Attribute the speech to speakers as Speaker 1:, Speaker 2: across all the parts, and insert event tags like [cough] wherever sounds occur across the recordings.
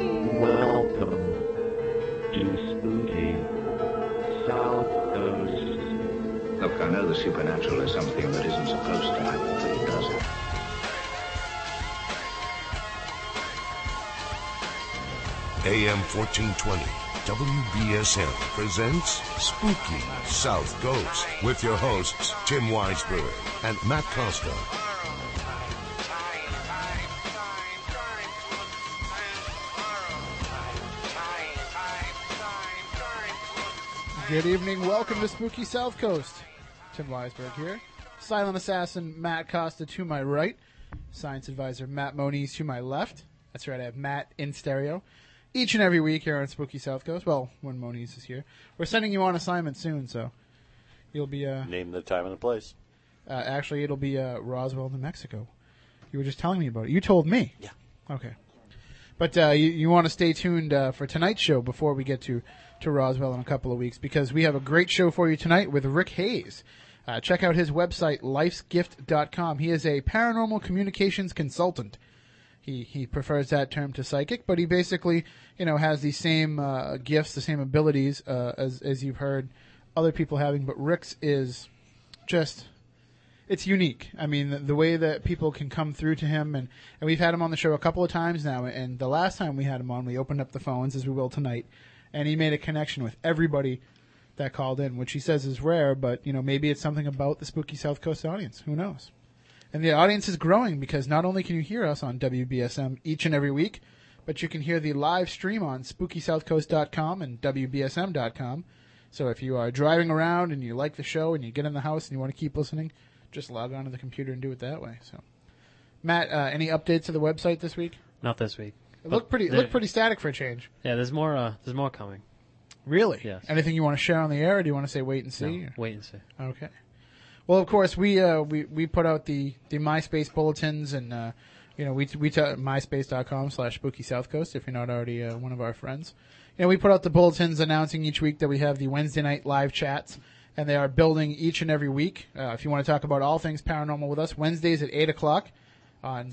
Speaker 1: Welcome to Spooky South
Speaker 2: Look, I know the supernatural is something that isn't supposed to happen, but it does.
Speaker 3: AM 1420, WBSM presents Spooky South Ghost with your hosts, Tim Weisberg and Matt Costa.
Speaker 4: Good evening. Welcome to Spooky South Coast. Tim Weisberg here. Silent Assassin Matt Costa to my right. Science Advisor Matt Moniz to my left. That's right, I have Matt in stereo. Each and every week here on Spooky South Coast. Well, when Moniz is here. We're sending you on assignment soon, so you'll be, uh,
Speaker 5: Name the time and the place.
Speaker 4: uh actually, it'll be, uh, Roswell, New Mexico. You were just telling me about it. You told me.
Speaker 5: Yeah.
Speaker 4: Okay. But uh, you, you want to stay tuned uh, for tonight's show before we get to, to Roswell in a couple of weeks because we have a great show for you tonight with Rick Hayes. Uh, check out his website, lifesgift.com. He is a paranormal communications consultant. He, he prefers that term to psychic, but he basically, you know, has the same uh, gifts, the same abilities uh, as, as you've heard other people having, but Rick's is just it's unique. I mean, the, the way that people can come through to him, and, and we've had him on the show a couple of times now. And the last time we had him on, we opened up the phones as we will tonight, and he made a connection with everybody that called in, which he says is rare. But you know, maybe it's something about the spooky South Coast audience. Who knows? And the audience is growing because not only can you hear us on WBSM each and every week, but you can hear the live stream on spookysouthcoast.com and WBSM.com. So if you are driving around and you like the show and you get in the house and you want to keep listening, just log onto the computer and do it that way. So, Matt, uh, any updates to the website this week?
Speaker 6: Not this week.
Speaker 4: It looked pretty. It
Speaker 6: there-
Speaker 4: looked pretty static for a change.
Speaker 6: Yeah, there's more. Uh, there's more coming.
Speaker 4: Really?
Speaker 6: Yes.
Speaker 4: Anything you want to share on the air, or do you want to say wait and
Speaker 6: No,
Speaker 4: see? or-
Speaker 6: wait and see.
Speaker 4: Okay. Well, of course, we uh, we we put out the the MySpace bulletins and. Uh, you know, we, we t- myspace.com slash spooky south coast if you're not already uh, one of our friends. You know, we put out the bulletins announcing each week that we have the Wednesday night live chats, and they are building each and every week. Uh, if you want to talk about all things paranormal with us, Wednesdays at 8 o'clock on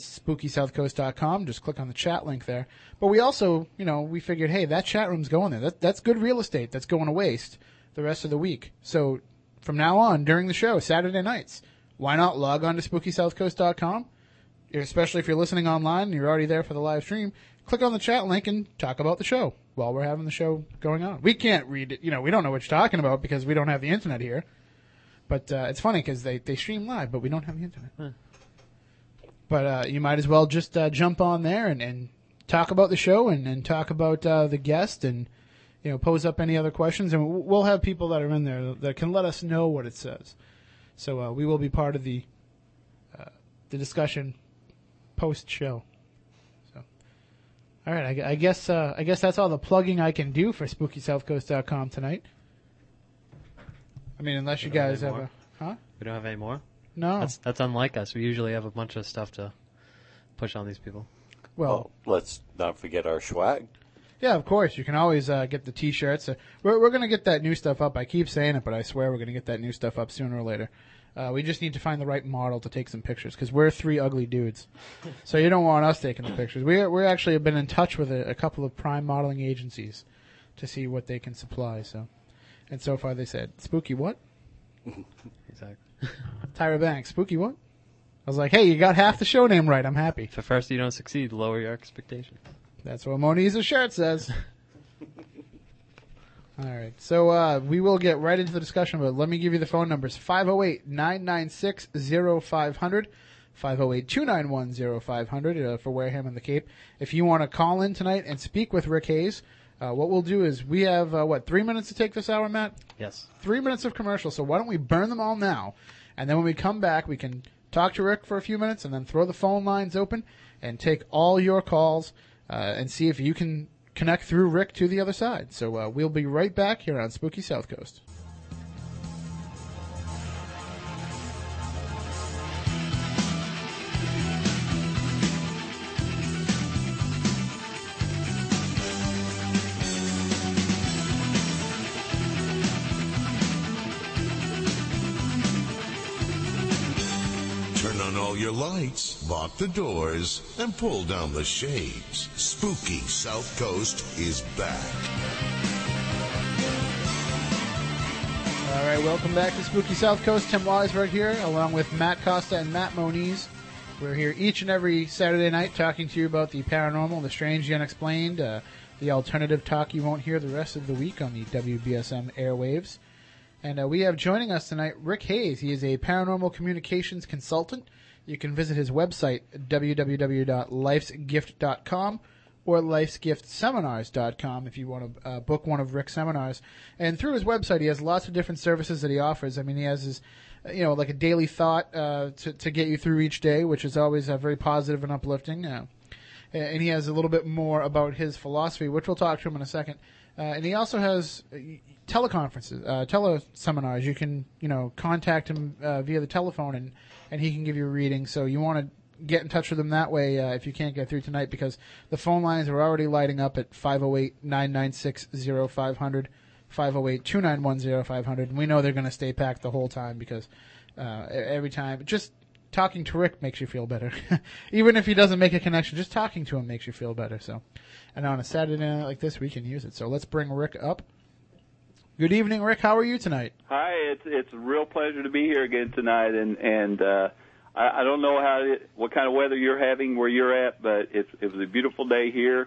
Speaker 4: spookysouthcoast.com. Just click on the chat link there. But we also, you know, we figured, hey, that chat room's going there. That, that's good real estate that's going to waste the rest of the week. So from now on, during the show, Saturday nights, why not log on to spookysouthcoast.com? Especially if you're listening online and you're already there for the live stream, click on the chat link and talk about the show while we're having the show going on. We can't read it, you know, we don't know what you're talking about because we don't have the internet here. But uh, it's funny because they, they stream live, but we don't have the internet. But uh, you might as well just uh, jump on there and, and talk about the show and, and talk about uh, the guest and you know pose up any other questions and w- we'll have people that are in there that can let us know what it says. So uh, we will be part of the uh, the discussion post show. So all right, I, gu- I guess uh, I guess that's all the plugging I can do for SpookySouthCoast.com tonight. I mean, unless you
Speaker 6: don't have
Speaker 4: guys
Speaker 6: any
Speaker 4: have a
Speaker 6: more?
Speaker 4: huh?
Speaker 6: We don't have any more.
Speaker 4: No.
Speaker 6: That's that's unlike us. We usually have a bunch of stuff to push on these people.
Speaker 4: well,
Speaker 5: Let's not forget our swag.
Speaker 4: Yeah, of course. You can always uh, get the T-shirts. Uh, we're we're gonna get that new stuff up. I keep saying it, but I swear we're gonna get that new stuff up sooner or later. Uh, we just need to find the right model to take some pictures because we're three ugly dudes. so you don't want us taking the pictures. We we actually have been in touch with a, a couple of prime modeling agencies to see what they can supply. So, and so far they said spooky what
Speaker 6: Exactly.
Speaker 4: Tyra Banks spooky what. I was like, hey, you got half the show name right. I'm happy.
Speaker 6: If at first you don't succeed, lower your expectations.
Speaker 4: That's what Moniz's shirt says. All right. So uh, we will get right into the discussion, but let me give you the phone numbers 508 996 0500. 508-291-0500 uh, for Wareham and the Cape. If you want to call in tonight and speak with Rick Hayes, uh, what we'll do is we have, uh, what, three minutes to take this hour, Matt?
Speaker 6: Yes.
Speaker 4: three minutes of commercial, so why don't we burn them all now? And then when we come back, we can talk to Rick for a few minutes and then throw the phone lines open and take all your calls uh, and see if you can connect through Rick to the other side. So uh, we'll be right back here on Spooky South Coast.
Speaker 3: Turn Turn on all your lights, lock the doors, and pull down the shades. Spooky South Coast is back.
Speaker 4: All right, welcome back to Spooky South Coast. Tim Weisberg here, along with Matt Costa and Matt Moniz. We're here each and every Saturday night talking to you about the paranormal, the strange, the unexplained, uh, the alternative talk you won't hear the rest of the week on the WBSM airwaves. And uh, we have joining us tonight Rick Hayes. He is a paranormal communications consultant. You can visit his website, www.lifesgift.com or lifesgiftseminars.com if you want to uh, book one of Rick's seminars. And through his website, he has lots of different services that he offers. I mean, he has his, uh, you know, like a daily thought uh, to, to get you through each day, which is always uh, very positive and uplifting. Uh, and he has a little bit more about his philosophy, which we'll talk to him in a second. Uh, and he also has uh, teleconferences, uh, teleseminars. You can, you know, contact him uh, via the telephone, and and he can give you a reading. So you want to get in touch with him that way uh, if you can't get through tonight, because the phone lines are already lighting up at 508-996-0500, 508-291-0500. And we know they're going to stay packed the whole time because uh, e- every time, just talking to Rick makes you feel better. [laughs] Even if he doesn't make a connection, just talking to him makes you feel better. So, and on a Saturday night like this, we can use it. So let's bring Rick up. Good evening, Rick. How are you tonight?
Speaker 7: Hi, it's it's a real pleasure to be here again tonight, and and uh, I, I don't know how it, what kind of weather you're having where you're at, but it's it was a beautiful day here.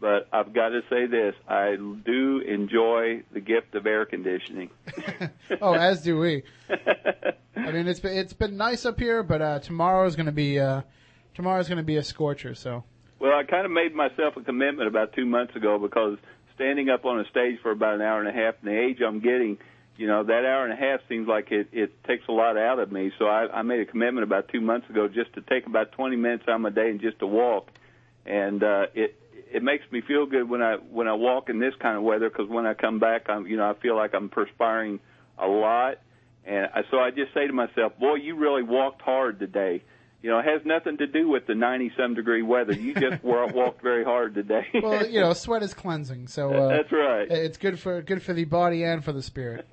Speaker 7: But I've got to say this: I do enjoy the gift of air conditioning. [laughs]
Speaker 4: Oh, as do we. I mean, it's been, it's been nice up here, but uh, tomorrow's going to be uh, tomorrow's going to be a scorcher. So
Speaker 7: Well, I kind of made myself a commitment about two months ago because standing up on a stage for about an hour and a half, and the age I'm getting, you know, that hour and a half seems like it, it takes a lot out of me. So I, I made a commitment about two months ago just to take about 20 minutes out of my day and just to walk. And uh, it it makes me feel good when I when I walk in this kind of weather because when I come back, I'm you know I feel like I'm perspiring a lot. And I, so I just say to myself, boy, you really walked hard today. You know, it has nothing to do with the 90 some degree weather. You just wa- [laughs] walked very hard today. [laughs]
Speaker 4: well, you know, sweat is cleansing. So uh,
Speaker 7: That's right.
Speaker 4: It's good for good for the body and for the
Speaker 7: [laughs]
Speaker 4: spirit.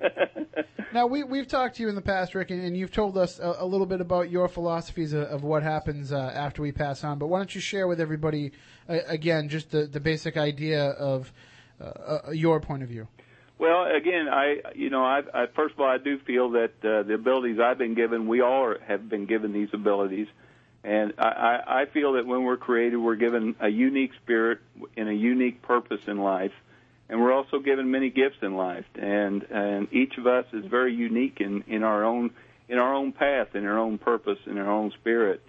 Speaker 4: now we we've talked to you in the past, Rick, and, and you've told us a, a little bit about your philosophies of, of what happens uh, after we pass on. But why don't you share with everybody uh, again just the the basic idea of uh, uh, your point of view?
Speaker 7: Well, again, I you know, I, I first of all, I do feel that uh, the abilities I've been given, we all are, have been given these abilities, and I, I, I feel that when we're created, we're given a unique spirit and a unique purpose in life, and we're also given many gifts in life, and and each of us is very unique in in our own in our own path, in our own purpose, in our own spirit,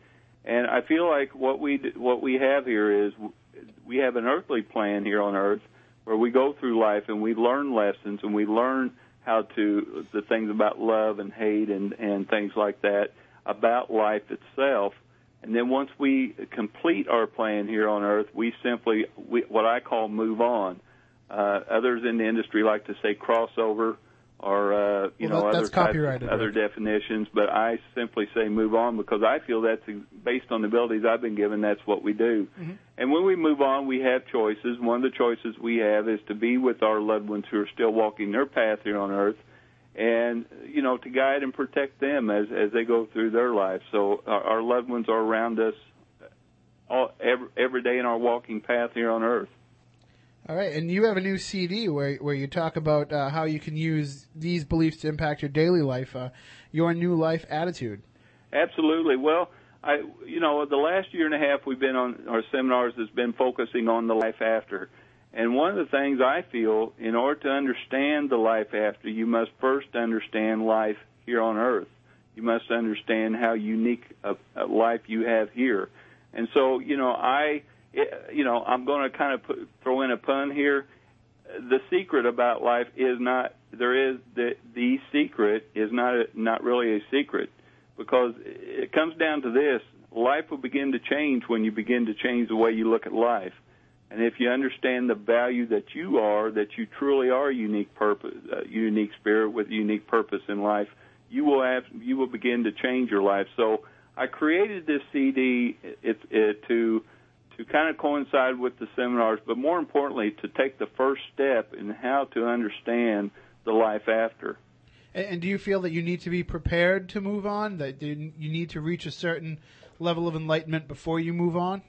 Speaker 7: and I feel like what we d- what we have here is w- we have an earthly plan here on Earth where we go through life and we learn lessons and we learn how to the things about love and hate and and things like that about life itself and then once we complete our plan here on earth we simply we, what i call move on uh, others in the industry like to say crossover or uh, you
Speaker 4: Well,
Speaker 7: know
Speaker 4: that-
Speaker 7: other
Speaker 4: that's
Speaker 7: types-
Speaker 4: copyrighted,
Speaker 7: other
Speaker 4: right?
Speaker 7: definitions but i simply say move on because i feel that's based on the abilities i've been given that's what we do
Speaker 4: Mm-hmm.
Speaker 7: and when we move on, we have choices. One of the choices we have is to be with our loved ones who are still walking their path here on earth and, you know, to guide and protect them as, as they go through their life. So our, our loved ones are around us all, every, every day in our walking path here on earth.
Speaker 4: All right, and you have a new CD where where you talk about uh, how you can use these beliefs to impact your daily life, uh, your new life attitude.
Speaker 7: Absolutely. Well, I you know the last year and a half we've been on our seminars has been focusing on the life after. And one of the things I feel in order to understand the life after, you must first understand life here on earth. You must understand how unique a, a life you have here. And so, you know, I it, you know, I'm going to kind of put, throw in a pun here the secret about life is not there is the the secret is not a, not really a secret because it comes down to this life will begin to change when you begin to change the way you look at life and if you understand the value that you are that you truly are a unique purpose uh, unique spirit with unique purpose in life you will have you will begin to change your life so i created this cd it, it to to kind of coincide with the seminars, but more importantly, to take the first step in how to understand the life after.
Speaker 4: And, and do you feel that you need to be prepared to move on? That you you need to reach a certain level of enlightenment before you move on?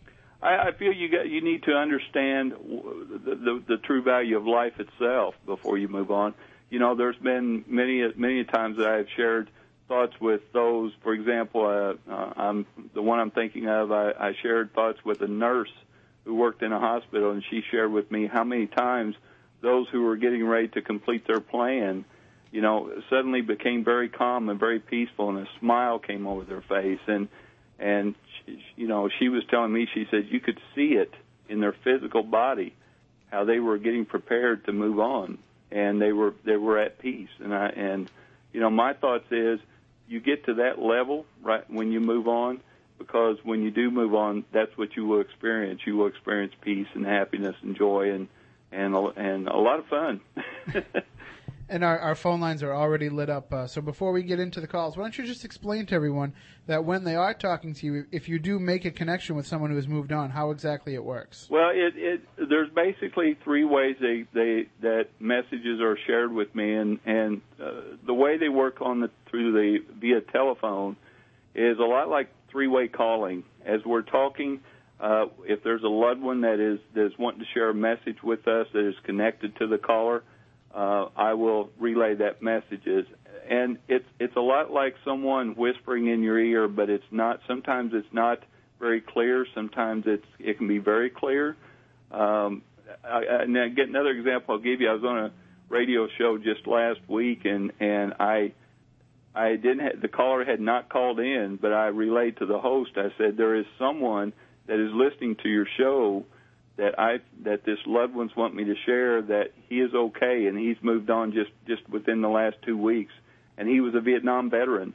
Speaker 7: I, I feel you got you need to understand w- the, the the true value of life itself before you move on. You know, there's been many many times that I've shared thoughts with those. For example, uh, uh, I'm the one I'm thinking of. I, I shared thoughts with a nurse who worked in a hospital, and she shared with me how many times those who were getting ready to complete their plan, you know, suddenly became very calm and very peaceful, and a smile came over their face, and and she, you know she was telling me she said you could see it in their physical body how they were getting prepared to move on and they were they were at peace and i and you know my thoughts is you get to that level right when you move on because when you do move on that's what you will experience you will experience peace and happiness and joy and and a- and a lot of fun
Speaker 4: And our, our phone lines are already lit up. Uh, so before we get into the calls, why don't you just explain to everyone that when they are talking to you, if you do make a connection with someone who has moved on, how exactly it works?
Speaker 7: Well, it, it there's basically three ways they, they that messages are shared with me, and and uh, the way they work on the through the via telephone is a lot like three-way calling. As we're talking, uh, if there's a loved one that is that is wanting to share a message with us that is connected to the caller, uh, I will relay that messages. And it's it's a lot like someone whispering in your ear, but it's not. Sometimes it's not very clear. Sometimes it's it can be very clear. Um, I, I, now, get another example. I'll give you. I was on a radio show just last week, and and I I didn't. Have, the caller had not called in, but I relayed to the host. I said there is someone that is listening to your show that I that this loved ones want me to share that he is okay and he's moved on just just within the last two weeks, and he was a Vietnam veteran.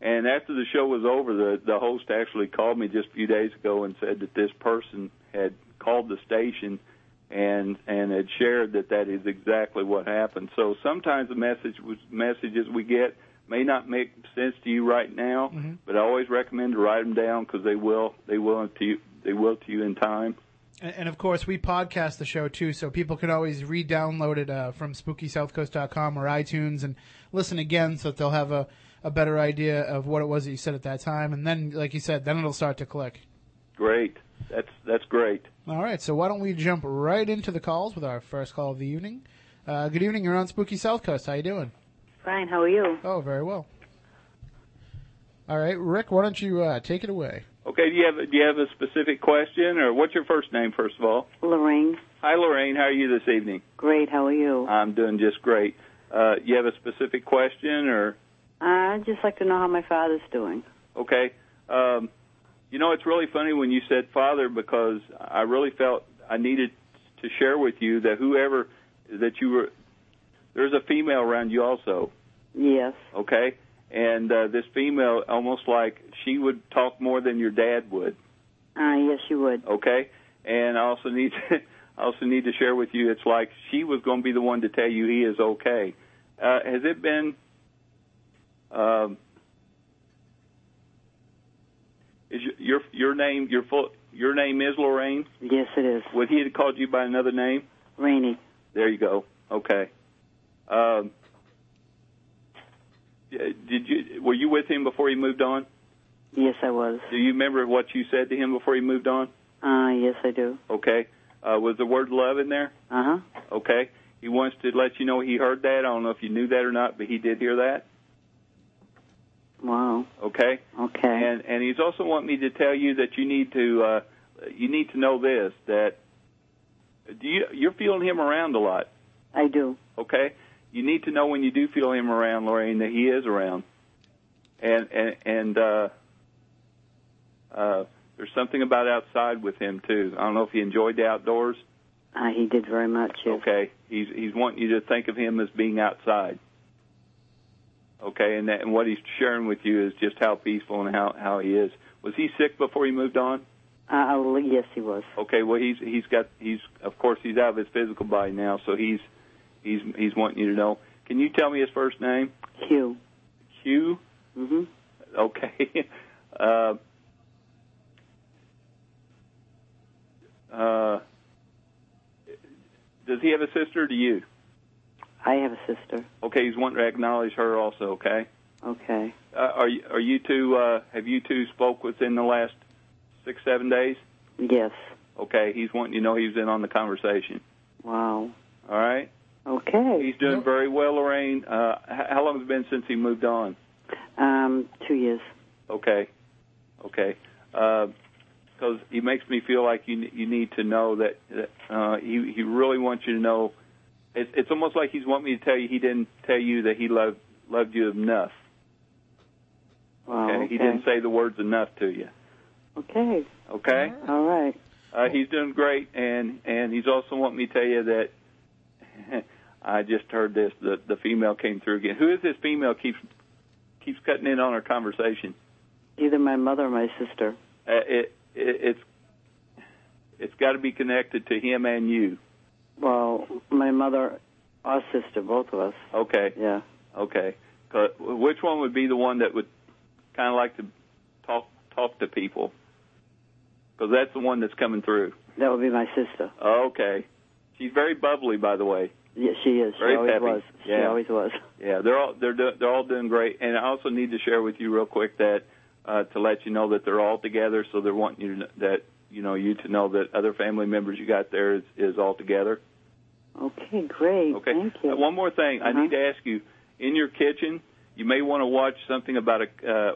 Speaker 7: And after the show was over, the the host actually called me just a few days ago and said that this person had called the station and and had shared that that is exactly what happened. So sometimes the message was, messages we get may not make sense to you right now, but I always recommend to write them down because they will they will to you, they will to you in time.
Speaker 4: And, and of course, we podcast the show too, so people can always re-download it uh, from SpookySouthCoast.com or iTunes and listen again, so that they'll have a, a better idea of what it was that you said at that time. And then, like you said, then it'll start to click.
Speaker 7: Great, that's that's great.
Speaker 4: All right, so why don't we jump right into the calls with our first call of the evening? Uh, good evening, you're on Spooky South Coast. How you doing?
Speaker 8: Fine, how are you?
Speaker 4: Oh, very well. All right, Rick, why don't you uh, take it away?
Speaker 7: Okay, do you have do you have a specific question or what's your first name first of all?
Speaker 8: Lorraine.
Speaker 7: Hi Lorraine, how are you this evening?
Speaker 8: Great, how are you?
Speaker 7: I'm doing just great. Uh, you have a specific question or
Speaker 8: I'd just like to know how my father's doing.
Speaker 7: okay? Um, you know, it's really funny when you said father because I really felt I needed to share with you that whoever that you were there's a female around you also.
Speaker 8: Yes.
Speaker 7: okay? And uh, this female, almost like she would talk more than your dad would,
Speaker 8: Uh, yes, you would.
Speaker 7: okay? And I also need to, [laughs] I also need to share with you, it's like she was going to be the one to tell you he is okay. Uh, has it been? Um, is your, your your name your full your name is Lorraine?
Speaker 8: Yes, it is.
Speaker 7: Would he have called you by another name?
Speaker 8: Rainy.
Speaker 7: There you go. Okay. Um, y- did you were you with him before he moved on?
Speaker 8: Yes, I was.
Speaker 7: Do you remember what you said to him before he moved on?
Speaker 8: Uh, yes, I do.
Speaker 7: Okay. Uh, was the word love in there?
Speaker 8: Uh huh.
Speaker 7: Okay. He wants to let you know he heard that. I don't know if you knew that or not, but he did hear that.
Speaker 8: Wow.
Speaker 7: Okay.
Speaker 8: Okay.
Speaker 7: And and he's also want me to tell you that you need to uh, you need to know this that do you you're feeling him around a lot.
Speaker 8: I do.
Speaker 7: okay? You need to know when you do feel him around, Lorraine, that he is around. And and and uh, uh, there's something about outside with him too. I don't know if he enjoyed the outdoors.
Speaker 8: Uh, he did very much. Yes.
Speaker 7: Okay, he's he's wanting you to think of him as being outside. Okay, and that and what he's sharing with you is just how peaceful and how how he is. Was he sick before he moved on?
Speaker 8: Uh, oh, yes, he was.
Speaker 7: Okay, well he's he's got he's of course he's out of his physical body now, so he's he's he's wanting you to know. Can you tell me his first name?
Speaker 8: Hugh.
Speaker 7: Q.
Speaker 8: Mhm.
Speaker 7: Okay. [laughs] Uh, uh, does he have a sister? Or do you?
Speaker 8: I have a sister.
Speaker 7: Okay, he's wanting to acknowledge her also. Okay,
Speaker 8: Okay.
Speaker 7: uh, are you are you two uh, have you two spoke within the last six seven days?
Speaker 8: Yes.
Speaker 7: Okay, he's wanting you to know he's in on the conversation.
Speaker 8: Wow.
Speaker 7: All right,
Speaker 8: Okay.
Speaker 7: he's doing
Speaker 4: Yep.
Speaker 7: very well, Lorraine. Uh, h- how long has it been since he moved on?
Speaker 8: Um, two years.
Speaker 7: Okay, okay, because he makes me feel like you you need to know that, that uh, he he really wants you to know. It's it's almost like he's wanting me to tell you he didn't tell you that he loved loved you enough.
Speaker 8: Wow.
Speaker 7: okay? he didn't say the words enough to you.
Speaker 8: Okay.
Speaker 7: Okay,
Speaker 8: All right.
Speaker 7: uh, he's doing great, and and he's also wanting me to tell you that. [laughs] I just heard this. The the female came through again. Who is this female keeps keeps cutting in on our conversation?
Speaker 8: Either my mother or my sister.
Speaker 7: Uh, it, it it's it's got to be connected to him and you.
Speaker 8: Well, my mother or sister, both of us.
Speaker 7: Okay,
Speaker 8: Yeah.
Speaker 7: okay. 'Cause Which one would be the one that would kind of like to talk talk to people? Because that's the one that's coming through.
Speaker 8: That would be my sister.
Speaker 7: Oh, Okay, she's very bubbly, by the way.
Speaker 8: Yeah, she is.
Speaker 7: Very
Speaker 8: she always
Speaker 7: peppy.
Speaker 8: was. She
Speaker 7: Yeah.
Speaker 8: always was.
Speaker 7: Yeah, they're all they're do, they're all doing great. And I also need to share with you real quick that uh, to let you know that they're all together. So they're wanting you to, kn- that you know you to know that other family members you got there is, is all together.
Speaker 8: Okay, great.
Speaker 7: Okay.
Speaker 8: Thank you.
Speaker 7: Uh, one more thing,
Speaker 8: Uh-huh.
Speaker 7: I need to ask you: in your kitchen, you may want to watch something about a. Uh,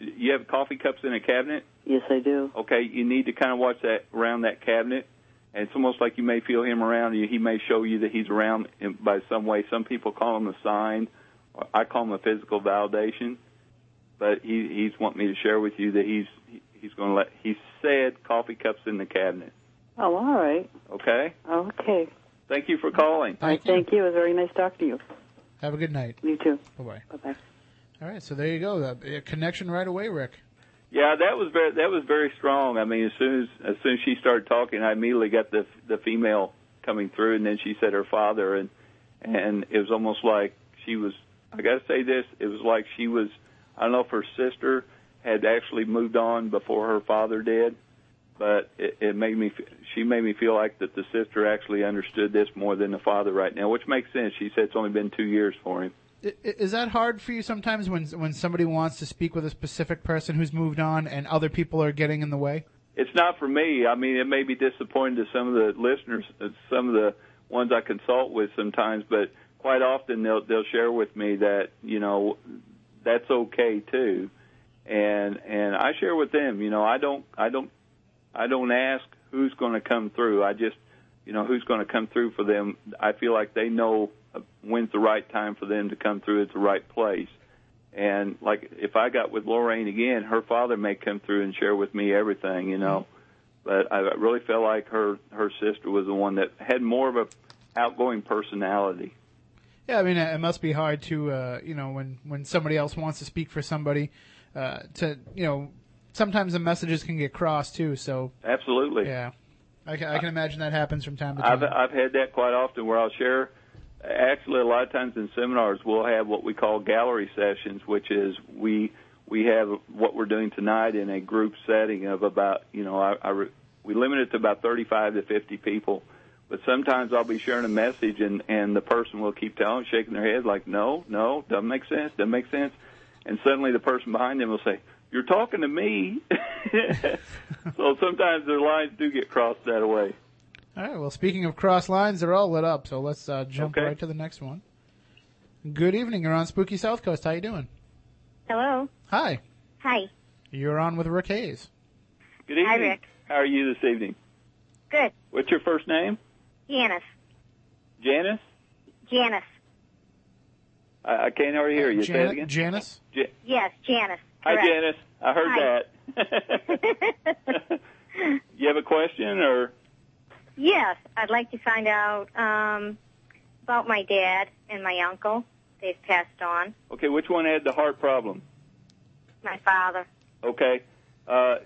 Speaker 7: you have coffee cups in a cabinet.
Speaker 8: yes, I do.
Speaker 7: Okay, you need to kind of watch that around that cabinet. And it's almost like you may feel him around. You. He may show you that he's around in, by some way. Some people call him a sign. Or I call him a physical validation. But he, he's wanting me to share with you that he's he- he's going to let. He said coffee cups in the cabinet.
Speaker 8: Oh, all right.
Speaker 7: Okay.
Speaker 8: Okay.
Speaker 7: Thank you for calling.
Speaker 4: Thank you.
Speaker 8: Thank you. It was very nice talking to you.
Speaker 4: Have a good night.
Speaker 8: You too.
Speaker 4: Bye bye.
Speaker 8: Bye bye.
Speaker 4: All right, so there you go. That, a connection right away, Rick.
Speaker 7: Yeah, that was very that was very strong. I mean, as soon as as soon as she started talking, I immediately got the the female coming through, and then she said her father, and and it was almost like she was. I got to say this, it was like she was. I don't know if her sister had actually moved on before her father did, but it, it made me. f- She made me feel like that the sister actually understood this more than the father right now, which makes sense. She said it's only been two years for him.
Speaker 4: I- i- Is that hard for you sometimes when when somebody wants to speak with a specific person who's moved on and other people are getting in the way?
Speaker 7: it's not for me. I mean, it may be disappointing to some of the listeners, uh, some of the ones I consult with sometimes, but quite often they'll they'll share with me that you know that's okay too, and and I share with them, you know, I don't I don't I don't ask who's going to come through. I just you know who's going to come through for them. I feel like they know uh, when's the right time for them to come through at the right place. And like if I got with Lorraine again, her father may come through and share with me everything, you know. But I really felt like her her sister was the one that had more of a outgoing personality.
Speaker 4: Yeah, I mean, it it must be hard to, uh, you know, when, when somebody else wants to speak for somebody, uh, to, you know, sometimes the messages can get crossed too. So,
Speaker 7: Absolutely.
Speaker 4: yeah, I can, I can imagine that happens from time to
Speaker 7: I've
Speaker 4: time.
Speaker 7: I've had that quite often where I'll share. Actually, a lot of times in seminars we'll have what we call gallery sessions, which is we we have what we're doing tonight in a group setting of about you know I, I re- we limit it to about 35 to 50 people, but sometimes I'll be sharing a message and and the person will keep telling, shaking their head like no no doesn't make sense doesn't make sense, and suddenly the person behind them will say you're talking to me, [laughs] so sometimes their lines do get crossed that way.
Speaker 4: All right. Well, speaking of cross lines, they're all lit up. So let's uh, jump
Speaker 7: Okay.
Speaker 4: right to the next one. Good evening. You're on Spooky South Coast. How you doing?
Speaker 9: Hello.
Speaker 4: Hi.
Speaker 9: Hi.
Speaker 4: You're on with Rick Hayes.
Speaker 7: Good evening.
Speaker 9: Hi, Rick.
Speaker 7: How are you this evening?
Speaker 9: Good.
Speaker 7: What's your first name?
Speaker 9: Janice.
Speaker 7: Janice?
Speaker 9: Janice.
Speaker 7: I, I can't hardly hear you. Say it
Speaker 4: Jan-
Speaker 7: again.
Speaker 4: Janice.
Speaker 9: Yes, Janice.
Speaker 7: Hi,
Speaker 9: Correct.
Speaker 7: Janice. I heard
Speaker 9: Hi. [laughs]
Speaker 7: that. [laughs] you have a question or?
Speaker 9: yes, I'd like to find out um, about my dad and my uncle. They've passed on.
Speaker 7: Okay, which one had the heart problem?
Speaker 9: My father.
Speaker 7: Okay. Uh,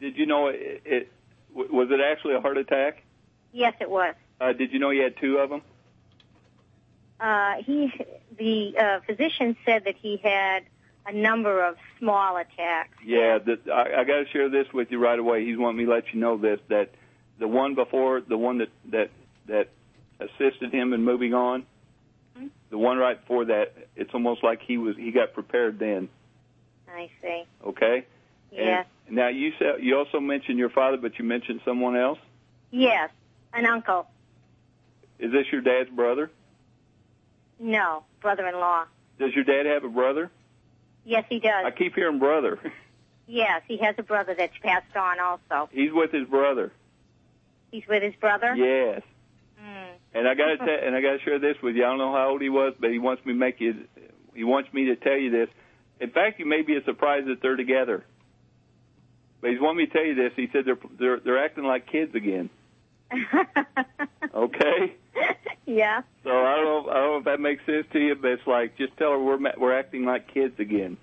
Speaker 7: did you know it, it, w was it actually a heart attack?
Speaker 9: Yes, it was.
Speaker 7: Uh, did you know you had two of them?
Speaker 9: Uh, he, the uh, physician said that he had a number of small attacks.
Speaker 7: Yeah, the, I, I got to share this with you right away. He's wanting me to let you know this that the one before the one that that that assisted him in moving on.
Speaker 9: Mm-hmm.
Speaker 7: The one right before that, it's almost like he was he got prepared then.
Speaker 9: I see.
Speaker 7: Okay.
Speaker 9: Yes.
Speaker 7: And now you said you also mentioned your father, but you mentioned someone else.
Speaker 9: Yes. An uncle.
Speaker 7: Is this your dad's brother?
Speaker 9: No. Brother in law.
Speaker 7: Does your dad have a brother?
Speaker 9: Yes, he does.
Speaker 7: I keep hearing brother. [laughs]
Speaker 9: Yes, he has a brother that's passed on also.
Speaker 7: He's with his brother.
Speaker 9: He's with his brother?
Speaker 7: Yes.
Speaker 9: Mm.
Speaker 7: And I gotta te- and I gotta share this with you. I don't know how old he was, but he wants me to make you. He wants me to tell you this. In fact, you may be surprised that they're together. But he's wanted me to tell you this. He said they're they're they're acting like kids again. Okay.
Speaker 9: yeah.
Speaker 7: So I don't know. I don't know if that makes sense to you, but it's like just tell her we're ma- we're acting like kids again.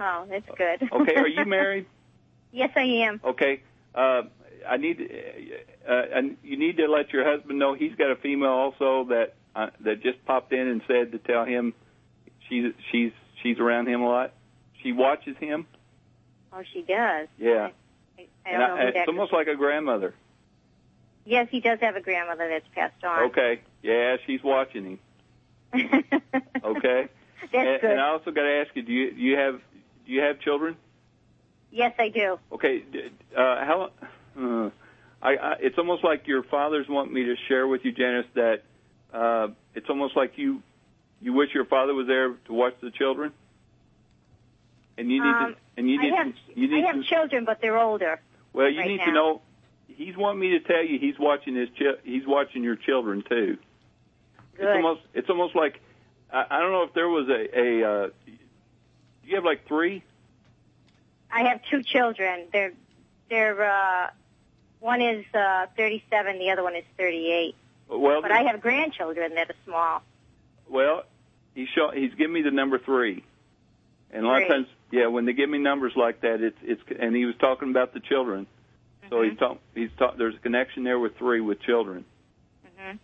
Speaker 9: Oh, that's good.
Speaker 7: Okay. Are you married?
Speaker 9: [laughs] yes, I am.
Speaker 7: Okay. Uh, I need uh, uh, and you need to let your husband know he's got a female also that uh, that just popped in and said to tell him she's she's she's around him a lot. She watches him.
Speaker 9: Oh, she does.
Speaker 7: Yeah.
Speaker 9: I, I don't
Speaker 7: And
Speaker 9: know
Speaker 7: I,
Speaker 9: who
Speaker 7: uh,
Speaker 9: that
Speaker 7: it's
Speaker 9: could-
Speaker 7: almost like a grandmother.
Speaker 9: Yes, he does have a grandmother that's passed on. [laughs]
Speaker 7: Okay. Yeah, she's watching him. Okay.
Speaker 9: [laughs] that's
Speaker 7: and,
Speaker 9: good.
Speaker 7: and I also got to ask you, do you do you have do you have children?
Speaker 9: yes, I do.
Speaker 7: Okay, d- uh, how? Uh, I, I it's almost like your fathers want me to share with you, Janice, that uh, it's almost like you you wish your father was there to watch the children, and you need
Speaker 9: Um,
Speaker 7: to and you need
Speaker 9: I have,
Speaker 7: to, you need
Speaker 9: I have
Speaker 7: to,
Speaker 9: children, but they're older.
Speaker 7: well you
Speaker 9: right
Speaker 7: need
Speaker 9: now.
Speaker 7: to know he's wanting me to tell you he's watching his chi- he's watching your children too. It's
Speaker 9: Good.
Speaker 7: almost it's almost like I, I don't know if there was a a uh, you have like three
Speaker 9: I have two children. They're they're uh, one is uh, 37, the other one is 38.
Speaker 7: well
Speaker 9: But I have grandchildren that are small.
Speaker 7: Well, he show, he's giving me the number three, and a lot of
Speaker 9: Three.
Speaker 7: times, yeah, when they give me numbers like that, it's it's and he was talking about the children, so he's talk, he's talk, there's a connection there with three with children,
Speaker 10: Mm-hmm.
Speaker 9: Mhm.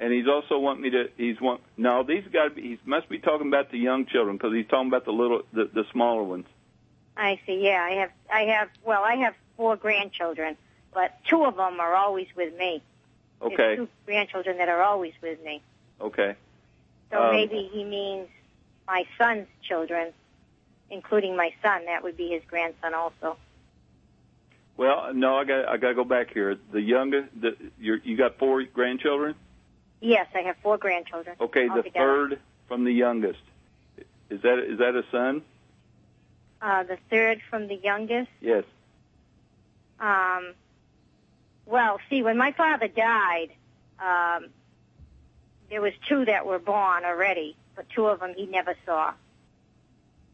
Speaker 7: and he's also want me to he's want no these got to be he must be talking about the young children because he's talking about the little the, the smaller ones.
Speaker 9: I see. Yeah, I have I have well, I have four grandchildren, but two of them are always with me. There's
Speaker 7: Okay,
Speaker 9: two grandchildren that are always with me.
Speaker 7: okay,
Speaker 9: So
Speaker 7: Um,
Speaker 9: maybe he means my son's children, including my son. That would be his grandson also.
Speaker 7: well no I got I got to go back here. The youngest the you you got four grandchildren.
Speaker 9: Yes, I have four grandchildren.
Speaker 7: Okay, the
Speaker 9: altogether.
Speaker 7: third from the youngest. Is that is that a son?
Speaker 9: Uh, the third from the youngest.
Speaker 7: Yes.
Speaker 9: Um, well, see, when my father died, um, there was two that were born already, but two of them he never saw.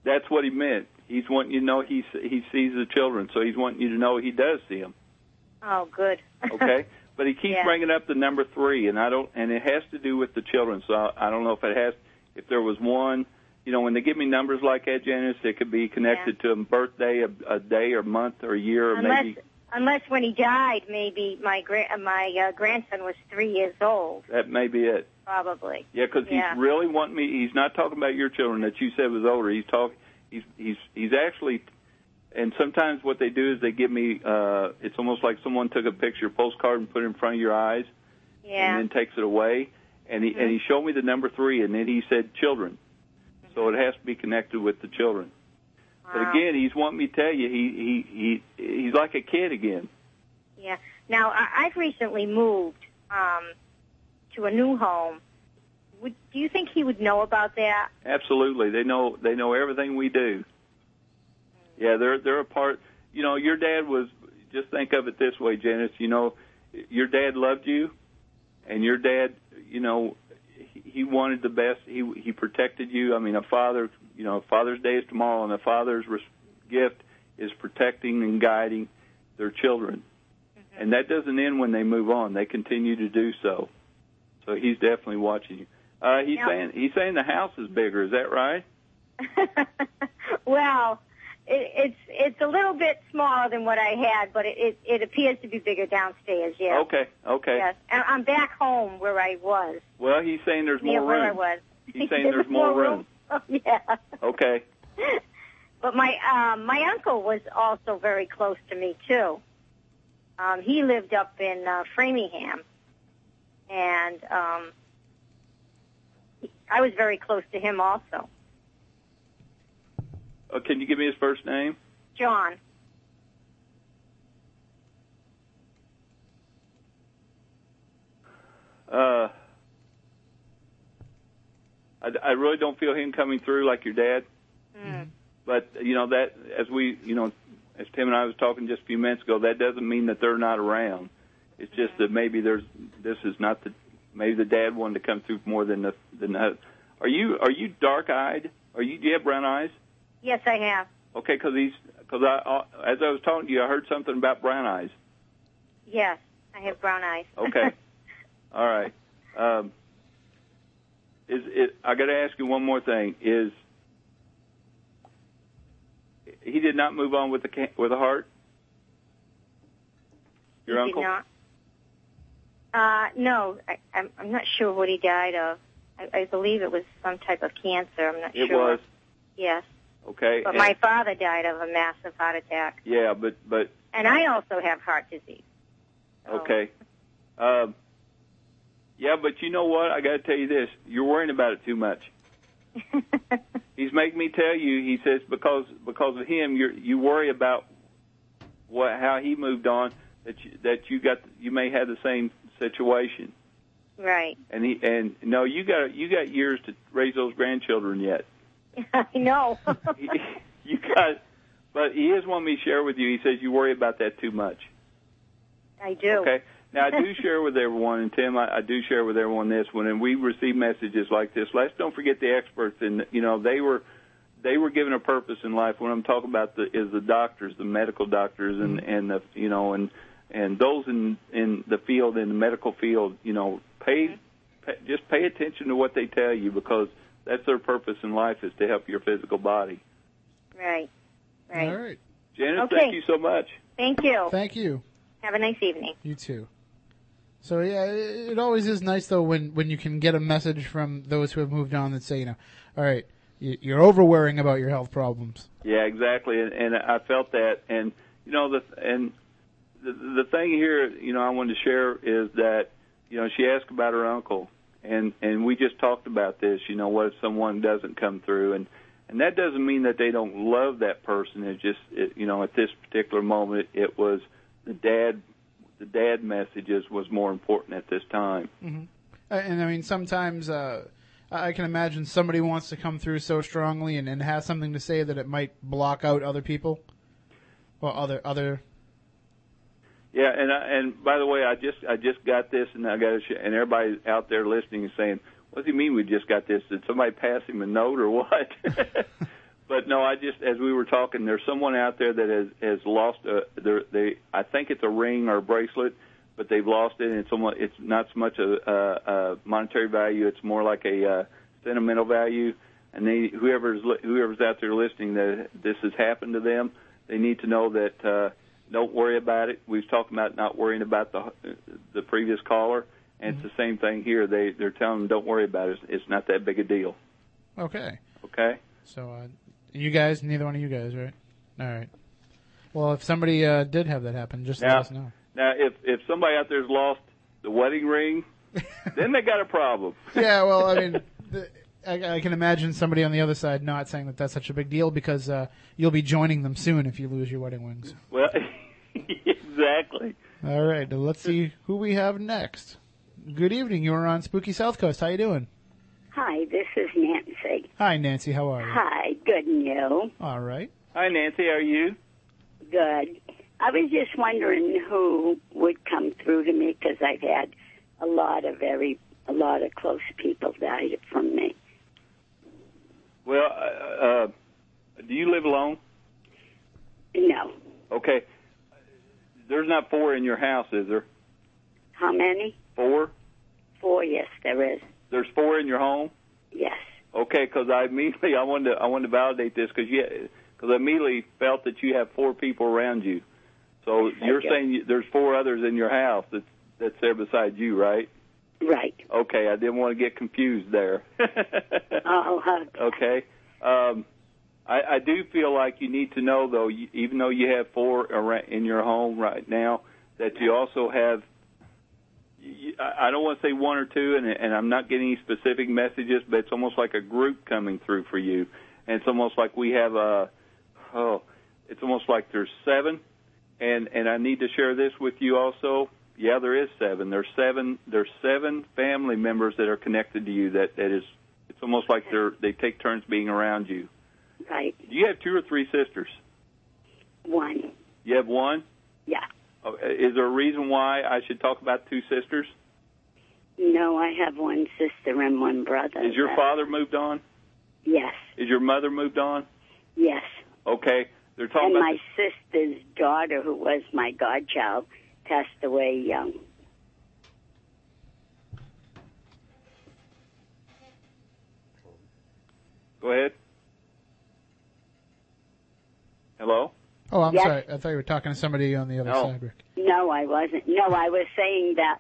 Speaker 7: That's what he meant. He's wanting you to know he he sees the children, so he's wanting you to know he does see them.
Speaker 9: Oh, good. [laughs]
Speaker 7: Okay, but he keeps
Speaker 9: Yeah.
Speaker 7: bringing up the number three, and I don't, and it has to do with the children. So I, I don't know if it has, if there was one. You know, when they give me numbers like that, Janice, it could be connected to a birthday, a, a day, or month, or year, or
Speaker 9: unless
Speaker 7: maybe
Speaker 9: unless when he died, maybe my gra- uh, my uh, grandson was three years old,
Speaker 7: that may be it.
Speaker 9: probably.
Speaker 7: Yeah, because
Speaker 9: Yeah.
Speaker 7: he's really wanting me. He's not talking about your children that you said was older. He's talking. He's he's he's actually. And sometimes what they do is they give me. uh It's almost like someone took a picture postcard and put it in front of your eyes,
Speaker 9: Yeah. Mm-hmm.
Speaker 7: and then takes it away. And he and he showed me the number three, and then he said children. So it has to be connected with the children. But
Speaker 9: Wow.
Speaker 7: again, he's wanting me to tell you he he he he's like a kid again.
Speaker 9: Yeah. Now I- I've recently moved um, to a new home. Would do you think he would know about that? [laughs]
Speaker 7: Absolutely, they know they know everything we do. Yeah, they're they're a part. You know, your dad was. Just think of it this way, Janice. You know, your dad loved you, and your dad, you know, he- he wanted the best. He he protected you. I mean, a father. You know, Father's Day is tomorrow, and a father's res- gift is protecting and guiding their children. And that doesn't end when they move on. They continue to do so. So he's definitely watching you. Uh, he's
Speaker 9: Yeah.
Speaker 7: saying he's saying the house is bigger. Is that right?
Speaker 9: well, it, it's it's a little bit smaller than what I had, but it it, it appears to be bigger downstairs. Yes.
Speaker 7: Okay. Okay.
Speaker 9: Yes. And I'm back home where I was.
Speaker 7: Well, he's saying there's
Speaker 9: near
Speaker 7: more
Speaker 9: where I
Speaker 7: room.
Speaker 9: was.
Speaker 7: He's
Speaker 9: [laughs]
Speaker 7: saying there's more room.
Speaker 9: Oh, [laughs] yeah.
Speaker 7: Okay.
Speaker 9: But my um, my uncle was also very close to me too. Um, he lived up in uh, Framingham, and um, I was very close to him also.
Speaker 7: Uh, can you give me his first name?
Speaker 9: John,
Speaker 7: Uh, I, I really don't feel him coming through like your dad. But you know that as we, you know, as Tim and I was talking just a few minutes ago, that doesn't mean that they're not around. It's just that maybe there's this is not the maybe the dad wanted to come through more than the than the. Are you are you dark eyed? Are you do you have brown eyes?
Speaker 9: yes, I have.
Speaker 7: Okay, because he's because I uh, as I was talking to you, I heard something about brown eyes.
Speaker 9: Yes, I have brown eyes. [laughs]
Speaker 7: Okay. All right. Um, is it? I got to ask you one more thing. Is he did not move on with the ca- with the heart? Your
Speaker 9: he
Speaker 7: uncle?
Speaker 9: Did not. Uh, no, I, I'm, I'm not sure what he died of. I, I believe it was some type of cancer. I'm not
Speaker 7: It
Speaker 9: sure.
Speaker 7: was
Speaker 9: Yes,
Speaker 7: okay.
Speaker 9: but
Speaker 7: and-
Speaker 9: my father died of a massive heart attack,
Speaker 7: yeah, but but
Speaker 9: and I also have heart disease. So,
Speaker 7: okay. Um, yeah, but you know what? I got to tell you this. You're worrying about it too much. He's making me tell you. He says because because of him, you you worry about what how he moved on that you, that you got you may have the same situation.
Speaker 9: right.
Speaker 7: And he and no, you got you got years to raise those grandchildren yet.
Speaker 9: [laughs] I know.
Speaker 7: He- you got, but he is wanting me to share with you. He says you worry about that too much.
Speaker 9: I do.
Speaker 7: Okay. Now I do share with everyone, and Tim, I, I do share with everyone this one, and we receive messages like this. Let's don't forget the experts, and you know they were they were given a purpose in life. What I'm talking about the, is the doctors, the medical doctors, and
Speaker 9: Mm-hmm.
Speaker 7: and the you know and and those in in the field in the medical field, you know, pay,
Speaker 9: Mm-hmm.
Speaker 7: pay just pay attention to what they tell you because that's their purpose in life is to help your physical body.
Speaker 9: Right. Right.
Speaker 4: All right.
Speaker 7: Janice,
Speaker 9: Okay.
Speaker 7: thank you so much.
Speaker 9: Thank you.
Speaker 4: Thank you.
Speaker 9: have a nice evening.
Speaker 4: You too. So yeah, it, it always is nice though when when you can get a message from those who have moved on that say, you know, all right, you, you're overworrying about your health problems.
Speaker 7: Yeah, exactly, and, and I felt that, and you know the and the the thing here, you know, I wanted to share is that you know she asked about her uncle, and and we just talked about this. You know, what if someone doesn't come through, and and that doesn't mean that they don't love that person. It's just it, you know at this particular moment, it was the dad. The dad messages was more important at this time.
Speaker 4: Uh, And I mean, sometimes uh, I I can imagine somebody wants to come through so strongly and, and has something to say that it might block out other people or other other.
Speaker 7: Yeah, and I, and by the way, I just I just got this, and I got to sh- and everybody out there listening is saying, "What does he mean? We just got this? Did somebody pass him a note or what?" but no, I just as we were talking, there's someone out there that has has lost a their, they I think it's a ring or a bracelet, but they've lost it, and it's almost, it's not so much a, a, a monetary value; it's more like a uh, sentimental value. And they whoever's li- whoever's out there listening that this has happened to them, they need to know that. uh don't worry about it. We was talking about not worrying about the the previous caller, and
Speaker 4: Mm-hmm.
Speaker 7: it's the same thing here. They they're telling them don't worry about it. It's not that big a deal.
Speaker 4: Okay,
Speaker 7: Okay.
Speaker 4: so uh, you guys, neither one of you guys, right? All right. Well, if somebody uh, did have that happen, just
Speaker 7: Yeah.
Speaker 4: let us know.
Speaker 7: Now, if if somebody out there's lost the wedding
Speaker 4: [laughs]
Speaker 7: ring, then they got a problem.
Speaker 4: yeah, well, I mean, the, I, I can imagine somebody on the other side not saying that that's such a big deal because uh, you'll be joining them soon if you lose your wedding wings.
Speaker 7: [laughs] Well, [laughs] exactly.
Speaker 4: All right, now let's see who we have next. Good evening. You are on Spooky South Coast. How you doing?
Speaker 11: Hi, this is Nancy.
Speaker 4: Hi, Nancy. How are you?
Speaker 11: Hi, good and you?
Speaker 4: All right.
Speaker 7: Hi, Nancy. How are you?
Speaker 11: Good. I was just wondering who would come through to me because I've had a lot of very, a lot of close people died from me.
Speaker 7: Well, uh, uh, do you live alone?
Speaker 11: No.
Speaker 7: Okay. There's not four in your house, is there?
Speaker 11: How many?
Speaker 7: Four.
Speaker 11: Four, yes, there is.
Speaker 7: There's four in your home.
Speaker 11: Yes.
Speaker 7: Okay, because I immediately I wanted to, I wanted to validate this because you because I immediately felt that you have four people around you. So you're
Speaker 11: you.
Speaker 7: saying you, there's four others in your house that's that's there beside you, right?
Speaker 11: Right.
Speaker 7: Okay, I didn't want to get confused there. [laughs]
Speaker 11: Oh, uh,
Speaker 7: okay, um, I, I do feel like you need to know though, you, even though you have four ara- in your home right now, that you also have y- I I don't want to say one or two, and, and I'm not getting any specific messages, but it's almost like a group coming through for you, and it's almost like we have a, oh, it's almost like there's seven, and and I need to share this with you also. Yeah, there is seven. There's seven. There's seven family members that are connected to you. That that is. It's almost like they're they take turns being around you.
Speaker 11: Right.
Speaker 7: You have two or three sisters.
Speaker 11: One.
Speaker 7: You have one.
Speaker 11: Yeah.
Speaker 7: Oh, Is there a reason why I should talk about two sisters?
Speaker 11: No, I have one sister and one brother.
Speaker 7: Is your
Speaker 11: but-
Speaker 7: father moved on?
Speaker 11: Yes.
Speaker 7: Is your mother moved on?
Speaker 11: Yes.
Speaker 7: Okay, they're talking
Speaker 11: And
Speaker 7: about.
Speaker 11: my sister's daughter, who was my godchild, passed away young.
Speaker 7: the- go ahead. Hello.
Speaker 4: Oh, I'm
Speaker 11: Yes.
Speaker 4: sorry. I thought you were talking to somebody on the other
Speaker 7: No.
Speaker 4: side, Rick.
Speaker 11: No, I wasn't. No, I was saying that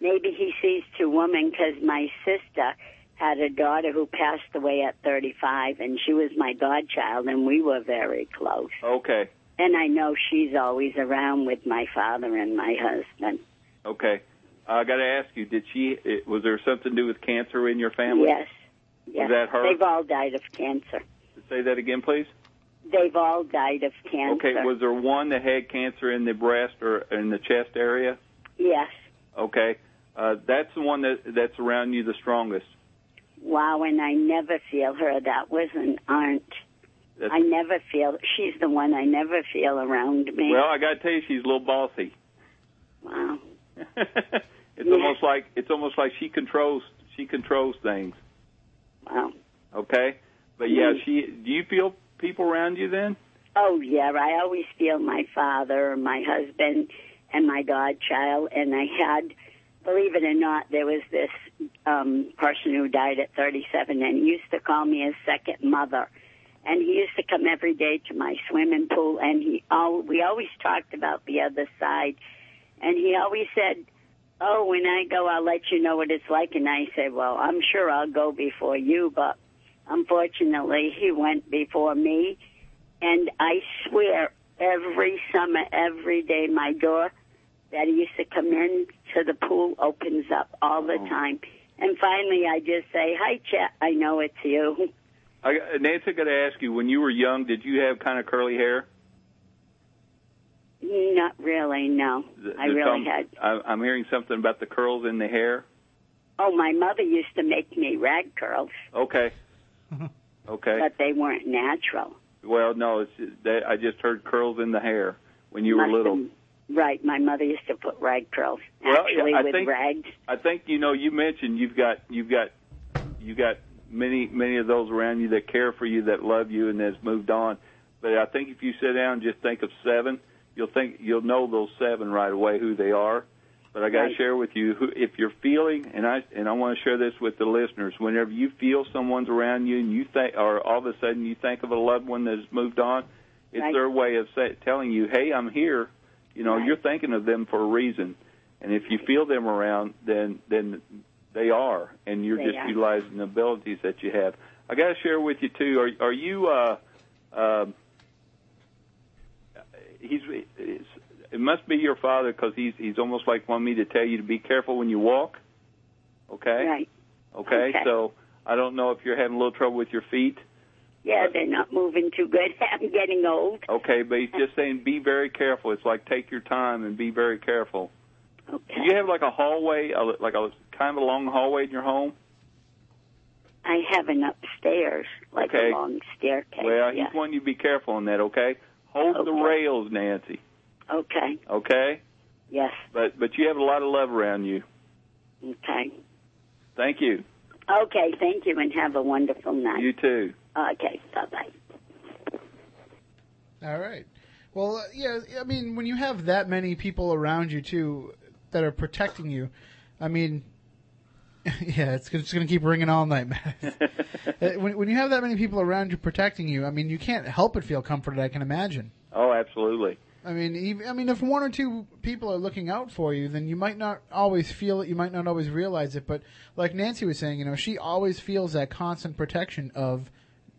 Speaker 11: maybe he sees two women because my sister had a daughter who passed away at 35, and she was my godchild, and we were very close.
Speaker 7: Okay,
Speaker 11: And I know she's always around with my father and my husband.
Speaker 7: okay. I got to ask you: Did she? it- Was there something to do with cancer in your family?
Speaker 11: Yes. Yes.
Speaker 7: that her?
Speaker 11: They've all died of cancer.
Speaker 7: Say that again, please.
Speaker 11: They've all died of cancer.
Speaker 7: Okay. Was there one that had cancer in the breast or in the chest area?
Speaker 11: Yes.
Speaker 7: Okay. Uh, that's the one that that's around you the strongest.
Speaker 11: Wow, and I never feel her. That was an aunt.
Speaker 7: That's,
Speaker 11: I never feel. She's the one I never feel around me.
Speaker 7: well, I got to tell you, she's a little bossy.
Speaker 11: wow.
Speaker 7: It's almost like it's almost like she controls she controls things.
Speaker 11: Wow.
Speaker 7: Okay. But yeah,
Speaker 11: Mm.
Speaker 7: she. Do you feel people around you then?
Speaker 11: Oh yeah, I always feel my father, my husband, and my godchild. And I had, believe it or not, there was this um, person who died at 37, and he used to call me his second mother. And he used to come every day to my swimming pool, and he all we always talked about the other side, and he always said. Oh, when I go, I'll let you know what it's like. And I said, Well, I'm sure I'll go before you, but unfortunately, he went before me. And I swear, every summer, every day, my door that he used to come in to the pool opens up all
Speaker 7: Oh.
Speaker 11: the time. And finally, I just say, "Hi, Chet. I know it's you." [laughs]
Speaker 7: I, Nancy, got to ask you: When you were young, did you have kind of curly hair?
Speaker 11: Not really, no.
Speaker 7: Th-
Speaker 11: I
Speaker 7: there's
Speaker 11: really
Speaker 7: some-
Speaker 11: had.
Speaker 7: I, I'm hearing something about the curls in the hair.
Speaker 11: Oh, my mother used to make me rag curls,
Speaker 7: Okay. okay.
Speaker 11: but they weren't natural.
Speaker 7: well, no, it's that, I just heard curls in the hair when you
Speaker 11: Must've-
Speaker 7: were little.
Speaker 11: Right, my mother used to put rag curls
Speaker 7: Well, yeah,
Speaker 11: actually
Speaker 7: I
Speaker 11: with
Speaker 7: think-
Speaker 11: rags.
Speaker 7: I think you know. You mentioned you've got you've got you got many many of those around you that care for you, that love you, and has moved on. But I think if you sit down and just think of seven, you'll think you'll know those seven right away who they are. But I got to
Speaker 11: Right.
Speaker 7: share with you who, if you're feeling, and I and I want to share this with the listeners. Whenever you feel someone's around you, and you think, or all of a sudden you think of a loved one that has moved on, it's
Speaker 11: Right.
Speaker 7: their way of say, telling you, "Hey, I'm here." You know,
Speaker 11: Right.
Speaker 7: you're thinking of them for a reason, and if you feel them around, then then they are, and you're
Speaker 11: They
Speaker 7: just
Speaker 11: are.
Speaker 7: utilizing the abilities that you have. I got to share with you too. Are are you? Uh, um he's. It's, it must be your father because he's he's almost like wanting me to tell you to be careful when you walk. Okay.
Speaker 11: Right.
Speaker 7: Okay.
Speaker 11: Okay.
Speaker 7: So I don't know if you're having a little trouble with your feet.
Speaker 11: Yeah, they're not moving too good. [laughs] I'm getting old.
Speaker 7: Okay, but he's just saying be very careful. It's like take your time and be very careful.
Speaker 11: Okay.
Speaker 7: Do you have like a hallway, a- like a kind of a long hallway in your home?
Speaker 11: I have an upstairs, like
Speaker 7: Okay.
Speaker 11: a long staircase.
Speaker 7: Well,
Speaker 11: yeah.
Speaker 7: he's wanting you to be careful on that. Okay, hold the
Speaker 11: Okay.
Speaker 7: rails, Nancy.
Speaker 11: Okay.
Speaker 7: Okay,
Speaker 11: Yes.
Speaker 7: but but you have a lot of love around you.
Speaker 11: Okay.
Speaker 7: Thank you.
Speaker 11: Okay. Thank you, and have a wonderful night.
Speaker 7: You too.
Speaker 11: okay. Bye bye.
Speaker 4: All right. Well, uh, yeah, I mean, when you have that many people around you, too, that are protecting you, I mean, [laughs] yeah, it's just going to keep ringing all night, [laughs] man. Uh, when, when you have that many people around you protecting you, I mean, you can't help but feel comforted, I can imagine.
Speaker 7: Oh, absolutely.
Speaker 4: I mean, even, I mean, if one or two people are looking out for you, then you might not always feel it. You might not always realize it. But like Nancy was saying, you know, she always feels that constant protection of,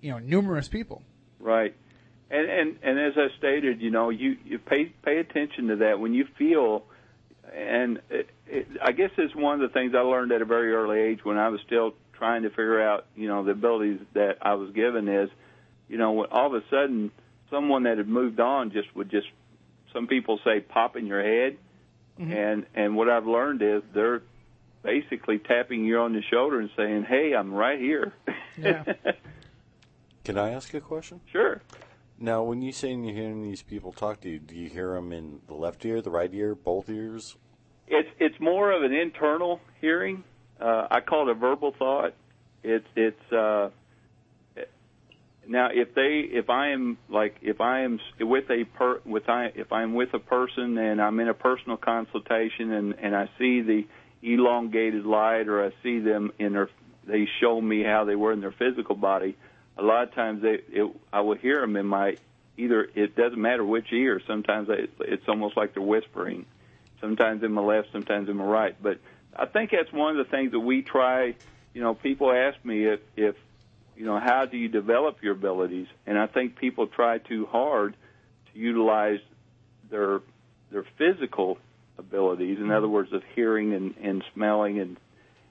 Speaker 4: you know, numerous people.
Speaker 7: Right. And and and as I stated, you know, you you pay pay attention to that when you feel and it, it, I guess it's one of the things I learned at a very early age when I was still trying to figure out, you know, the abilities that I was given is, you know, when all of a sudden someone that had moved on just would just, some people say pop in your head, and and what I've learned is they're basically tapping you on the shoulder and saying, "Hey, I'm right here." [laughs]
Speaker 5: Yeah. Can I ask a question?
Speaker 7: Sure.
Speaker 5: Now, when you say you're hearing these people talk to you, do you hear them in the left ear, the right ear, both ears?
Speaker 7: It's it's more of an internal hearing. Uh, I call it a verbal thought. It's it's uh, now if they if I am like if I am s- with a per with I if I'm with a person and I'm in a personal consultation and and I see the elongated light or I see them in their they show me how they were in their physical body. A lot of times they it, I will hear them in my either it doesn't matter which ear. Sometimes I, it's almost like they're whispering sometimes in my left, sometimes in my right. But I think that's one of the things that we try. You know, people ask me if, if you know, how do you develop your abilities? And I think people try too hard to utilize their their physical abilities. In other words, of hearing and, and smelling, and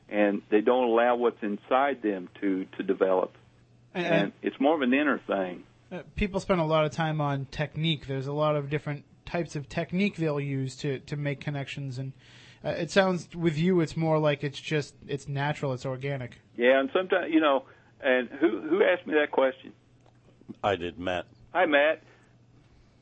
Speaker 7: and they don't allow what's inside them to to develop.
Speaker 4: And-
Speaker 7: and it's more of an inner thing.
Speaker 4: Uh, people spend a lot of time on technique. There's a lot of different types of technique they'll use to, to make connections, and uh, it sounds with you, it's more like it's just it's natural, it's organic.
Speaker 7: Yeah, and sometimes you know, and who who asked me that question?
Speaker 5: I did, Matt.
Speaker 7: Hi, Matt.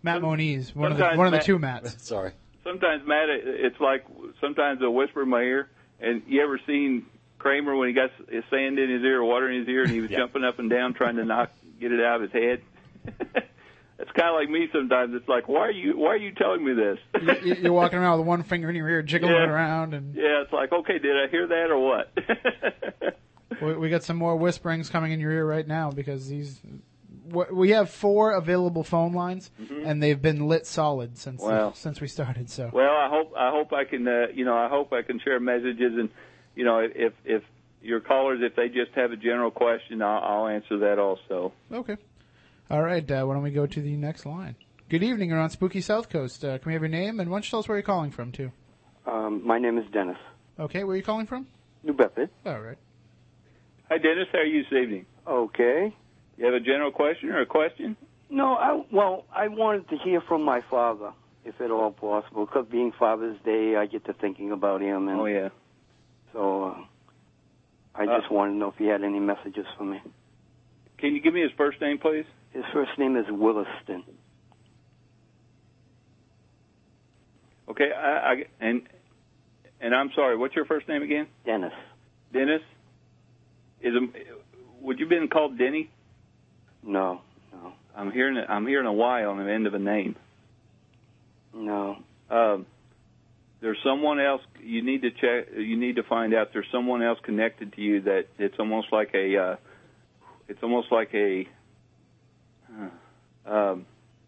Speaker 4: Matt Moniz, one of the
Speaker 7: sometimes
Speaker 4: one of the
Speaker 7: Matt-
Speaker 4: two Matts.
Speaker 5: Sorry.
Speaker 7: Sometimes Matt, it- it's like sometimes they'll whisper in my ear. And you ever seen Kramer when he got s- sand in his ear, water in his ear, and
Speaker 4: [laughs]
Speaker 7: he was jumping up and down trying to knock get it out of his head? [laughs] it's kind of like me sometimes. It's like, why are you why are you telling me this?
Speaker 4: You- You're walking around with one finger in your ear, [laughs] jiggling
Speaker 7: Yeah.
Speaker 4: it around, and
Speaker 7: yeah, it's like, okay, did I hear that or
Speaker 4: [laughs]
Speaker 7: what?
Speaker 4: we, we got some more whisperings coming in your ear right now because these. we- We have four available phone lines, and they've been lit solid since
Speaker 7: Wow.
Speaker 4: since we started. So
Speaker 7: Well, I hope I hope I can uh, you know I hope I can share messages and you know if if your callers if they just have a general question I'll, I'll answer that also.
Speaker 4: Okay. All right. Uh, why don't we go to the next line? Good evening. You're on Spooky South Coast. Uh, can we have your name and why don't you tell us where you're calling from too?
Speaker 12: Um, my name is Dennis.
Speaker 4: Okay. Where are you calling from?
Speaker 12: New Bedford.
Speaker 4: All right.
Speaker 7: Hi Dennis, how are you this evening?
Speaker 12: Okay.
Speaker 7: You have a general question or a question?
Speaker 12: No, I well, I wanted to hear from my father, if at all possible, because being Father's Day, I get to thinking about him. And
Speaker 7: Oh, yeah.
Speaker 12: So uh, I just wanted to know if he had any messages for me.
Speaker 7: Can you give me his first name, please?
Speaker 12: His first name is Williston.
Speaker 7: Okay, I, I and and I'm sorry. What's your first name again?
Speaker 12: Dennis.
Speaker 7: Dennis. Is a, would you been called Denny?
Speaker 12: No, no.
Speaker 7: I'm hearing a, I'm hearing a Y on the end of a name.
Speaker 12: No.
Speaker 7: Um, there's someone else you need to check. You need to find out. There's someone else connected to you that it's almost like a. Uh, it's almost like a. Uh, um,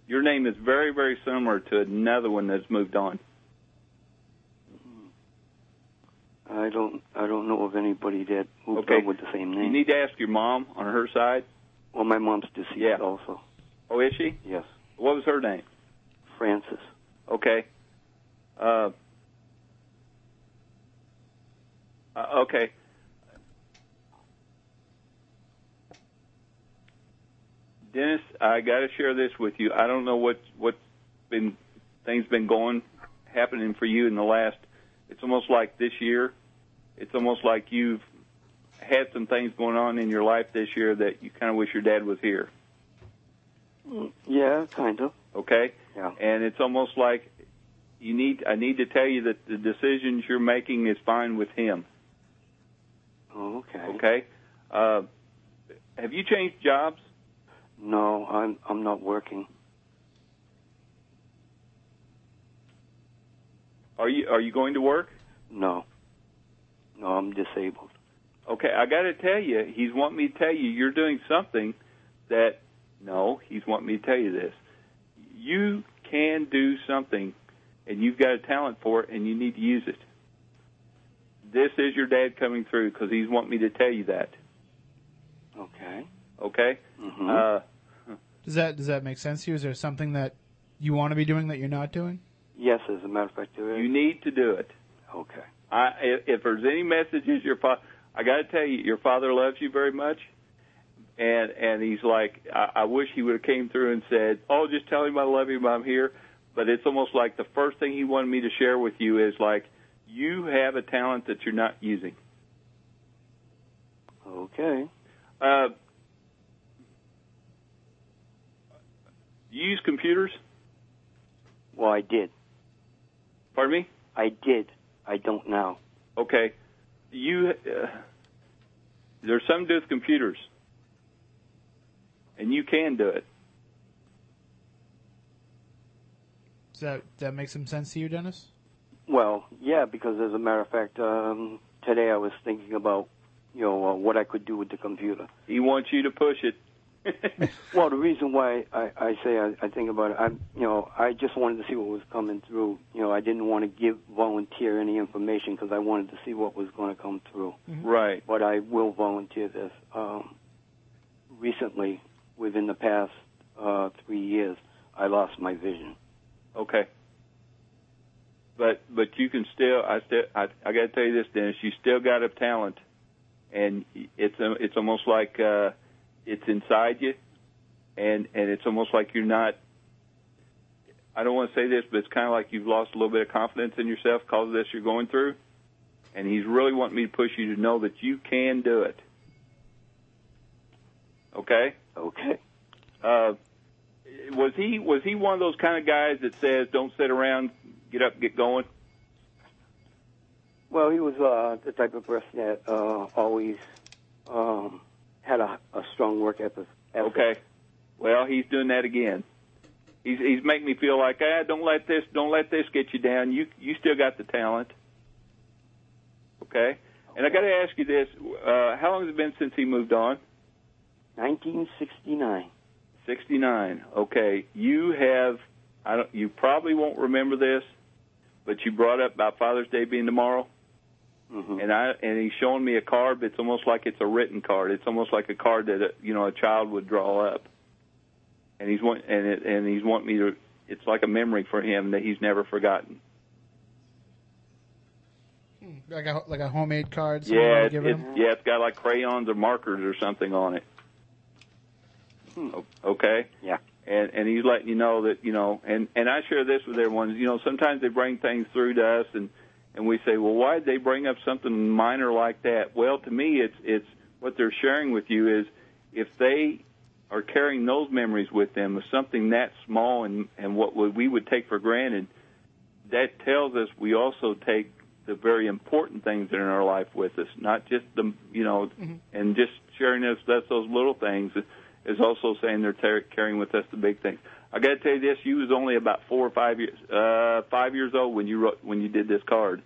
Speaker 7: your name is very very similar to another one that's moved on.
Speaker 12: I don't. I don't know of anybody that moved
Speaker 7: Okay.
Speaker 12: up with the same name.
Speaker 7: You need to ask your mom on her side.
Speaker 12: well, my mom's deceased
Speaker 7: Yeah.
Speaker 12: also.
Speaker 7: Oh, is she?
Speaker 12: Yes,
Speaker 7: What was her name?
Speaker 12: Francis.
Speaker 7: Okay. Uh, uh, okay. Dennis, I got to share this with you. I don't know what what been things been going happening for you in the last. It's almost like this year. It's almost like you've had some things going on in your life this year that you kind of wish your dad was here. Mm,
Speaker 12: Yeah, kind of.
Speaker 7: Okay.
Speaker 12: Yeah.
Speaker 7: And it's almost like you need. I need to tell you that the decisions you're making is fine with him.
Speaker 12: Oh, okay.
Speaker 7: Okay. Uh, have you changed jobs?
Speaker 12: No, I'm. I'm not working.
Speaker 7: Are you Are you going to work?
Speaker 12: No. No, I'm disabled.
Speaker 7: Okay. I got to tell you, he's wanting me to tell you you're doing something that. No, he's wanting me to tell you this. You can do something, and you've got a talent for it, and you need to use it. This is your dad coming through because he's wanting me to tell you that.
Speaker 12: Okay.
Speaker 7: Okay. Uh,
Speaker 4: Does that does that make sense to you? Is there something that you want to be doing that you're not doing?
Speaker 12: Yes, as a matter of fact, there is.
Speaker 7: You need to do it.
Speaker 12: Okay.
Speaker 7: I, if, if there's any messages your father, I got to tell you, your father loves you very much, and and he's like, I, I wish he would have came through and said, "Oh, just tell him I love him, I'm here." But it's almost like the first thing he wanted me to share with you is like, you have a talent that you're not using.
Speaker 12: Okay.
Speaker 7: Uh, you use computers?
Speaker 12: Well, I did.
Speaker 7: Pardon me?
Speaker 12: I did. I don't now.
Speaker 7: Okay. You uh, there's some do with computers, and you can do it.
Speaker 4: Does that that make some sense to you, Dennis?
Speaker 12: Well, yeah, because as a matter of fact, um, today I was thinking about, you know, uh, what I could do with the computer.
Speaker 7: He wants you to push it.
Speaker 12: well, the reason why I, I say I, I think about it, I, you know, I just wanted to see what was coming through. You know, I didn't want to give volunteer any information because I wanted to see what was going to come through.
Speaker 7: Right.
Speaker 12: But I will volunteer this. Um, recently, within the past uh, three years, I lost my vision.
Speaker 7: Okay. But but you can still I still I, I got to tell you this, Dennis. You still got a talent, and it's a, it's almost like uh, it's inside you, and and it's almost like you're not. I don't want to say this, but it's kind of like you've lost a little bit of confidence in yourself because of this you're going through. And he's really wanting me to push you to know that you can do it. Okay.
Speaker 12: Okay.
Speaker 7: Uh, was he was he one of those kind of guys that says don't sit around, get up, get going?
Speaker 12: Well, he was uh, the type of person that uh, always um, had a, a strong work ethic. ethic.
Speaker 7: Okay. Well, he's doing that again. He's he's making me feel like ah, don't let this don't let this get you down. You you still got the talent. Okay. And I got to ask you this: uh, How long has it been since he moved on?
Speaker 12: 1969.
Speaker 7: 69. Okay, you have. I don't. You probably won't remember this, but you brought up about Father's Day being tomorrow,
Speaker 12: Mm-hmm.
Speaker 7: and I and he's showing me a card. But it's almost like it's a written card. It's almost like a card that a, you know a child would draw up, and he's want and it, and he's wanting me to. It's like a memory for him that he's never forgotten.
Speaker 4: Like a like a homemade card. someone
Speaker 7: yeah,
Speaker 4: would
Speaker 7: it,
Speaker 4: give
Speaker 7: it,
Speaker 4: him?
Speaker 7: yeah, it's got like crayons or markers or something on it. Hmm, O- Okay.
Speaker 12: Yeah.
Speaker 7: And and he's letting you know that you know, and and I share this with everyone. You know, sometimes they bring things through to us, and and we say, well, why did they bring up something minor like that? Well, to me, it's it's what they're sharing with you is if they are carrying those memories with them of something that small and and what we we would take for granted, that tells us we also take the very important things that are in our life with us, not just the you know,
Speaker 4: Mm-hmm.
Speaker 7: and just sharing us that's those little things is also saying they're tar- carrying with us the big things. I got to tell you this: you was only about four or five years uh, five years old when you wrote when you did this card.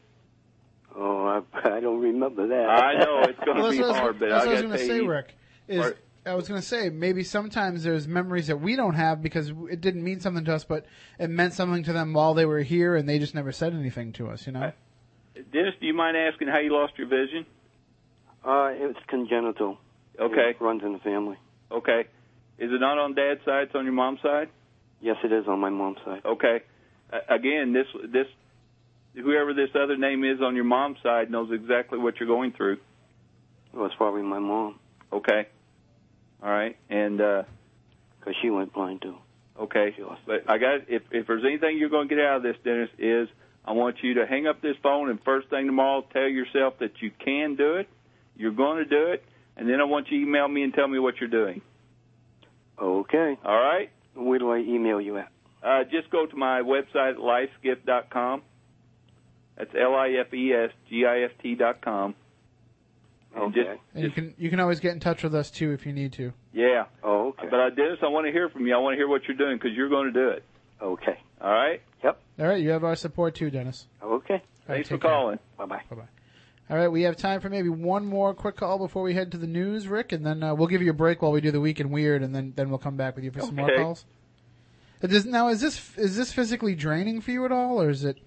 Speaker 12: Oh, I, [laughs] I don't remember that.
Speaker 7: I know it's going to
Speaker 4: [laughs] Well,
Speaker 7: be
Speaker 4: that's what I was-
Speaker 7: hard, but
Speaker 4: that's
Speaker 7: I
Speaker 4: what I was
Speaker 7: got
Speaker 4: going
Speaker 7: to
Speaker 4: to
Speaker 7: tell
Speaker 4: say,
Speaker 7: you,
Speaker 4: Rick. Is
Speaker 7: Or-
Speaker 4: I was going to say maybe sometimes there's memories that we don't have because it didn't mean something to us, but it meant something to them while they were here, and they just never said anything to us. You know,
Speaker 7: Dennis, do you mind asking how you lost your vision?
Speaker 12: Uh, it's congenital.
Speaker 7: Okay,
Speaker 12: It runs in the family.
Speaker 7: okay. Is it not on dad's side? It's on your mom's side.
Speaker 12: Yes, it is on my mom's side.
Speaker 7: Okay. A- Again, this this whoever this other name is on your mom's side knows exactly what you're going through.
Speaker 12: It was probably my mom
Speaker 7: Okay. All right. And uh
Speaker 12: because she went blind too.
Speaker 7: okay. But I got if if there's anything you're going to get out of this, Dennis, is I want you to hang up this phone and first thing tomorrow tell yourself that you can do it, you're going to do it, and then I want you to email me and tell me what you're doing.
Speaker 12: Okay.
Speaker 7: All right?
Speaker 12: Where do I email you at?
Speaker 7: Uh, just go to my website, lifeskift.com. That's E L-I-F-E-S-G-I-F-T dot com. And just,
Speaker 4: and you can you can always get in touch with us too if you need to.
Speaker 7: yeah.
Speaker 12: Oh, okay.
Speaker 7: But I, Dennis, I want to hear from you. I want to hear what you're doing because you're going to do it.
Speaker 12: Okay.
Speaker 7: All right?
Speaker 4: All right, you have our support too, Dennis.
Speaker 12: Okay.
Speaker 7: Thanks for
Speaker 4: take care.
Speaker 7: calling.
Speaker 12: Bye-bye.
Speaker 4: Bye-bye. All right, we have time for maybe one more quick call before we head to the news, Rick, and then uh, we'll give you a break while we do the week in weird, and then then we'll come back with you for some more
Speaker 7: Okay.
Speaker 4: calls. It is- now, is this is this physically draining for you at all, or is it?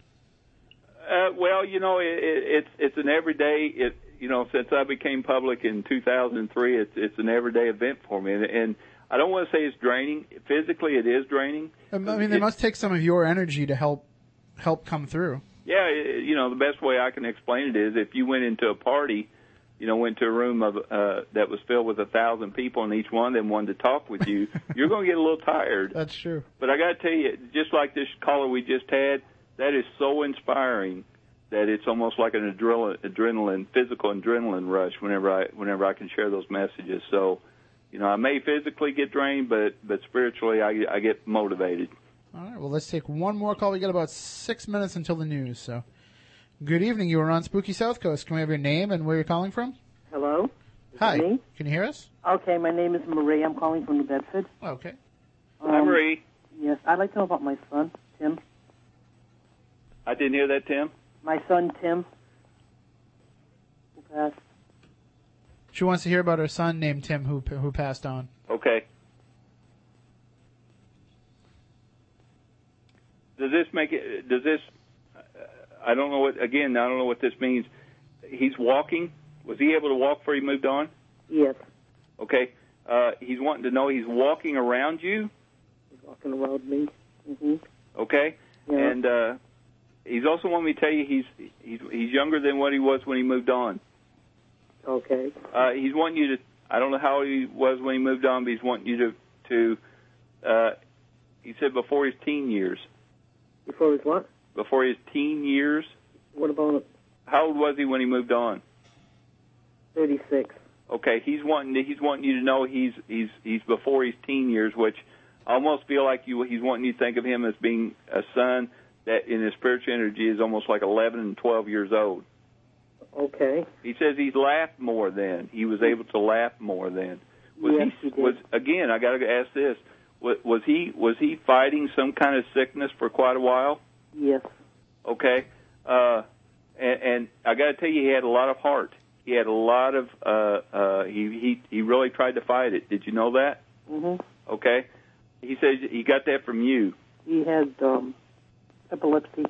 Speaker 7: Uh, well, you know, it, it, it's it's an everyday. It you know, since I became public in 2003, it's it's an everyday event for me, and, and I don't want to say it's draining. Physically, it is draining.
Speaker 4: I mean, they must take some of your energy to help help come through.
Speaker 7: Yeah, it- you know, the best way I can explain it is if you went into a party, you know, went to a room of uh, that was filled with a thousand people, and each one of them wanted to talk
Speaker 12: [laughs]
Speaker 7: with you, you're going to get a little tired.
Speaker 4: That's true.
Speaker 7: But I got to tell you, just like this caller we just had, that is so inspiring that it's almost like an adrenaline, adrenaline physical adrenaline rush whenever I whenever I can share those messages. So, you know, I may physically get drained, but but spiritually, I, I get motivated.
Speaker 4: All right. Well, let's take one more call. We got about six minutes until the news. So, good evening. You are on Spooky South Coast. Can we have your name and where you're calling from?
Speaker 13: Hello.
Speaker 4: Hi.
Speaker 13: me?
Speaker 4: Can you hear us? Oh,
Speaker 13: Okay, my name is Marie. I'm calling from New Bedford.
Speaker 4: Okay.
Speaker 13: Um,
Speaker 7: Hi, Marie.
Speaker 13: Yes, I'd like to know about my son, Tim.
Speaker 7: I didn't hear that, Tim.
Speaker 13: My son, Tim. Who passed?
Speaker 4: She wants to hear about her son named Tim who who passed on.
Speaker 7: Okay. Does this make it? Does this? I don't know what. Again, I don't know what this means. He's walking. Was he able to walk before he moved on?
Speaker 13: Yes,
Speaker 7: Okay. Uh, he's wanting to know he's walking around you.
Speaker 13: he's walking around me. hmm
Speaker 7: Okay.
Speaker 13: Yeah.
Speaker 7: And uh, he's also wanting me to tell you he's he's he's younger than what he was when he moved on.
Speaker 13: Okay.
Speaker 7: Uh, he's wanting you to. I don't know how he was when he moved on, but he's wanting you to to. Uh, he said before his teen years.
Speaker 13: Before his what?
Speaker 7: Before his teen years.
Speaker 13: What about
Speaker 7: How old was he when he moved on?
Speaker 13: 36?
Speaker 7: Okay, he's wanting to, he's wanting you to know he's he's he's before his teen years, which I almost feel like you he's wanting you to think of him as being a son that in his spiritual energy is almost like 11 and 12 years old.
Speaker 13: Okay.
Speaker 7: He says he's laughed more then. He was able to laugh more then. Was
Speaker 13: yes,
Speaker 7: he, was again? I got to ask this. Was, was he was he fighting some kind of sickness for quite a while?
Speaker 13: Yes.
Speaker 7: Okay, uh, and, and I got to tell you, he had a lot of heart. He had a lot of uh, uh, he he he really tried to fight it. Did you know that?
Speaker 13: hmm
Speaker 7: Okay, he says he got that from you.
Speaker 13: He had um, epilepsy.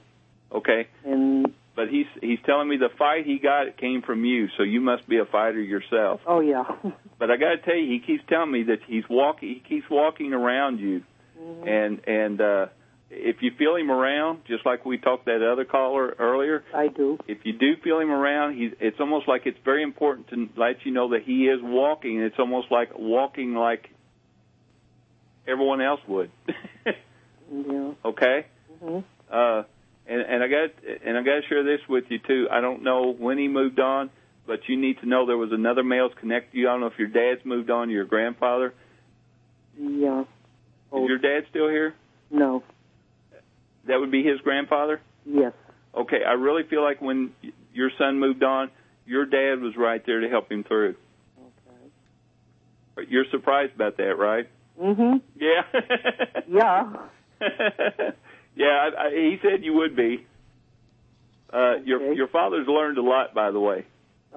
Speaker 7: Okay,
Speaker 13: and
Speaker 7: but he's he's telling me the fight he got came from you. So you must be a fighter yourself.
Speaker 13: Oh, yeah. [laughs]
Speaker 7: But I got to tell you, he keeps telling me that he's walking. He keeps walking around you,
Speaker 13: Mm-hmm.
Speaker 7: and and uh, if you feel him around, just like we talked that other caller earlier,
Speaker 13: I do.
Speaker 7: if you do feel him around, he's, it's almost like it's very important to let you know that he is walking. It's almost like walking like everyone else would. [laughs]
Speaker 13: Yeah.
Speaker 7: Okay.
Speaker 13: hmm
Speaker 7: Uh, and, and I got and I got to share this with you too. I don't know when he moved on, but you need to know there was another male's connected. You I don't know if your dad's moved on, your grandfather.
Speaker 13: Yeah.
Speaker 7: Is your dad still here?
Speaker 13: uh, No.
Speaker 7: That would be his grandfather.
Speaker 13: Yes.
Speaker 7: Okay, I really feel like when y- your son moved on, your dad was right there to help him through. Okay. You're surprised about that, right?
Speaker 14: [laughs]
Speaker 13: hmm
Speaker 7: Yeah.
Speaker 13: Yeah.
Speaker 7: [laughs] yeah, I, I, he said you would be. Uh, Your your father's learned a lot, by the way.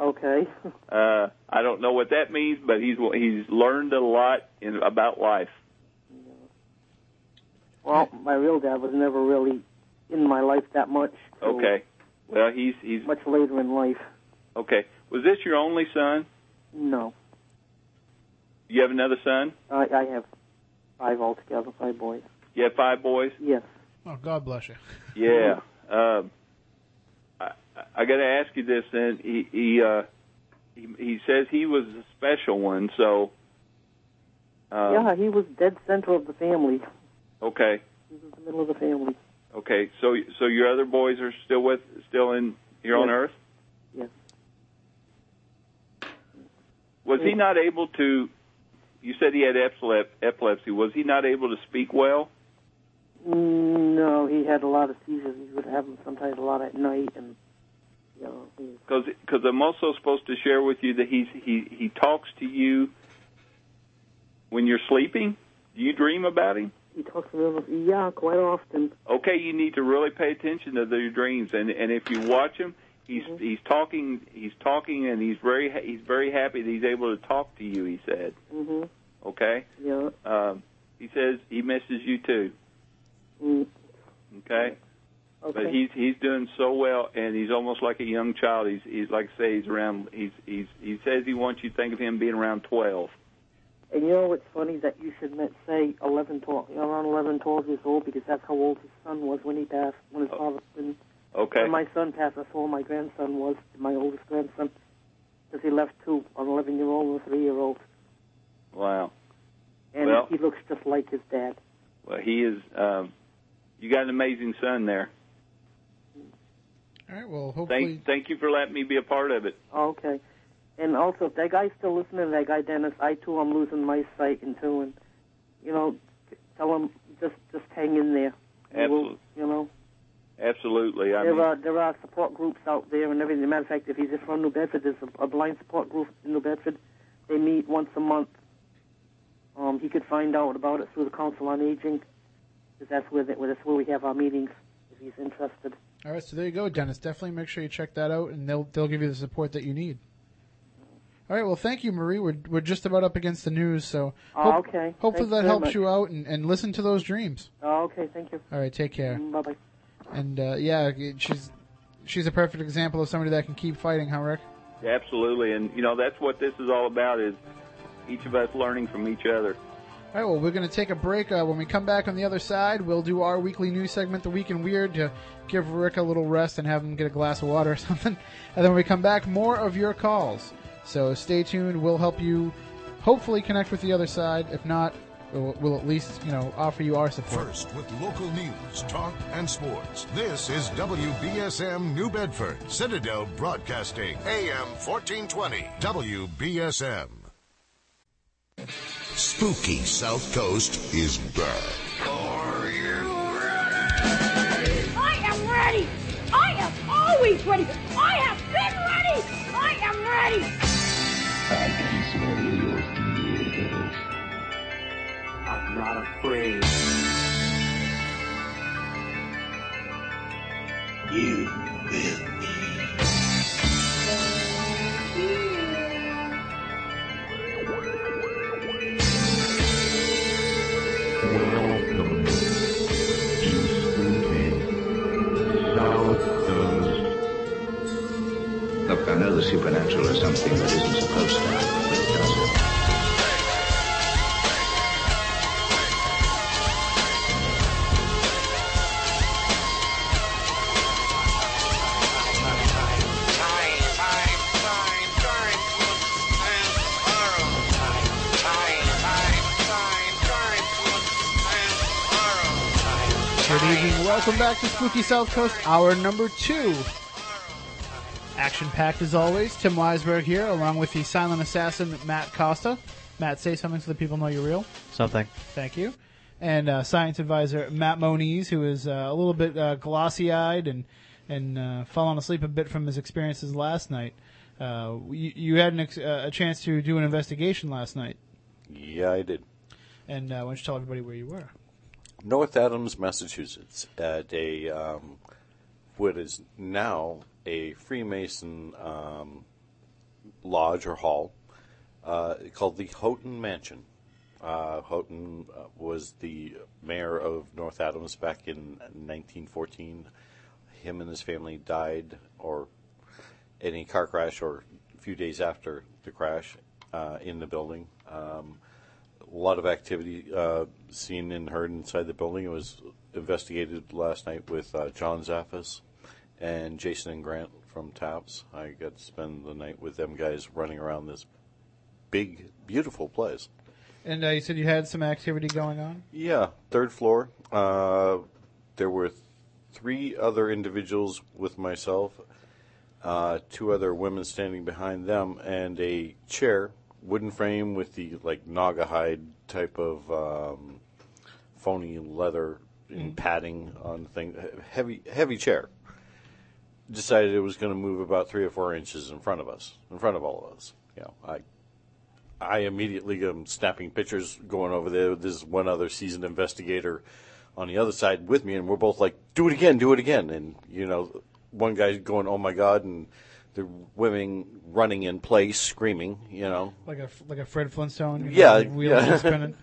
Speaker 13: Okay.
Speaker 7: Uh, I don't know what that means, but he's he's learned a lot in, about life.
Speaker 13: Well, my real dad was never really in my life that much. till
Speaker 7: Okay. Well, he's he's
Speaker 13: Much later in life.
Speaker 7: okay. Was this your only son?
Speaker 13: No.
Speaker 7: You have another son?
Speaker 13: I, I have five altogether, five boys.
Speaker 7: You have five boys?
Speaker 13: Yes.
Speaker 4: Oh, God bless you.
Speaker 7: Yeah. Um, I, I got to ask you this. Then he he, uh, he he says he was a special one. So. Um,
Speaker 13: yeah, he was dead center of the family,
Speaker 7: Okay.
Speaker 13: the middle of the family.
Speaker 7: Okay. So so your other boys are still with still in here on
Speaker 13: Yes.
Speaker 7: Earth.
Speaker 13: Yes.
Speaker 7: Was he not able to? You said he had epsilep- epilepsy. Was he not able to speak well?
Speaker 13: Mm, No, he had a lot of seizures. He would have them sometimes a lot at night, and you know, he was
Speaker 7: Because I'm also supposed to share with you that he's, he he talks to you when you're sleeping. Do you dream about him?
Speaker 13: He talks about yeah, quite often.
Speaker 7: okay, you need to really pay attention to their dreams, and and if you watch him, he's he's talking, he's talking, and he's very ha- he's very happy that he's able to talk to you. He said,
Speaker 13: Mm-hmm.
Speaker 7: okay,
Speaker 13: Yeah.
Speaker 7: um, he says he misses you too,
Speaker 13: Mm.
Speaker 7: okay?
Speaker 13: Okay.
Speaker 7: but he's he's doing so well, and he's almost like a young child. He's he's like I say he's around he's he's he says he wants you to think of him being around twelve.
Speaker 13: And you know what's funny that you should men- say 11, 12, around 11, 12 years old because that's how old his son was when he passed, when his father, when,
Speaker 7: Oh, Okay.
Speaker 13: when my son passed, that's how old my grandson was, my oldest grandson, because he left two, an 11 year old and a 3 year old.
Speaker 7: Wow.
Speaker 13: And
Speaker 7: Well-
Speaker 13: he looks just like his dad.
Speaker 7: Well, he is. Um, you got an amazing son there.
Speaker 4: All right. Well, hopefully.
Speaker 7: Thank, thank you for letting me be a part of it.
Speaker 13: Okay. And also, if that guy's still listening, that guy Dennis, I too am losing my sight and too, and you know, tell him just just hang in there. And we'll-
Speaker 7: Absolutely.
Speaker 13: you know,
Speaker 7: Absolutely. I
Speaker 13: there
Speaker 7: mean,
Speaker 13: are there are support groups out there and everything. As a matter of fact, if he's just from New Bedford, there's a, a blind support group in New Bedford. They meet once a month. Um, he could find out about it through the Council on Aging, because that's where they, that's where we have our meetings. If he's interested.
Speaker 4: All right, so there you go, Dennis. Definitely make sure you check that out, and they'll they'll give you the support that you need. All right, well, thank you, Marie. We're we're just about up against the news, so
Speaker 13: Oh, okay.
Speaker 4: Hopefully
Speaker 13: Thanks
Speaker 4: that
Speaker 13: very
Speaker 4: helps
Speaker 13: much.
Speaker 4: you out, and, and listen to those dreams.
Speaker 13: Oh, okay. Thank you.
Speaker 4: All right, take care.
Speaker 13: Bye bye.
Speaker 4: And uh, yeah, it- she's she's a perfect example of somebody that can keep fighting, huh, Rick?
Speaker 7: absolutely. And you know that's what this is all about: is each of us learning from each other.
Speaker 4: All right, well, we're going to take a break. Uh, when we come back on the other side, we'll do our weekly news segment, The Week in Weird, to give Rick a little rest and have him get a glass of water or [laughs] something. And then when we come back, more of your calls. So stay tuned. We'll help you hopefully connect with the other side. If not, we'll, we'll at least, you know, offer you our support.
Speaker 3: First with local news, talk, and sports. This is WBSM New Bedford, Citadel Broadcasting, AM 1420, WBSM. Spooky South Coast is back.
Speaker 15: I am ready. I am always ready. I have been ready. I am ready.
Speaker 1: I'm not afraid. You will be. Welcome to Spooky South Coast.
Speaker 2: Look, I know the supernatural is something that isn't supposed to happen, but it does.
Speaker 4: Good evening. Welcome back to Spooky South Coast, hour number two. Action packed as always. Tim Weisberg here, along with the silent assassin Matt Costa. Matt, say something so the people know you're real.
Speaker 6: Something.
Speaker 4: Thank you. And uh, science advisor Matt Moniz, who is uh, a little bit uh, glossy eyed and and uh, fallen asleep a bit from his experiences last night. Uh, you, you had an ex- uh, a chance to do an investigation last night,
Speaker 5: Yeah, I did.
Speaker 4: and uh, why don't you tell everybody where you were?
Speaker 5: North Adams, Massachusetts, at a um, what is now a Freemason um, lodge or hall uh, called the Houghton Mansion. Uh, Houghton uh, was the mayor of North Adams back in 1914. Him and his family died, or in a car crash, or a few days after the crash, uh, in the building. Um, a lot of activity uh, seen and heard inside the building. It was investigated last night with uh, John Zaffis and Jason and Grant from Taps. I got to spend the night with them guys running around this big, beautiful place.
Speaker 4: And uh, you said you had some activity going on.
Speaker 5: Yeah, third floor. Uh, there were three other individuals with myself, uh, two other women standing behind them, and a chair, wooden frame with the like Naga hide type of um, phony leather and padding on the thing. Heavy, heavy chair. Decided it was going to move about three or four inches in front of us, in front of all of us. You know, I I immediately am snapping pictures going over there. There's one other seasoned investigator on the other side with me, and we're both like, do it again, do it again. And, you know, one guy's going, oh my God, and the women running in place, screaming, you know.
Speaker 4: like a like a Fred Flintstone. you
Speaker 5: Yeah,
Speaker 4: know, wheels
Speaker 5: yeah.
Speaker 4: just
Speaker 5: [laughs]
Speaker 4: spinning.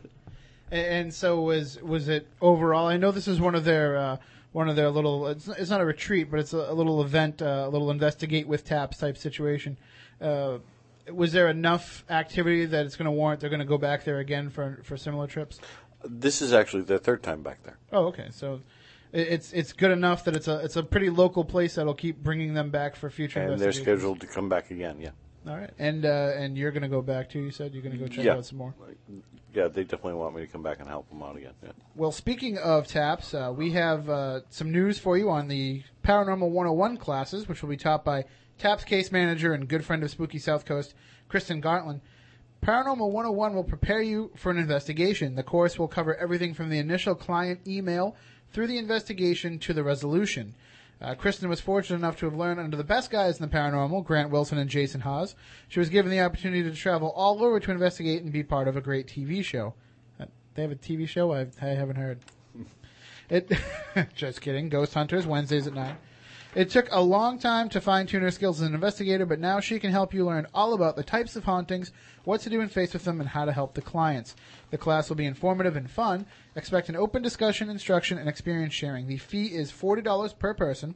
Speaker 4: and, and so was was it overall? I know this is one of their uh, one of their little. It's, it's not a retreat, but it's a, a little event, uh, a little investigate with taps type situation. Uh, was there enough activity that it's going to warrant they're going to go back there again for for similar trips?
Speaker 5: This is actually their third time back there.
Speaker 4: Oh, okay. So it- it's it's good enough that it's a it's a pretty local place that'll keep bringing them back for future.
Speaker 5: And they're
Speaker 4: investigations.
Speaker 5: scheduled to come back again, yeah.
Speaker 4: All right, and uh, and you're going to go back too. You said you're going to go check
Speaker 5: yeah.
Speaker 4: out some more.
Speaker 5: Yeah, they definitely want me to come back and help them out again. Yeah.
Speaker 4: Well, speaking of taps, uh, we have uh, some news for you on the Paranormal 101 classes, which will be taught by TAPS case manager and good friend of Spooky South Coast, Kristen Gartland. Paranormal 101 will prepare you for an investigation. The course will cover everything from the initial client email through the investigation to the resolution. Uh, Kristen was fortunate enough to have learned under the best guys in the paranormal, Grant Wilson and Jason Haas. She was given the opportunity to travel all over to investigate and be part of a great TV show. Uh, They have a TV show? I, I haven't heard. It, [laughs] just kidding. Ghost Hunters Wednesdays at nine. It took a long time to fine tune her skills as an investigator, but now she can help you learn all about the types of hauntings, what to do in face with them, and how to help the clients. The class will be informative and fun. Expect an open discussion, instruction, and experience sharing. The fee is forty dollars per person.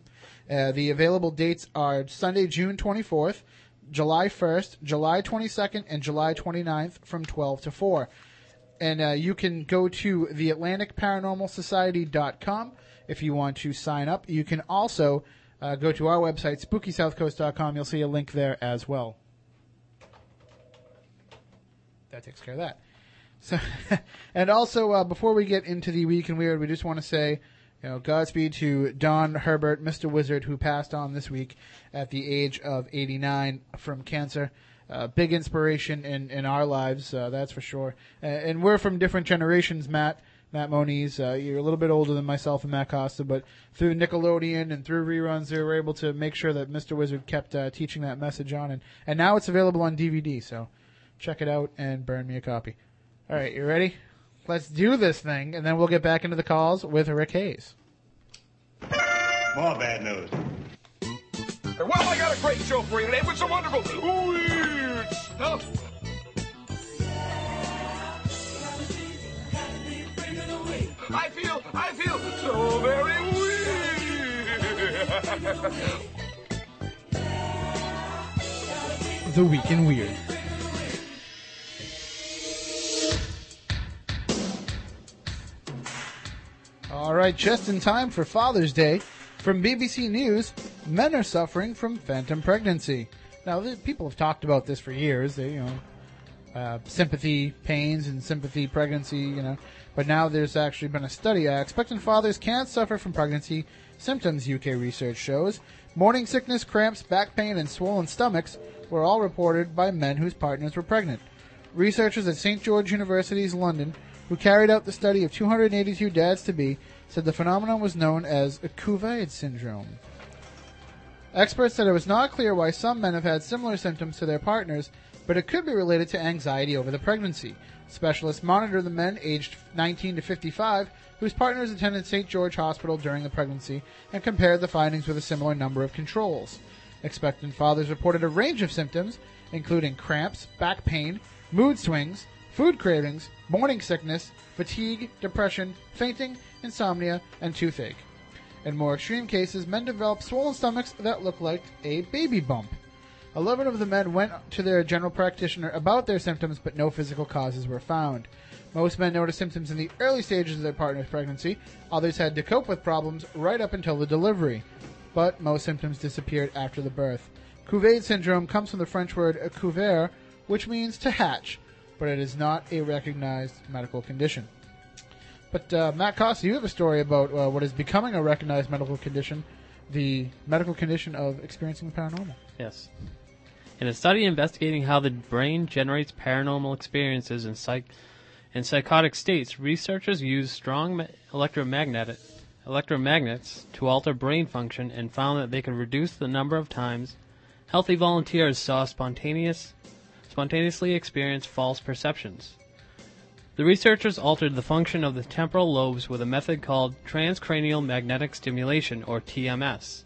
Speaker 4: Uh, the available dates are Sunday, June twenty fourth, July first, July twenty second, and July 29th from twelve to four and uh, you can go to the Atlantic Paranormal Society.com if you want to sign up. You can also uh, go to our website, spookysouthcoast.com. You'll see a link there as well. That takes care of that. So, and also, uh, before we get into the week and weird, we just want to say, you know, Godspeed to Don Herbert, Mr. Wizard, who passed on this week at the age of 89 from cancer. Uh, big inspiration in, in our lives, uh, that's for sure. And, and we're from different generations, Matt. Matt Moniz, uh, you're a little bit older than myself and Matt Costa, but through Nickelodeon and through reruns, they were able to make sure that Mr. Wizard kept uh, teaching that message on. And, and now it's available on DVD, so check it out and burn me a copy. All right, you ready? Let's do this thing, and then we'll get back into the calls with Rick Hayes.
Speaker 16: More bad news. Well, I got a great show for you today with some wonderful weird stuff. I feel, I feel so very weird.
Speaker 4: The Week in Weird. All right, just in time for Father's Day, from BBC News, men are suffering from phantom pregnancy. Now, th- people have talked about this for years. They, you know, uh, sympathy pains and sympathy pregnancy, you know. But now there's actually been a study. Uh, expectant fathers can suffer from pregnancy symptoms, UK research shows. Morning sickness, cramps, back pain, and swollen stomachs were all reported by men whose partners were pregnant. Researchers at St. George University's London, who carried out the study of 282 dads to be, said the phenomenon was known as a Cuvée syndrome. Experts said it was not clear why some men have had similar symptoms to their partners, but it could be related to anxiety over the pregnancy. Specialists monitored the men aged 19 to 55 whose partners attended St. George Hospital during the pregnancy and compared the findings with a similar number of controls. Expectant fathers reported a range of symptoms, including cramps, back pain, mood swings, food cravings, morning sickness, fatigue, depression, fainting, insomnia, and toothache. In more extreme cases, men develop swollen stomachs that look like a baby bump. Eleven of the men went to their general practitioner about their symptoms, but no physical causes were found. Most men noticed symptoms in the early stages of their partner's pregnancy. Others had to cope with problems right up until the delivery, but most symptoms disappeared after the birth. Cuvée syndrome comes from the French word couvert, which means to hatch, but it is not a recognized medical condition. But uh, Matt Costa, you have a story about uh, what is becoming a recognized medical condition, the medical condition of experiencing the paranormal.
Speaker 6: Yes. In a study investigating how the brain generates paranormal experiences in, psych- in psychotic states, researchers used strong ma- electromagnetic electromagnets to alter brain function and found that they could reduce the number of times healthy volunteers saw spontaneous spontaneously experience false perceptions. The researchers altered the function of the temporal lobes with a method called transcranial magnetic stimulation or TMS.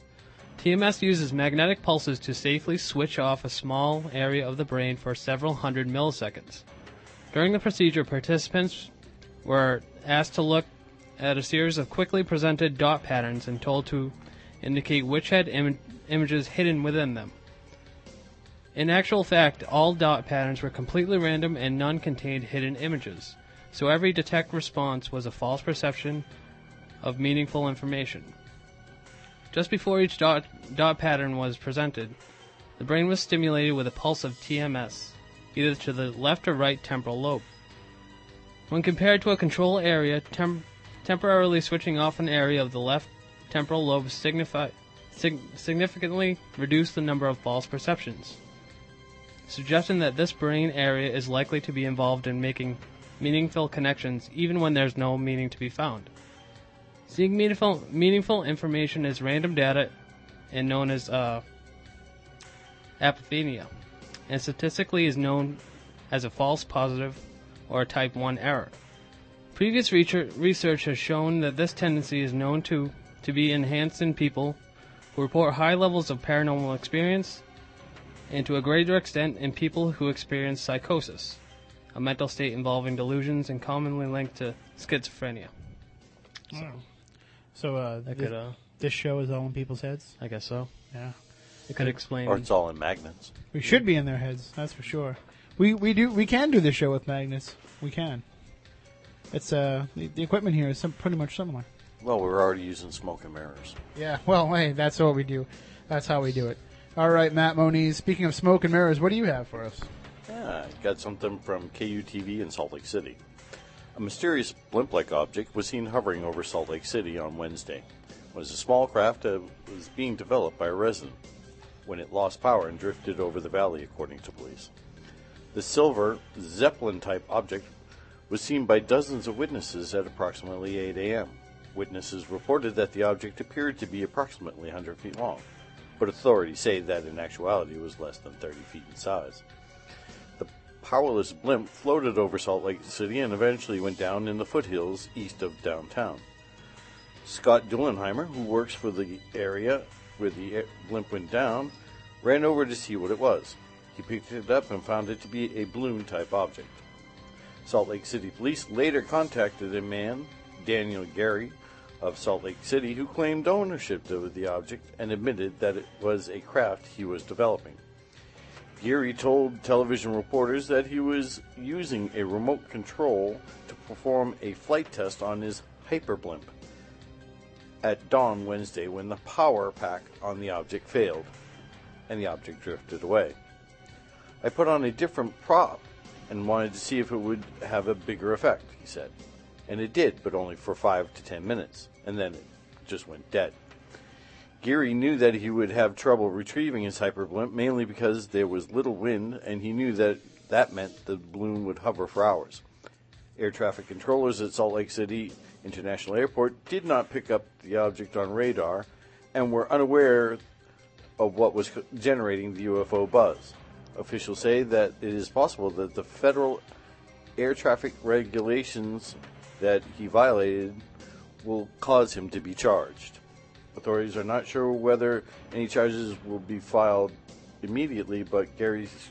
Speaker 6: TMS uses magnetic pulses to safely switch off a small area of the brain for several hundred milliseconds. During the procedure, participants were asked to look at a series of quickly presented dot patterns and told to indicate which had Im- images hidden within them. In actual fact, all dot patterns were completely random and none contained hidden images, so every detect response was a false perception of meaningful information. Just before each dot, dot pattern was presented, the brain was stimulated with a pulse of TMS, either to the left or right temporal lobe. When compared to a control area, tem- temporarily switching off an area of the left temporal lobe signifi- sig- significantly reduced the number of false perceptions, suggesting that this brain area is likely to be involved in making meaningful connections even when there's no meaning to be found. Seeing meaningful, meaningful information is random data and known as uh, apophenia, and statistically is known as a false positive or a type 1 error. Previous reacher- research has shown that this tendency is known to, to be enhanced in people who report high levels of paranormal experience and to a greater extent in people who experience psychosis, a mental state involving delusions and commonly linked to schizophrenia.
Speaker 4: So, Hmm. so uh,
Speaker 6: That
Speaker 4: thi-
Speaker 6: could, uh,
Speaker 4: this show is all in people's heads.
Speaker 6: I guess so.
Speaker 4: Yeah,
Speaker 6: It could explain.
Speaker 5: Or it's all in magnets.
Speaker 4: we should be in their heads. That's for sure. We we do we can do this show with magnets. We can. It's uh the, the equipment here is some, pretty much similar.
Speaker 5: Well, we're already using smoke and mirrors.
Speaker 4: Yeah. Well, hey, that's what we do. That's how we do it. All right, Matt Moniz. Speaking of smoke and mirrors, what do you have for us?
Speaker 5: Yeah, got something from KUTV in Salt Lake City. A mysterious blimp like object was seen hovering over Salt Lake City on Wednesday. It was a small craft that was being developed by a resident when it lost power and drifted over the valley, according to police. The silver Zeppelin type object was seen by dozens of witnesses at approximately 8 a.m. Witnesses reported that the object appeared to be approximately 100 feet long, but authorities say that in actuality it was less than 30 feet in size powerless blimp floated over Salt Lake City and eventually went down in the foothills east of downtown. Scott Dillenheimer, who works for the area where the a- blimp went down, ran over to see what it was. He picked it up and found it to be a balloon type object. Salt Lake City police later contacted a man, Daniel Gary, of Salt Lake City, who claimed ownership of the object and admitted that it was a craft he was developing. Geary told television reporters that he was using a remote control to perform a flight test on his hyperblimp at dawn Wednesday when the power pack on the object failed and the object drifted away. I put on a different prop and wanted to see if it would have a bigger effect, he said. And it did, but only for 5 to 10 minutes, and then it just went dead. Geary knew that he would have trouble retrieving his hyperblimp mainly because there was little wind, and he knew that that meant the balloon would hover for hours. Air traffic controllers at Salt Lake City International Airport did not pick up the object on radar and were unaware of what was co- generating the UFO buzz. Officials say that it is possible that the federal air traffic regulations that he violated will cause him to be charged. Authorities are not sure whether any charges will be filed immediately, but Gary s-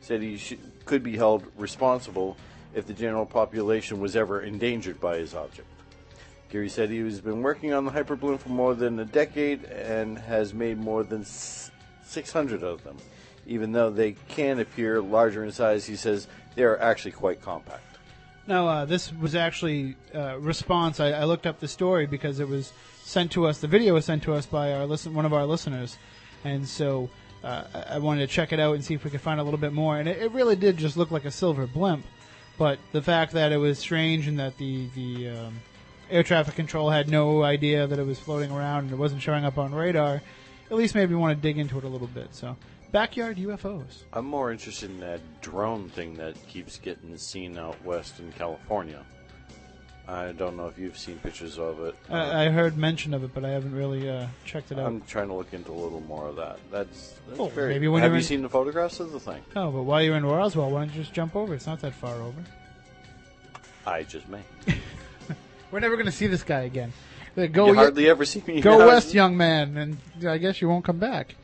Speaker 5: said he sh- could be held responsible if the general population was ever endangered by his object. Gary said he has been working on the hyperbloom for more than a decade and has made more than s- 600 of them. Even though they can appear larger in size, he says they are actually quite compact.
Speaker 4: No, uh, this was actually uh, response. I, I looked up the story because it was sent to us. The video was sent to us by our listen, one of our listeners, and so uh, I- I wanted to check it out and see if we could find a little bit more. And it, it really did just look like a silver blimp, but the fact that it was strange and that the the um, air traffic control had no idea that it was floating around and it wasn't showing up on radar, at least made me want to dig into it a little bit. So backyard UFOs.
Speaker 5: I'm more interested in that drone thing that keeps getting seen out west in California. I don't know if you've seen pictures of it.
Speaker 4: Uh, I, I heard mention of it, but I haven't really uh, checked it out.
Speaker 5: I'm trying to look into a little more of that. That's, that's
Speaker 4: Oh,
Speaker 5: very.
Speaker 4: maybe when
Speaker 5: have
Speaker 4: you're
Speaker 5: you
Speaker 4: in-
Speaker 5: seen the photographs of the thing?
Speaker 4: No, but while you're in Roswell, why don't you just jump over? It's not that far over.
Speaker 5: I just may.
Speaker 4: We're never going to see this guy again. Uh, Go
Speaker 5: You
Speaker 4: ye-
Speaker 5: hardly ever see me. [laughs]
Speaker 4: Go
Speaker 5: now.
Speaker 4: west, young man, and I guess you won't come back.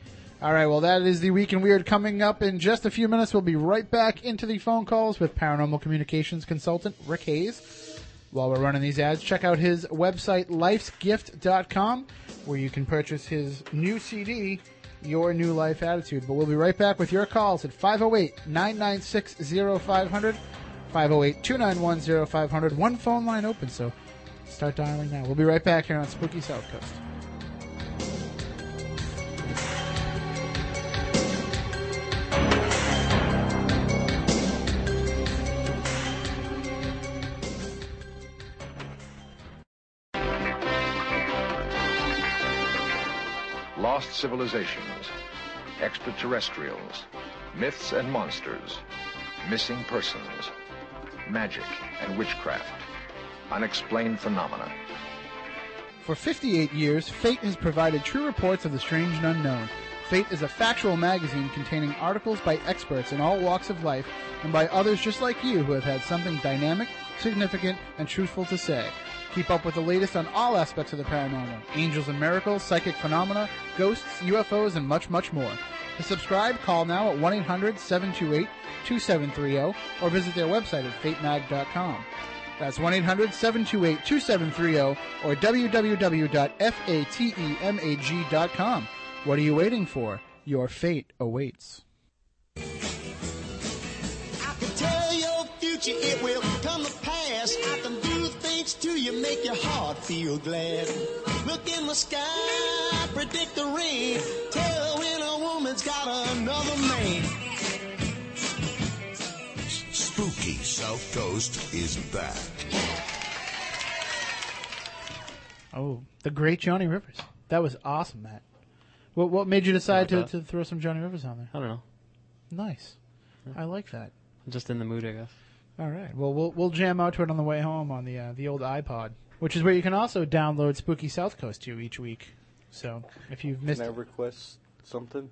Speaker 4: All right, well, that is the Week in Weird coming up in just a few minutes. We'll be right back into the phone calls with paranormal communications consultant Rick Hayes. While we're running these ads, check out his website, lifesgift.com, where you can purchase his new CD, your new life attitude. But we'll be right back with your calls at 508 996 0500, 508 291 0500. One phone line open, so start dialing now. We'll be right back here on Spooky South Coast.
Speaker 17: lost civilizations, extraterrestrials, myths and monsters, missing persons, magic and witchcraft, unexplained phenomena.
Speaker 4: For 58 years, Fate has provided true reports of the strange and unknown. Fate is a factual magazine containing articles by experts in all walks of life and by others just like you who have had something dynamic, significant, and truthful to say. Keep up with the latest on all aspects of the paranormal angels and miracles, psychic phenomena, ghosts, UFOs, and much, much more. To subscribe, call now at 1 800 728 2730 or visit their website at fatemag.com. That's 1 800 728 2730 or E www.fatemag.com. What are you waiting for? Your fate awaits.
Speaker 18: Tell your future it will come to pass. I can do things to you, make your heart feel glad. Look in the sky, predict the rain. Tell when a woman's got another man.
Speaker 3: Spooky South Coast is back.
Speaker 4: Oh, the great Johnny Rivers. That was awesome, Matt. What, what made you decide to,
Speaker 6: Like
Speaker 4: to throw some Johnny Rivers on there?
Speaker 6: I don't know.
Speaker 4: Nice. I like that.
Speaker 6: I'm just in the mood, I guess.
Speaker 4: All right. Well, we'll we'll jam out to it on the way home on the uh, the old iPod, which is where you can also download Spooky South Coast to each week. So if you've missed,
Speaker 5: Can I request something?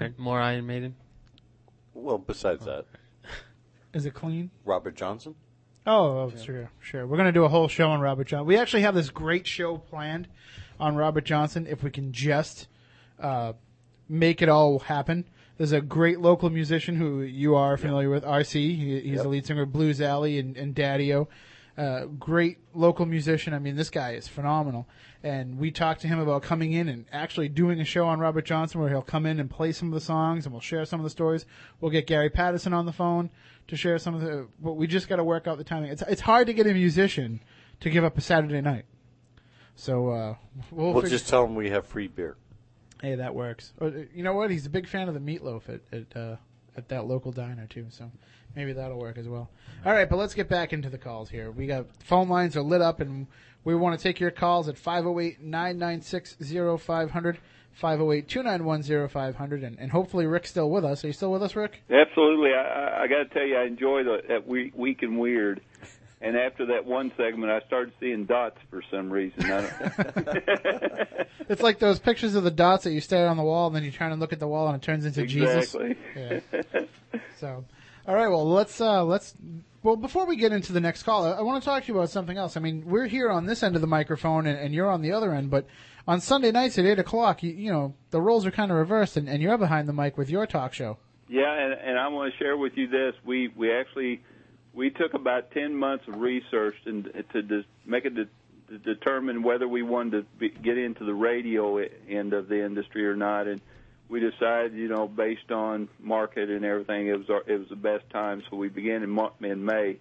Speaker 6: Iron- More Iron Maiden.
Speaker 5: Well,
Speaker 4: Oh.
Speaker 5: besides that,
Speaker 4: is it clean?
Speaker 5: Robert Johnson.
Speaker 4: Oh, oh, sure, sure. We're gonna do a whole show on Robert Johnson. We actually have this great show planned on Robert Johnson if we can just uh, make it all happen. There's a great local musician who you are familiar with, RC. He, he's the lead singer of Blues Alley and, and Daddio. Uh, great local musician. I mean, this guy is phenomenal. And we talked to him about coming in and actually doing a show on Robert Johnson where he'll come in and play some of the songs and we'll share some of the stories. We'll get Gary Patterson on the phone to share some of the, but we just got to work out the timing. It's, it's hard to get a musician to give up a Saturday night. So, uh, we'll,
Speaker 5: We'll,
Speaker 4: fig-
Speaker 5: just tell him we have free beer.
Speaker 4: Hey, that works. Or, uh, You know what? He's a big fan of the meatloaf at at, uh, at that local diner too. So maybe that'll work as well. All right, but let's get back into the calls here. We got phone lines are lit up, and we want to take your calls at 508-996-0500, 508-291-0500, and, and hopefully Rick's still with us. Are you still with us, Rick?
Speaker 7: Absolutely, I, I, I got to tell you, I enjoyed the, that week, week and weird. And after that one segment, I started seeing dots for some reason. I don't,
Speaker 4: It's like those pictures of the dots that you stare on the wall, and then you try and look at the wall, and it turns into Jesus.
Speaker 7: exactly. [laughs]
Speaker 4: Yeah. So, all right. Well, let's uh, let's. Well, before we get into the next call, I, I want to talk to you about something else. I mean, we're here on this end of the microphone, and, and you're on the other end. But on Sunday nights at eight o'clock, you, you know the roles are kind of reversed, and, and you're behind the mic with your talk show.
Speaker 7: Yeah, and, and I want to share with you this. We we actually we took about ten months of research and to de- make it de- to determine whether we wanted to be, get into the radio e- end of the industry or not. And we decided, you know, based on market and everything, it was our, it was the best time. So we began in Mar- in May.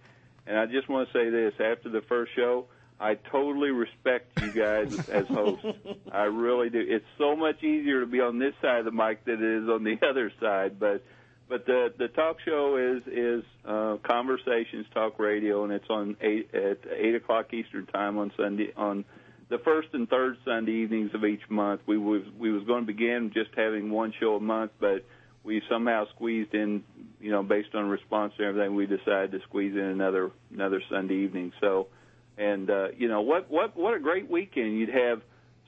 Speaker 7: And I just want to say this: after the first show, I totally respect you guys [laughs] as hosts.
Speaker 4: Oh.
Speaker 5: [laughs]
Speaker 7: I really do. It's so much easier to be on this side of the mic than it is on the [laughs] other side. But but the the talk show is is uh, conversations talk radio, and it's on eight at eight o'clock Eastern time on Sunday on the first and third Sunday evenings of each month. We was we was going to begin just having one show a month, but we somehow squeezed in, you know, based on response and everything, we decided to squeeze in another another Sunday evening. So, and uh, you know, what what what a great weekend you'd have.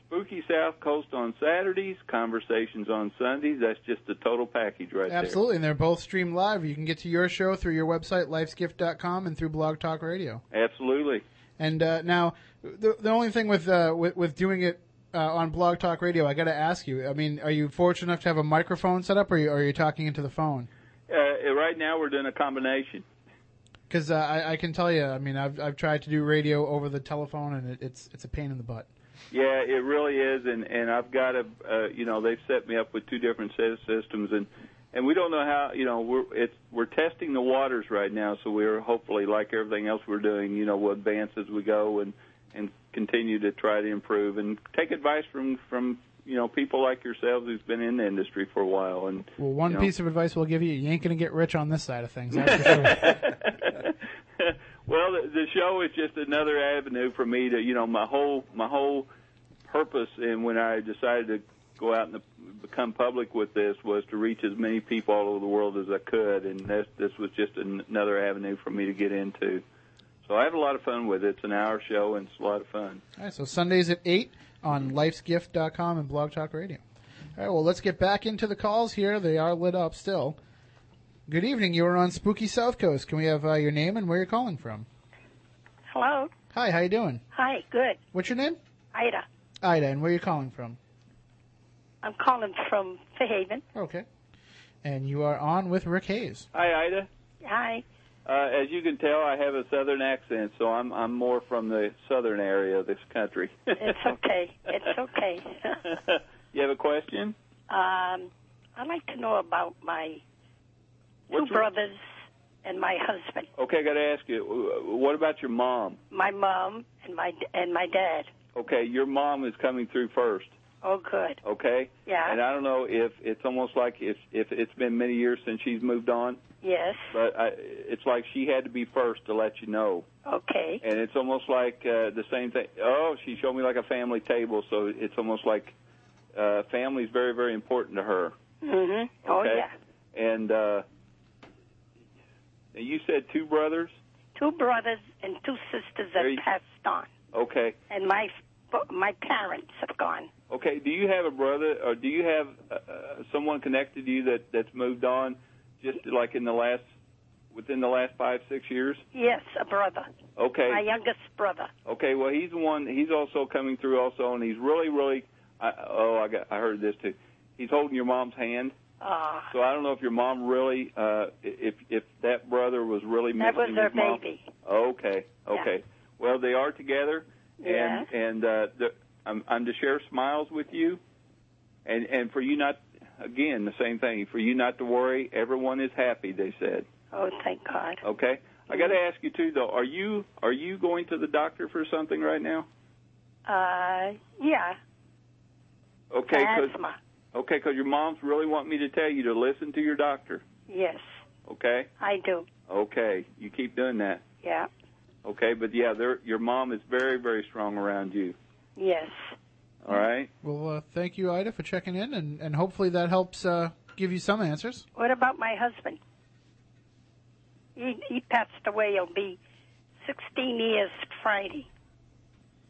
Speaker 7: Spooky South Coast on Saturdays, conversations on Sundays. That's just the total package right there.
Speaker 4: Absolutely, and they're both streamed live. You can get to your show through your website, lifesgift.com, and through Blog Talk Radio.
Speaker 7: Absolutely.
Speaker 4: And uh, now, the the only thing with uh, with, with doing it uh, on Blog Talk Radio, I got to ask you. I mean, are you fortunate enough to have a microphone set up, or are you, are you talking into the phone?
Speaker 7: Uh, right now, we're doing a combination.
Speaker 4: Because uh, I, I can tell you, I mean, I've I've tried to do radio over the telephone, and it, it's it's a pain in the butt.
Speaker 7: Yeah, it really is, and and I've got a uh, you know they've set me up with two different set of systems, and and we don't know how you know we're it's we're testing the waters right now, so we're hopefully like everything else we're doing, you know, we'll advance as we go and and continue to try to improve and take advice from from you know people like yourselves who's been in the industry for a while and
Speaker 4: Well, one
Speaker 7: you know,
Speaker 4: piece of advice we'll give you: you ain't gonna get rich on this side of things. That's for sure.
Speaker 7: well, the, the show is just another avenue for me to, you know, my whole my whole purpose, and when I decided to go out and become public with this, was to reach as many people all over the world as I could, and this this was just an, another avenue for me to get into. So I have a lot of fun with it. It's an hour show, and it's a lot of fun.
Speaker 4: All right, so Sundays at 8 on lifesgift.com and Blog Talk Radio. All right, well, let's get back into the calls here. They are lit up still. Good evening. You are on Spooky South Coast. Can we have uh, your name and where you're calling from?
Speaker 19: Hello.
Speaker 4: Hi, how you doing?
Speaker 19: Hi. Good.
Speaker 4: What's your name?
Speaker 19: Ida.
Speaker 4: Ida, and where you calling from?
Speaker 19: I'm calling from Fairhaven.
Speaker 4: Okay. And you are on with Rick Hayes.
Speaker 7: Hi, Ida.
Speaker 19: Hi.
Speaker 7: Uh, as you can tell, I have a southern accent, so I'm I'm more from the southern area of this country. [laughs]
Speaker 19: It's okay. it's okay.
Speaker 7: you have a question?
Speaker 19: um, I'd like to know about my two brothers and my husband,
Speaker 7: Okay, I got to ask you. wh- What about your mom?
Speaker 19: my mom and my d- and my dad.
Speaker 7: Okay, your mom is coming through first.
Speaker 19: Oh, good.
Speaker 7: Okay.
Speaker 19: Yeah.
Speaker 7: And I don't know if it's almost like if if it's been many years since she's moved on,
Speaker 19: Yes.
Speaker 7: but I, it's like she had to be first to let you know.
Speaker 19: Okay.
Speaker 7: And it's almost like uh, the same thing. Oh, she showed me like a family table, so it's almost like uh, family's very very important to her.
Speaker 19: Mhm. Oh
Speaker 7: Okay.
Speaker 19: yeah.
Speaker 7: And uh, you said two brothers.
Speaker 19: Two brothers and two sisters
Speaker 7: There you-
Speaker 19: have passed on,
Speaker 7: Okay.
Speaker 19: and my f- my parents have gone.
Speaker 7: Okay, do you have a brother, or do you have uh, uh, someone connected to you that that's moved on, just like in the last, within the last five six years?
Speaker 19: Yes, a brother.
Speaker 7: Okay,
Speaker 19: My youngest brother.
Speaker 7: okay. Well, he's the one. He's also coming through, also, and he's really, really. I, oh, I got. I heard this too. He's holding your mom's hand.
Speaker 19: Uh,
Speaker 7: So I don't know if your mom really, uh, if if that brother was really
Speaker 19: that was
Speaker 7: missing
Speaker 19: their
Speaker 7: his mom.
Speaker 19: baby.
Speaker 7: Okay, okay. Well, they are together,
Speaker 19: Yeah.
Speaker 7: and and uh, the, I'm, I'm to share smiles with you, and and for you not again the same thing for you not to worry. Everyone is happy. They said.
Speaker 19: Oh, thank God.
Speaker 7: Okay. I got to ask you too though. Are you are you going to the doctor for something right now?
Speaker 19: Uh, yeah.
Speaker 7: Okay. Cause,
Speaker 19: asthma.
Speaker 7: okay. Because your mom's really want me to tell you to listen to your doctor.
Speaker 19: Yes,
Speaker 7: Okay.
Speaker 19: I do.
Speaker 7: Okay. You keep doing that.
Speaker 19: Yeah.
Speaker 7: Okay. But yeah, they're- your mom is very very strong around you.
Speaker 19: Yes.
Speaker 7: All right.
Speaker 4: Well, uh, thank you, Ida, for checking in, and, and hopefully that helps uh, give you some answers.
Speaker 19: What about my husband? He he passed away. He'll be 16 years Friday.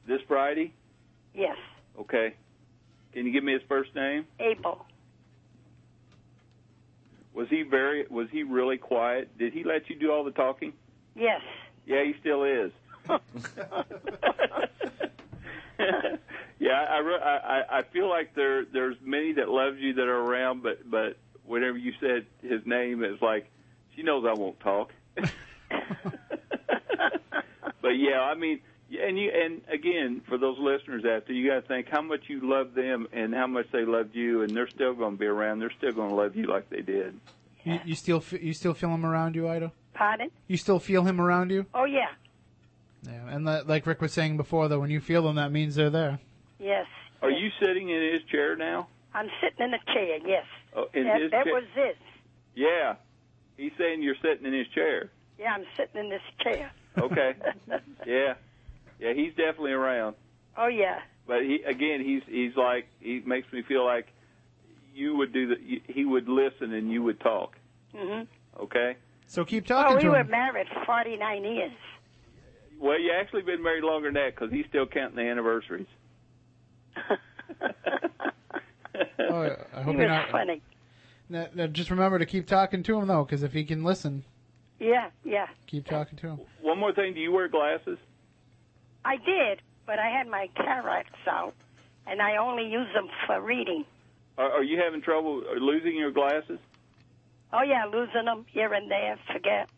Speaker 7: This Friday.
Speaker 19: Yes.
Speaker 7: Okay. Can you give me his first name?
Speaker 19: Abel.
Speaker 7: Was he very was he really quiet? Did he let you do all the talking? [laughs]
Speaker 19: Yes.
Speaker 7: Yeah, he still is. [laughs] yeah, I, re- I I- I feel like there there's many that loves you that are around, but but whenever you said his name, it's like she knows I won't talk. [laughs] but yeah, I mean, and you and again for those listeners out there, you got to think how much you love them and how much they loved you, and they're still going to be around. They're still going to love you like they did.
Speaker 4: You, you still f- you still feel him around you, Ida?
Speaker 19: Pardon?
Speaker 4: You still feel him around you?
Speaker 19: Oh yeah.
Speaker 4: Yeah, and li- like Rick was saying before, though, when you feel them, that means
Speaker 19: [laughs]
Speaker 4: they're there.
Speaker 19: Yes.
Speaker 7: Are you sitting in his chair now?
Speaker 19: I'm sitting in a chair. Yes.
Speaker 7: Oh, in
Speaker 19: that
Speaker 7: his
Speaker 19: that
Speaker 7: chair?
Speaker 19: was this.
Speaker 7: Yeah. He's saying you're sitting in his chair.
Speaker 19: Yeah, I'm sitting in this chair. [laughs]
Speaker 7: Okay. yeah. Yeah, he's definitely around.
Speaker 19: Oh yeah.
Speaker 7: But he again, he's he's like he makes me feel like you would do the he would listen and you would talk.
Speaker 19: Mhm.
Speaker 7: Okay.
Speaker 4: So keep
Speaker 19: Oh,
Speaker 4: talking
Speaker 19: we
Speaker 4: to
Speaker 19: were
Speaker 4: him.
Speaker 19: married 49 years.
Speaker 7: Well, you actually been married longer than that because he's still counting the anniversaries.
Speaker 4: Oh, I hope
Speaker 19: he
Speaker 4: you're
Speaker 19: was
Speaker 4: not.
Speaker 19: funny.
Speaker 4: Now- now just remember to keep talking to him though, because if he can listen,
Speaker 19: Yeah, yeah.
Speaker 4: keep talking to him.
Speaker 7: One more thing, do you wear glasses?
Speaker 19: I did, but I had my cataracts out, and I only use them for reading.
Speaker 7: Are, are you having trouble losing your glasses?
Speaker 19: Oh yeah, losing them here and there, forget.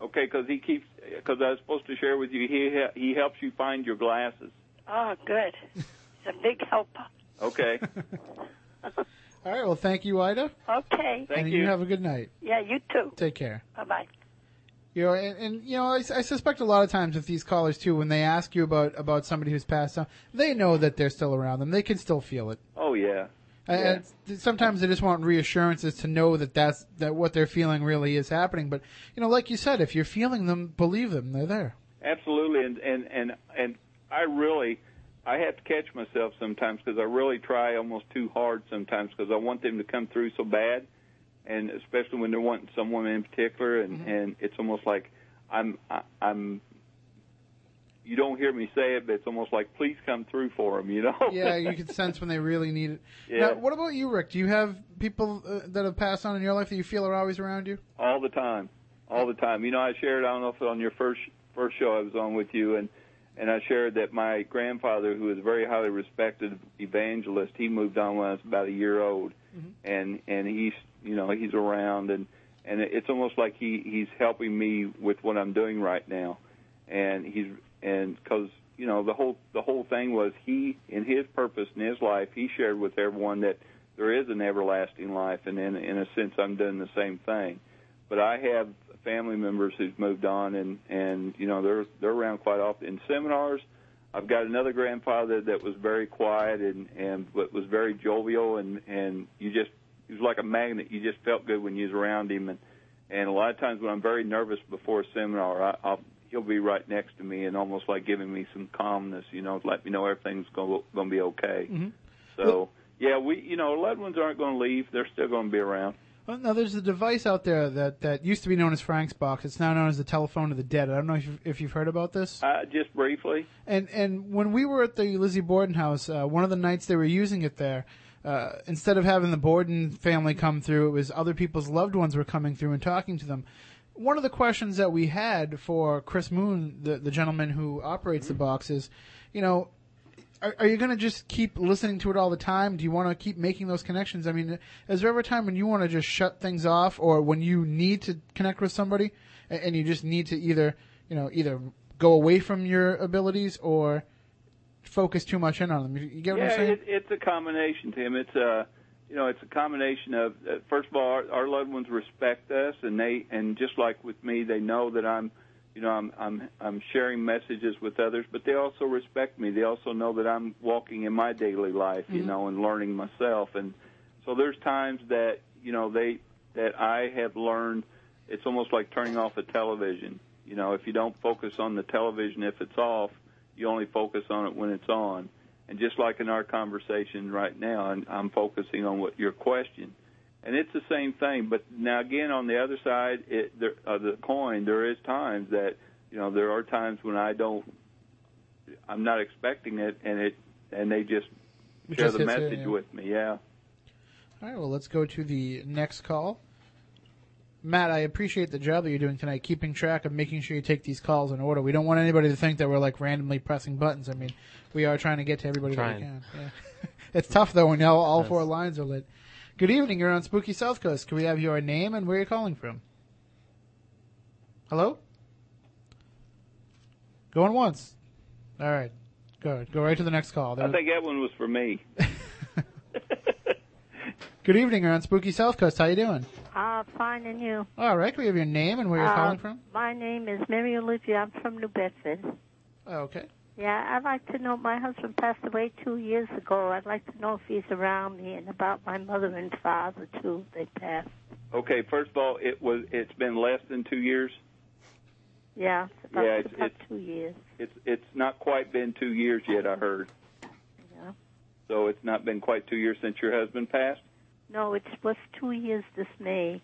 Speaker 7: Okay, because he keeps because I was supposed to share with you he he helps you find your glasses.
Speaker 19: Oh, good. He's a big helper.
Speaker 7: Okay.
Speaker 4: [laughs] All right. Well, thank you, Ida.
Speaker 19: Okay.
Speaker 4: and you. have a good night.
Speaker 19: yeah, you too.
Speaker 4: Take care.
Speaker 19: Bye bye.
Speaker 4: You know, and, and you know, I, I suspect a lot of times with these callers too, when they ask you about about somebody who's passed on, they know that they're still around them. They can still feel it.
Speaker 7: Oh yeah.
Speaker 4: I- I- sometimes they just want reassurances to know that that's that what they're feeling really is happening. But you know, like you said, if you're feeling them, believe them.
Speaker 7: [laughs]
Speaker 4: They're there.
Speaker 7: Absolutely, and and and and I really, I have to catch myself sometimes because I really try almost too hard sometimes because I want them to come through so bad, and especially when they're wanting someone in particular,
Speaker 4: Mm-hmm.
Speaker 7: and and it's almost like I'm I, I'm. You don't hear me say it, but it's almost like please come through for them. You know?
Speaker 4: yeah, you can sense when they really need it.
Speaker 7: Yeah.
Speaker 4: Now, what about you, Rick? Do you have people uh, that have passed on in your life that you feel are always around you?
Speaker 7: all the time, all the time. You know, I shared. I don't know if it was on your first first show I was on with you, and and I shared that my grandfather, who was a very highly respected evangelist, he moved on when I was about a year old, and and he's you know he's around, and and it's almost like he he's helping me with what I'm doing right now, and he's and because you know the whole the whole thing was he in his purpose in his life he shared with everyone that there is an everlasting life, and in in a sense I'm doing the same thing but I have family members who've moved on and and you know they're they're around quite often in seminars. I've got another grandfather that was very quiet and and but was very jovial and and you just he was like a magnet. You just felt good when you was around him and and a lot of times when I'm very nervous before a seminar, I, I'll he'll be right next to me and almost like giving me some calmness, you know, to let me know everything's going going to be okay.
Speaker 4: Mhm.
Speaker 7: So yeah, we you know loved ones aren't going to leave. They're still going to be around.
Speaker 4: Well, now there's a device out there that, that used to be known as Frank's box. It's now known as the telephone of the dead. I don't know if you've, if you've heard about this.
Speaker 7: Uh, just briefly.
Speaker 4: And and when we were at the Lizzie Borden house, uh, one of the nights they were using it there, uh, instead of having the Borden family come through, it was other people's loved ones were coming through and talking to them. One of the questions that we had for Chris Moon, the the gentleman who operates the box, is, you know, are, are you going to just keep listening to it all the time? Do you want to keep making those connections? I mean, is there ever a time when you want to just shut things off, or when you need to connect with somebody, a- and, you just need to either, you know, either go away from your abilities or focus too much in on them? You, you get what
Speaker 7: yeah,
Speaker 4: I'm saying?
Speaker 7: It, it's a combination, Tim. It's a you know, it's a combination of uh, first of all, our, our loved ones respect us, and they and just like with me, they know that I'm, you know, I'm I'm I'm sharing messages with others, but they also respect me. They also know that I'm walking in my daily life, you
Speaker 4: Mm-hmm.
Speaker 10: Mhm.
Speaker 7: know, and learning myself. And so there's times that you know they that I have learned. It's almost like turning off a television. You know, if you don't focus on the television if it's off, you only focus on it when it's on. And just like in our conversation right now, and I'm focusing on what your question, and it's the same thing. But now again, on the other side it, there, of the coin, there is times that you know there are times when I don't, I'm not expecting it, and it and they just
Speaker 4: It
Speaker 7: share
Speaker 4: just
Speaker 7: the
Speaker 4: hits you,
Speaker 7: message
Speaker 4: yeah.
Speaker 7: with me. Yeah.
Speaker 4: All right, well, let's go to the next call. Matt, I appreciate the job that you're doing tonight, keeping track of making sure you take these calls in order. We don't want anybody to think that we're like randomly pressing buttons. I mean, we are trying to get to everybody that we
Speaker 6: Trying.
Speaker 4: can. Yeah. [laughs] it's tough though when now all four lines are lit. Good evening. You're on Spooky South Coast. Can we have your name and where you're calling from? Hello. Going once. All right. Go go right to the next call. There-
Speaker 7: I think that one was for me.
Speaker 4: Good evening. You're on Spooky South Coast. How you doing?
Speaker 20: Uh, fine, and you?
Speaker 4: All right. Can we have your name and where you're
Speaker 20: Uh,
Speaker 4: calling from?
Speaker 20: My name is Mary Olivia. I'm from New Bedford.
Speaker 4: Oh, Okay.
Speaker 20: Yeah, I'd like to know. My husband passed away two years ago. I'd like to know if he's around me and about my mother and father too. They passed.
Speaker 7: Okay. First of all, it was it's been less than two years.
Speaker 20: Yeah, it's about,
Speaker 7: Yeah, it's-
Speaker 20: about
Speaker 7: it's-
Speaker 20: two years.
Speaker 7: It's it's not quite been two years yet. I heard.
Speaker 20: Yeah.
Speaker 7: So it's not been quite two years since your husband passed.
Speaker 20: No, it was two years this May.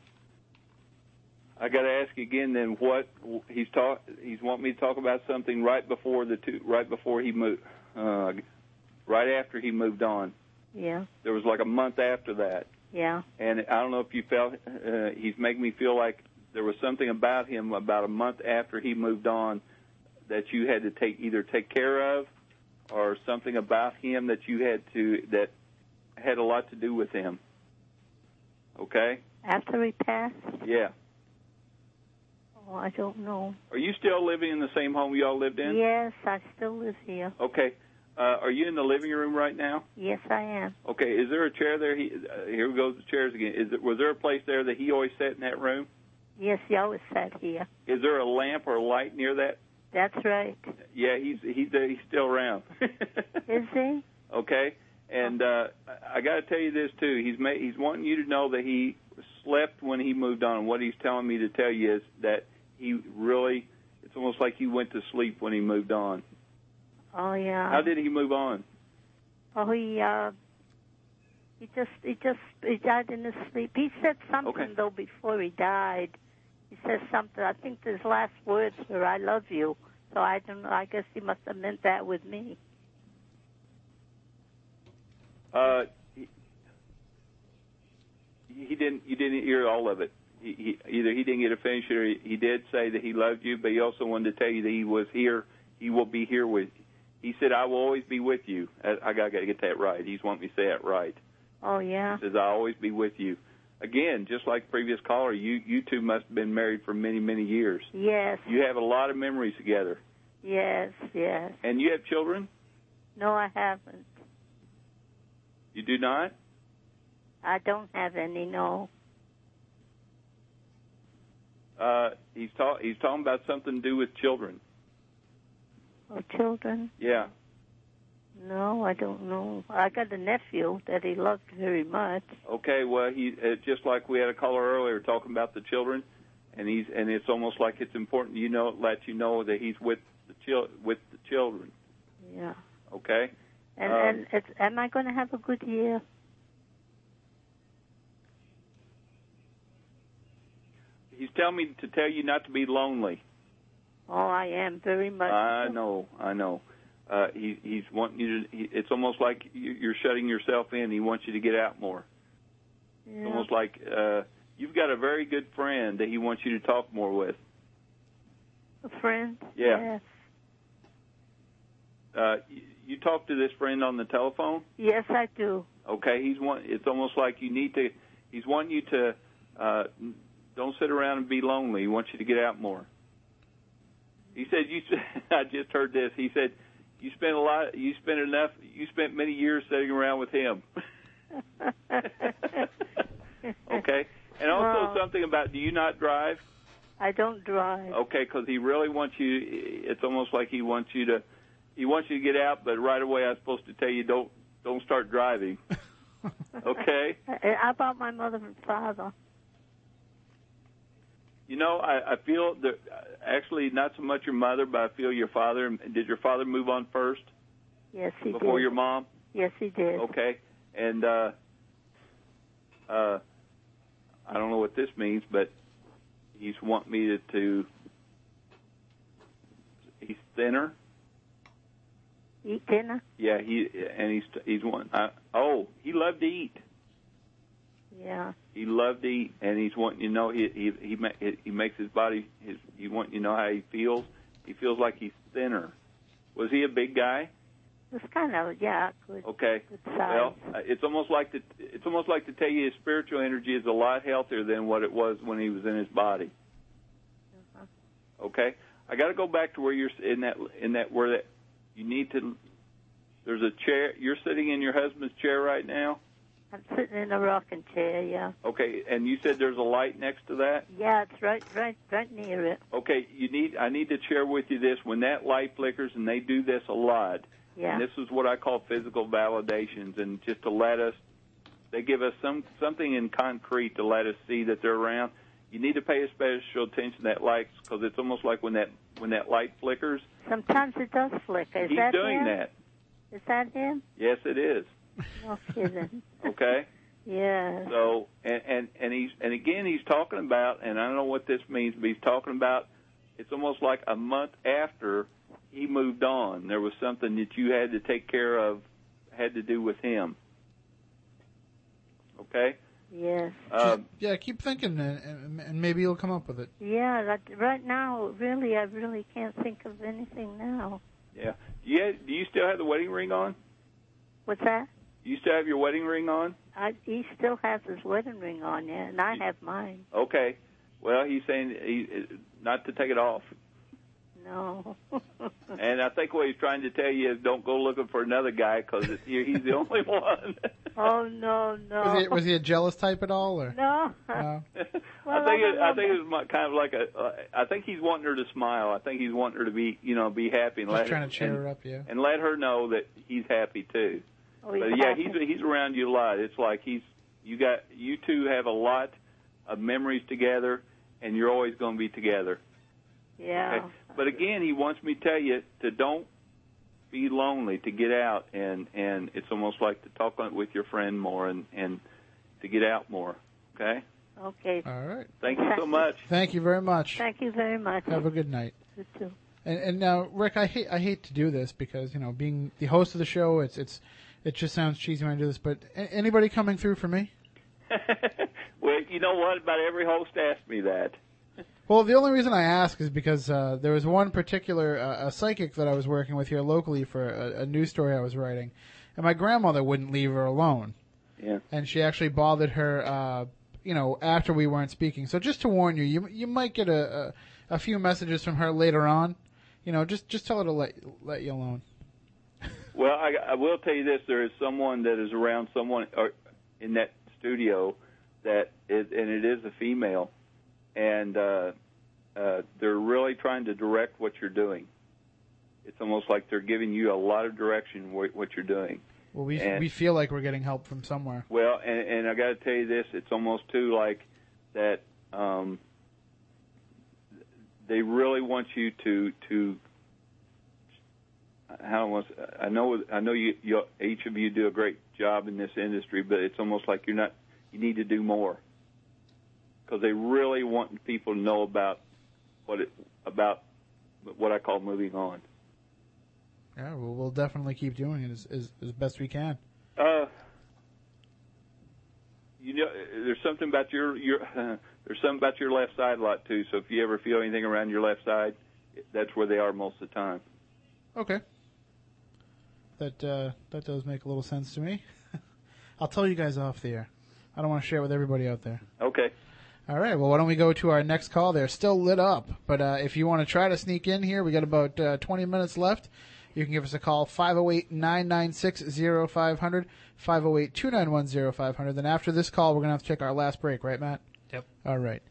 Speaker 7: I got to ask you again. Then what he's talk? He's want me to talk about something right before the two, right before he moved, uh, right after he moved on.
Speaker 20: Yeah,
Speaker 7: There was like a month after that,
Speaker 20: yeah.
Speaker 7: and I don't know if you felt uh, he's making me feel like there was something about him about a month after he moved on that you had to take either take care of or something about him that you had to that had a lot to do with him. Okay.
Speaker 20: After he passed,
Speaker 7: Yeah.
Speaker 20: oh, I don't know.
Speaker 7: Are you still living in the same home you all lived in?
Speaker 20: Yes, I still live here.
Speaker 7: Okay. Uh, are you in the living room right now?
Speaker 20: Yes, I am.
Speaker 7: Okay. Is there a chair there? He, uh, here goes the chairs again. Is it, was there a place there that he always sat in that room?
Speaker 20: Yes, he always sat here.
Speaker 7: Is there a lamp or light near that?
Speaker 20: That's
Speaker 7: [laughs]
Speaker 20: right.
Speaker 7: Yeah, he's he's he's still around.
Speaker 20: Is he?
Speaker 7: Okay. And uh, I got to tell you this too. He's ma- he's wanting you to know that he slept when he moved on. What he's telling me to tell you is that he really. It's almost like he went to sleep when he moved on.
Speaker 20: Oh yeah.
Speaker 7: How did he move on?
Speaker 20: Oh, he uh, he just he just he died in his sleep. He said something though before he died. He said something. I think his last words were "I love you." So I don't. know. I guess he must have meant that with me.
Speaker 7: Uh, he, he didn't. You didn't hear all of it. He, he, either he didn't get to finish it, or he, he did say that he loved you, but he also wanted to tell you that he was here. He will be here with. He said, "I will always be with you." Uh, I, I got to get that right. He's wanting me to say that right.
Speaker 20: Oh yeah.
Speaker 7: He says, "I'll always be with you." Again, just like previous caller, you you two must have been married for many many years.
Speaker 20: Yes.
Speaker 7: You have a lot of memories together,
Speaker 20: Yes. Yes.
Speaker 7: and you have children.
Speaker 20: No, I haven't.
Speaker 7: You do not.
Speaker 20: I don't have any. No.
Speaker 7: Uh, he's ta- he's talking about something to do with children.
Speaker 20: Oh, children.
Speaker 7: Yeah.
Speaker 20: No, I don't know. I got a nephew that he loved very much.
Speaker 7: Okay. Well, he uh, just like we had a caller earlier talking about the children, and he's and it's almost like it's important you know let you know that he's with the chil- with the children.
Speaker 20: Yeah.
Speaker 7: Okay.
Speaker 20: And
Speaker 7: Um,
Speaker 20: and it's, am I going to have a good year?
Speaker 7: He's telling me to tell you not to be lonely.
Speaker 20: Oh, I am very much.
Speaker 7: I know, I know. Uh, he, he's wanting you to. He, it's almost like you- you're shutting yourself in. He wants you to get out more.
Speaker 20: Yeah.
Speaker 7: It's almost like uh, you've got a very good friend that he wants you to talk more with.
Speaker 20: a friend.
Speaker 7: Yeah.
Speaker 20: Yes.
Speaker 7: Uh, you, you talk to this friend on the telephone.
Speaker 20: Yes, I do.
Speaker 7: Okay, he's want. It's almost like you need to. He's wanting you to. Uh, n- don't sit around and be lonely. He wants you to get out more. He said, "You." s- [laughs] I just heard this. He said, "You spent a lot. You spent enough. You spent many years sitting around with him." [laughs] [laughs] okay, and also
Speaker 20: Well-
Speaker 7: something about do you not drive?
Speaker 20: I don't drive.
Speaker 7: Okay, because he really wants you. It's almost like he wants you to. He wants you to get out, but right away I'm supposed to tell you don't don't
Speaker 20: [laughs]
Speaker 7: start driving. Oh, okay.
Speaker 20: I, I bought my mother and father.
Speaker 7: You know, I, I feel that actually not so much your mother, but I feel your father. Did your father move on first
Speaker 20: Yes, he
Speaker 7: before
Speaker 20: did.
Speaker 7: your mom?
Speaker 20: Yes, he did.
Speaker 7: Okay, and uh, uh, I don't know what this means, but he's want me to. to he's thinner.
Speaker 20: Eat dinner.
Speaker 7: Yeah, he and he's he's one. I, oh, he loved to eat.
Speaker 20: Yeah.
Speaker 7: He loved to eat, and he's wanting you to know he he he, ma- he makes his body. His he want you to know how he feels. He feels like he's thinner. Was he a big guy?
Speaker 20: It's kind of yeah. Good.
Speaker 7: Okay. Well, uh, it's almost like to it's almost like to tell you his spiritual energy is a lot healthier than what it was when he was in his body. Okay. I got to go back to where you're s- in that in that where that you need to. There's a chair. You're sitting in your husband's chair right now.
Speaker 20: I'm sitting in a rocking chair. Yeah.
Speaker 7: Okay, and you said there's a light next to that.
Speaker 20: Yeah, it's right, right, right near it.
Speaker 7: Okay, you need I need to share with you this. When that light flickers, and they do this a lot,
Speaker 20: Yeah.
Speaker 7: and this is what I call physical validations, and just to let us, they give us some something in concrete to let us see that they're around. You need to pay a special attention to that light because it's almost like when that when that light flickers,
Speaker 20: Sometimes it does flicker. Is
Speaker 7: he's
Speaker 20: that
Speaker 7: doing
Speaker 20: him?
Speaker 7: that.
Speaker 20: Is that him?
Speaker 7: Yes, it is.
Speaker 20: No kidding. [laughs]
Speaker 7: Okay.
Speaker 20: yeah.
Speaker 7: So and, and and he's and again he's talking about and I don't know what this means, but he's talking about it's almost like a month after he moved on. There was something that you had to take care of had to do with him. Okay?
Speaker 20: Yes.
Speaker 7: Um,
Speaker 4: Yeah, keep thinking, and- and, and maybe you'll come up with it.
Speaker 20: Yeah. That, right now, really, I really can't think of anything now.
Speaker 7: yeah. Yeah, do you still have the wedding ring on?
Speaker 20: What's that?
Speaker 7: You still have your wedding ring on?
Speaker 20: I, he still has his wedding ring on, yeah, and I have mine.
Speaker 7: Okay. Well, he's saying he, not to take it off.
Speaker 20: know.
Speaker 7: And I think what he's trying to tell you is don't go looking for another guy because he's the [laughs] only one.
Speaker 20: [laughs] oh no, no.
Speaker 4: Was he, was he a jealous type at all,
Speaker 20: [laughs]
Speaker 4: or
Speaker 20: no?
Speaker 7: [laughs]
Speaker 4: No.
Speaker 7: I think it, I think it's my- kind of like a. Uh, I think he's wanting her to smile. I think he's wanting her to be you know be happy and let
Speaker 4: Just trying to cheer
Speaker 7: and,
Speaker 4: her up, yeah.
Speaker 7: and let her know that he's happy too.
Speaker 20: Oh,
Speaker 7: but yeah, he's he's around you a lot. It's like he's you got you two have a lot of memories together, and you're always going to be together.
Speaker 20: Yeah.
Speaker 7: Okay. But again, he wants me to tell you to don't be lonely, to get out, and and it's almost like to talk on- with your friend more and and to get out more. Okay.
Speaker 20: Okay.
Speaker 4: All right.
Speaker 7: Thank [laughs] you so much.
Speaker 4: Thank you very much.
Speaker 20: Thank you very much.
Speaker 4: Have a good night.
Speaker 20: You too.
Speaker 4: And, and now, Rick, I hate I hate to do this because you know, being the host of the show, it's it's it just sounds cheesy when I do this. But a- anybody coming through for me?
Speaker 7: Well, you know what? About every host asked me that.
Speaker 4: Well, the only reason I ask is because uh, there was one particular uh, a psychic that I was working with here locally for a, a news story I was writing, and my grandmother wouldn't leave her alone.
Speaker 7: Yeah.
Speaker 4: and she actually bothered her, uh, you know, after we weren't speaking. So just to warn you, you you might get a, a a few messages from her later on. You know, just just tell her to let let you alone.
Speaker 7: Well, I, I will tell you this: there is someone that is around someone or in that studio that, is, and it is a female, and uh, uh, they're really trying to direct what you're doing. It's almost like they're giving you a lot of direction wh- what you're doing.
Speaker 4: Well, we
Speaker 7: And-
Speaker 4: we feel like we're getting help from somewhere.
Speaker 7: Well, and, and I got to tell you this: it's almost too like that. Um, they really want you to to. How was I know I know you, you each of you do a great job in this industry, but it's almost like you're not. You need to do more because they really want people to know about what it about what I call moving on.
Speaker 4: Yeah, well, we'll definitely keep doing it as as, as best we can.
Speaker 7: Uh, you know, there's something about your your [laughs] there's something about your left side a lot too. So if you ever feel anything around your left side, that's where they are most of the time.
Speaker 4: Okay. That uh, that does make a little sense to me. [laughs] I'll tell you guys off the air. I don't want to share with everybody out there.
Speaker 7: Okay.
Speaker 4: All right. Well, why don't we go to our next call? They're still lit up, but uh, if you want to try to sneak in here, we got about uh, 20 minutes left. You can give us a call 508-996-0500, 508-291-0500. Then after this call, we're gonna have to take our last break, right, Matt?
Speaker 6: Yep.
Speaker 4: All right.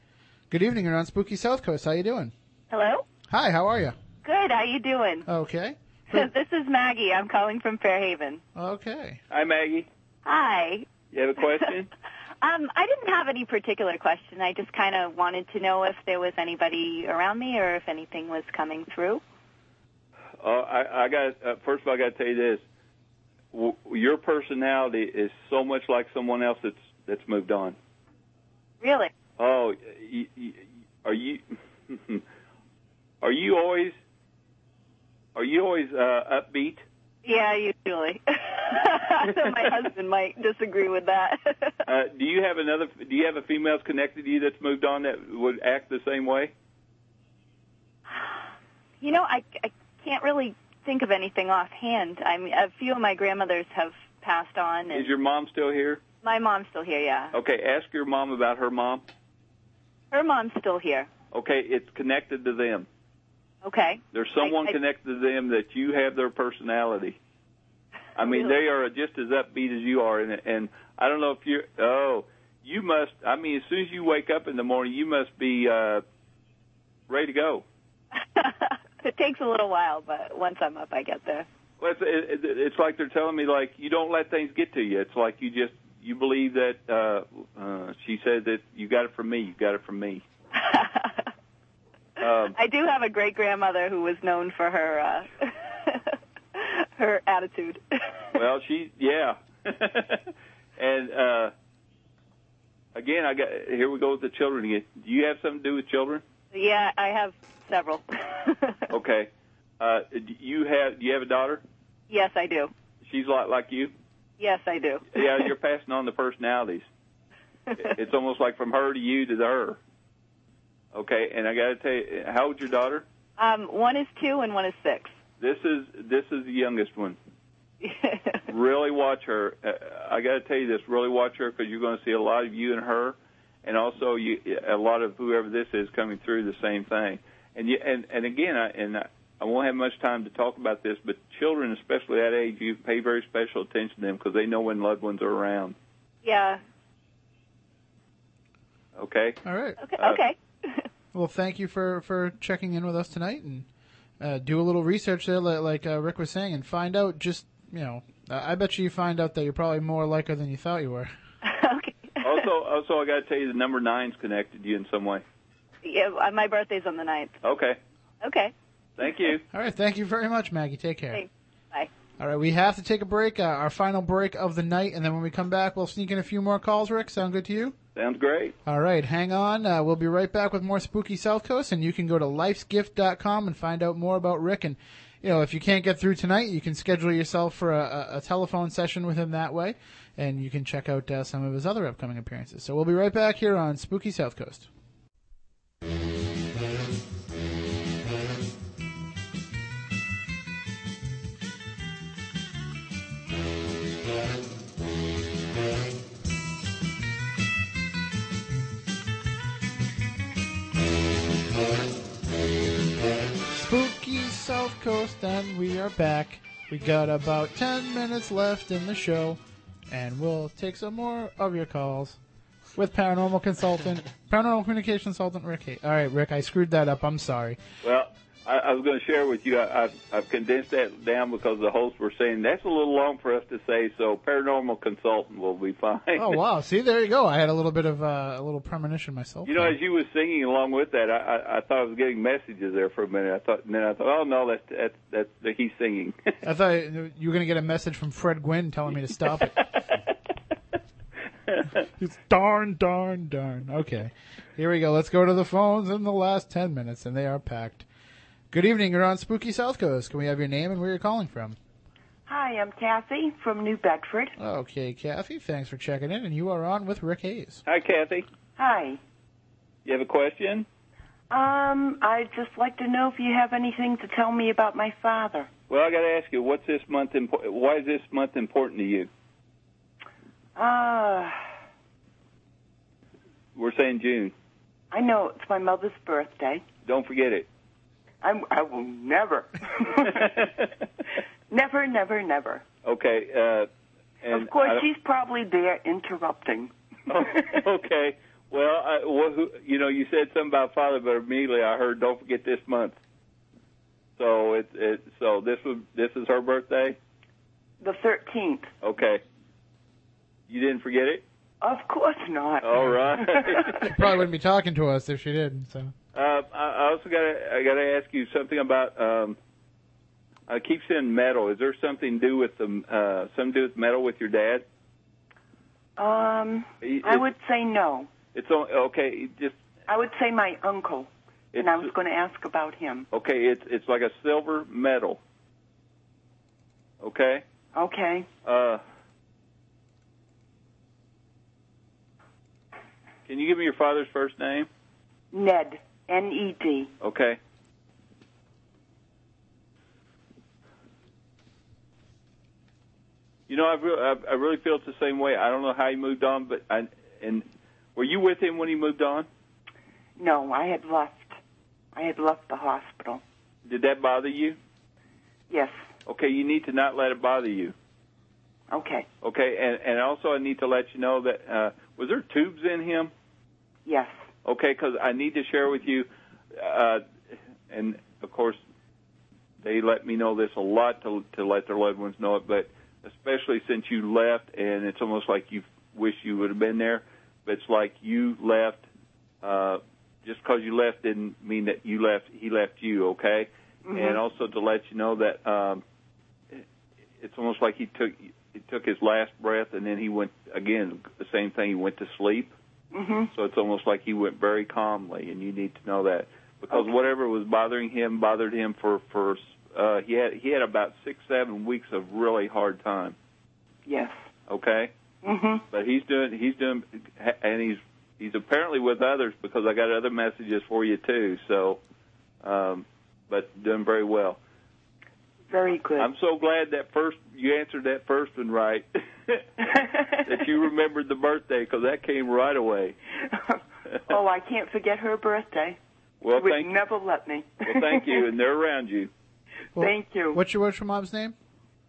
Speaker 4: Good evening. You're on Spooky South Coast. How you doing?
Speaker 10: Hello?
Speaker 4: Hi. How are you?
Speaker 10: Good, how you doing?
Speaker 4: Uh,
Speaker 10: [laughs]
Speaker 4: Okay.
Speaker 10: this is Maggie. I'm calling from Fairhaven.
Speaker 4: Okay.
Speaker 7: Hi, Maggie.
Speaker 10: Hi.
Speaker 7: You have a question?
Speaker 10: Um, I didn't have any particular question. I just kind of wanted to know if there was anybody around me or if anything was coming through.
Speaker 7: uh, I, I got uh, first of all, I got to tell you this: w- your personality is so much like someone else that's that's moved on.
Speaker 10: Really?
Speaker 7: Oh, y- y- are you [laughs] are you always are you always uh, upbeat?
Speaker 10: Yeah, usually. [laughs] so my husband might disagree with that. [laughs]
Speaker 7: Uh, do you have another? Do you have a female that's connected to you that's moved on that would act the same way?
Speaker 10: You know, I, I can't really think of anything offhand. I mean, a few of my grandmothers have passed on, and
Speaker 7: Is your mom still here?
Speaker 10: my mom's still here, yeah.
Speaker 7: Okay, ask your mom about her mom.
Speaker 10: Her mom's still here.
Speaker 7: Okay, it's connected to them.
Speaker 10: Okay.
Speaker 7: There's someone
Speaker 10: I- I-
Speaker 7: connected to them that you have their personality. I mean, they are just as upbeat as you are, and and I don't know if you're. Oh, you must. I mean, as soon as you wake up in the morning, you must be uh, ready to go.
Speaker 10: [laughs] It takes a little while, but once I'm up, I get there.
Speaker 7: Well, it's, it, it- it's like they're telling me like you don't let things get to you. It's like you just you believe that. Uh, uh, she said that you got it from me. You got it from me. um,
Speaker 10: I do have a great grandmother who was known for her uh, [laughs] her attitude. [laughs]
Speaker 7: well, she yeah. [laughs] and uh, again, I got here we go with the children again. Do you have something to do with children?
Speaker 10: yeah, I have several. [laughs]
Speaker 7: Okay. Uh, do you have do you have a daughter?
Speaker 10: Yes, I do.
Speaker 7: She's a lot like you.
Speaker 10: Yes, I do.
Speaker 7: Yeah,
Speaker 10: [laughs]
Speaker 7: you're passing on the personalities. [laughs] It's almost like from her to you to her. Okay, and I got to tell you, how old's your daughter?
Speaker 10: Um, one is two and one is six. [laughs]
Speaker 7: This is this is the youngest
Speaker 4: [laughs]
Speaker 7: one. really watch her. Uh, I got to tell you this. Really watch her because you're going to see a lot of you and her, and also you, a lot of whoever this is coming through the same thing. and you, and and again, I, and I, I won't have much time to talk about this, but children, especially that age, you pay very special attention to them because they know when loved ones are around.
Speaker 10: Yeah.
Speaker 7: Okay.
Speaker 4: All right.
Speaker 10: Okay.
Speaker 7: Uh,
Speaker 10: okay. [laughs]
Speaker 4: Well, thank you for, for checking in with us tonight and uh, do a little research there, li- like uh, Rick was saying, and find out just, you know, uh, I bet you you find out that you're probably more like her than you thought you were. [laughs]
Speaker 7: also, also, I got to tell you, the number nine's connected to you in some way.
Speaker 10: Yeah, uh, my birthday's on the ninth.
Speaker 7: Okay.
Speaker 10: Okay.
Speaker 7: Thank you.
Speaker 4: All right. Thank you very much, Maggie. Take care.
Speaker 10: Thanks. Bye.
Speaker 4: All right. We have to take a break, uh, our final break of the night, and then when we come back, we'll sneak in a few more calls, Rick. Sound good to you?
Speaker 7: Sounds great.
Speaker 4: All right, hang on. Uh, we'll be right back with more Spooky South Coast, and you can go to lifesgift.com and find out more about Rick. And, you know, if you can't get through tonight, you can schedule yourself for a, a, a telephone session with him that way, and you can check out uh, some of his other upcoming appearances. So we'll be right back here on Spooky South Coast.
Speaker 16: Mm-hmm.
Speaker 4: Spooky South Coast, and we are back. We got about 10 minutes left in the show, and we'll take some more of your calls with paranormal
Speaker 7: [laughs]
Speaker 4: consultant, paranormal communication consultant Rick. Hay- All right, Rick, I screwed that up. I'm sorry.
Speaker 7: Well, I, I was going to share with you. I, I've, I've condensed that down because the hosts were saying that's a little long for us to say. So paranormal consultant will be fine.
Speaker 4: Oh wow! See, there you go. I had a little bit of uh, a little premonition myself.
Speaker 7: [laughs] You know, as you was singing along with that, I, I, I thought I was getting messages there for a minute. I thought, and then I thought, oh no, that's that's that's that he's singing. [laughs]
Speaker 4: I thought you were going to get a message from Fred Gwynn telling me to
Speaker 7: [laughs]
Speaker 4: stop it. it's darn, darn, darn. Okay, here we go. Let's go to the phones in the last ten minutes, and they are packed. Good evening. You're on Spooky South Coast. Can we have your name and where you're calling from?
Speaker 21: Hi, I'm Kathy from New Bedford.
Speaker 4: Okay, Kathy. Thanks for checking in, and you are on with Rick Hayes.
Speaker 7: Hi, Kathy.
Speaker 21: Hi.
Speaker 7: You have a question?
Speaker 21: Um, I'd just like to know if you have anything to tell me about my father.
Speaker 7: Well, I got to ask you, what's this month? Impo- why is this month important to you?
Speaker 21: Uh,
Speaker 7: We're saying June.
Speaker 21: I know it's my mother's birthday.
Speaker 7: Don't forget it.
Speaker 21: I'm, I will
Speaker 7: [laughs]
Speaker 21: never, never, never, never.
Speaker 7: Okay. Uh, and
Speaker 21: Of course,
Speaker 7: I-
Speaker 21: she's probably there interrupting.
Speaker 7: Oh, [laughs] okay. Well, I, well who, you know, you said something about father, but immediately I heard, "Don't forget this month." So it, it so this was this is her birthday.
Speaker 21: The
Speaker 7: [laughs]
Speaker 21: 13th.
Speaker 7: Okay. You didn't forget it.
Speaker 21: Of course not.
Speaker 7: All
Speaker 21: [laughs]
Speaker 7: right. [laughs]
Speaker 4: She probably wouldn't be talking to us if she didn't. So
Speaker 7: Uh, I I also got I got to ask you something about. Um, I keep saying metal. Is there something to do with the uh, something to do with metal with your dad?
Speaker 21: um,
Speaker 7: It-
Speaker 21: I would say no.
Speaker 7: It's on, okay. it Just
Speaker 21: I would say my uncle,
Speaker 7: it's
Speaker 21: and I was going to ask about him.
Speaker 7: okay. It's it's like a silver metal. Okay.
Speaker 21: Okay.
Speaker 7: Uh, can you give me your father's first name?
Speaker 21: Ned, N E D.
Speaker 7: Okay. You know, I really, I I really feel it's the same way. I don't know how he moved on, but I and were you with him when he moved on?
Speaker 21: No, I had left. I had left the hospital.
Speaker 7: Did that bother you?
Speaker 21: Yes.
Speaker 7: Okay, you need to not let it bother you.
Speaker 21: Okay.
Speaker 7: Okay, and and also I need to let you know that uh, was there tubes in him?
Speaker 21: Yes.
Speaker 7: Okay, because I need to share with you, uh, and of course, they let me know this a lot to to let their loved ones know it, but especially since you left, and it's almost like you wish you would have been there. But it's like you left. Uh, just because you left didn't mean that you left. He left you. Okay,
Speaker 16: Mm-hmm.
Speaker 7: and also to let you know that um, it- it's almost like he took he took his last breath, and then he went again. The same thing. He went to sleep.
Speaker 21: [laughs] Mhm.
Speaker 7: So it's almost like he went very calmly, and you need to know that because
Speaker 21: Okay.
Speaker 7: whatever was bothering him bothered him for for uh, he had he had about six seven weeks of really hard time.
Speaker 21: Yes.
Speaker 7: Okay,
Speaker 21: Mhm.
Speaker 7: but he's doing he's doing and he's he's apparently with others because I got other messages for you too. So, um, but doing very well.
Speaker 21: Very good.
Speaker 7: I'm so glad that first you answered that first one right. [laughs] that you remembered the birthday because that came right away.
Speaker 21: oh, I can't forget her birthday.
Speaker 7: [laughs] Well,
Speaker 21: Oh, You would
Speaker 7: thank you.
Speaker 21: never let me.
Speaker 7: Well, thank you, and they're around you.
Speaker 4: Well,
Speaker 21: Thank you.
Speaker 4: What's your what's your mom's name?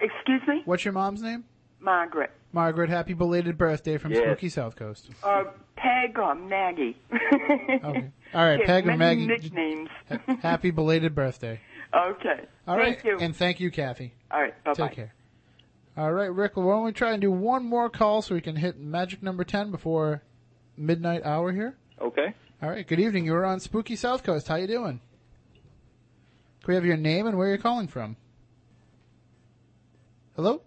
Speaker 21: Excuse me.
Speaker 4: What's your mom's name?
Speaker 21: Margaret.
Speaker 4: Margaret. Happy belated birthday from
Speaker 21: Yes.
Speaker 4: Spooky South Coast.
Speaker 21: Or Uh, Peg or Maggie.
Speaker 4: Okay. All right,
Speaker 21: Yeah,
Speaker 4: Peg or
Speaker 21: many
Speaker 4: Maggie.
Speaker 21: Nicknames.
Speaker 4: Happy belated birthday.
Speaker 21: Okay.
Speaker 4: All right,
Speaker 21: thank you.
Speaker 4: and thank you, Kathy.
Speaker 21: All right. Bye bye.
Speaker 4: Take care. All right, Rick. Why don't we try and do one more call so we can hit magic number ten before midnight hour here?
Speaker 7: Okay.
Speaker 4: All right. Good evening. You're on Spooky South Coast. How you doing? Can we have your name and where you're calling from? Hello.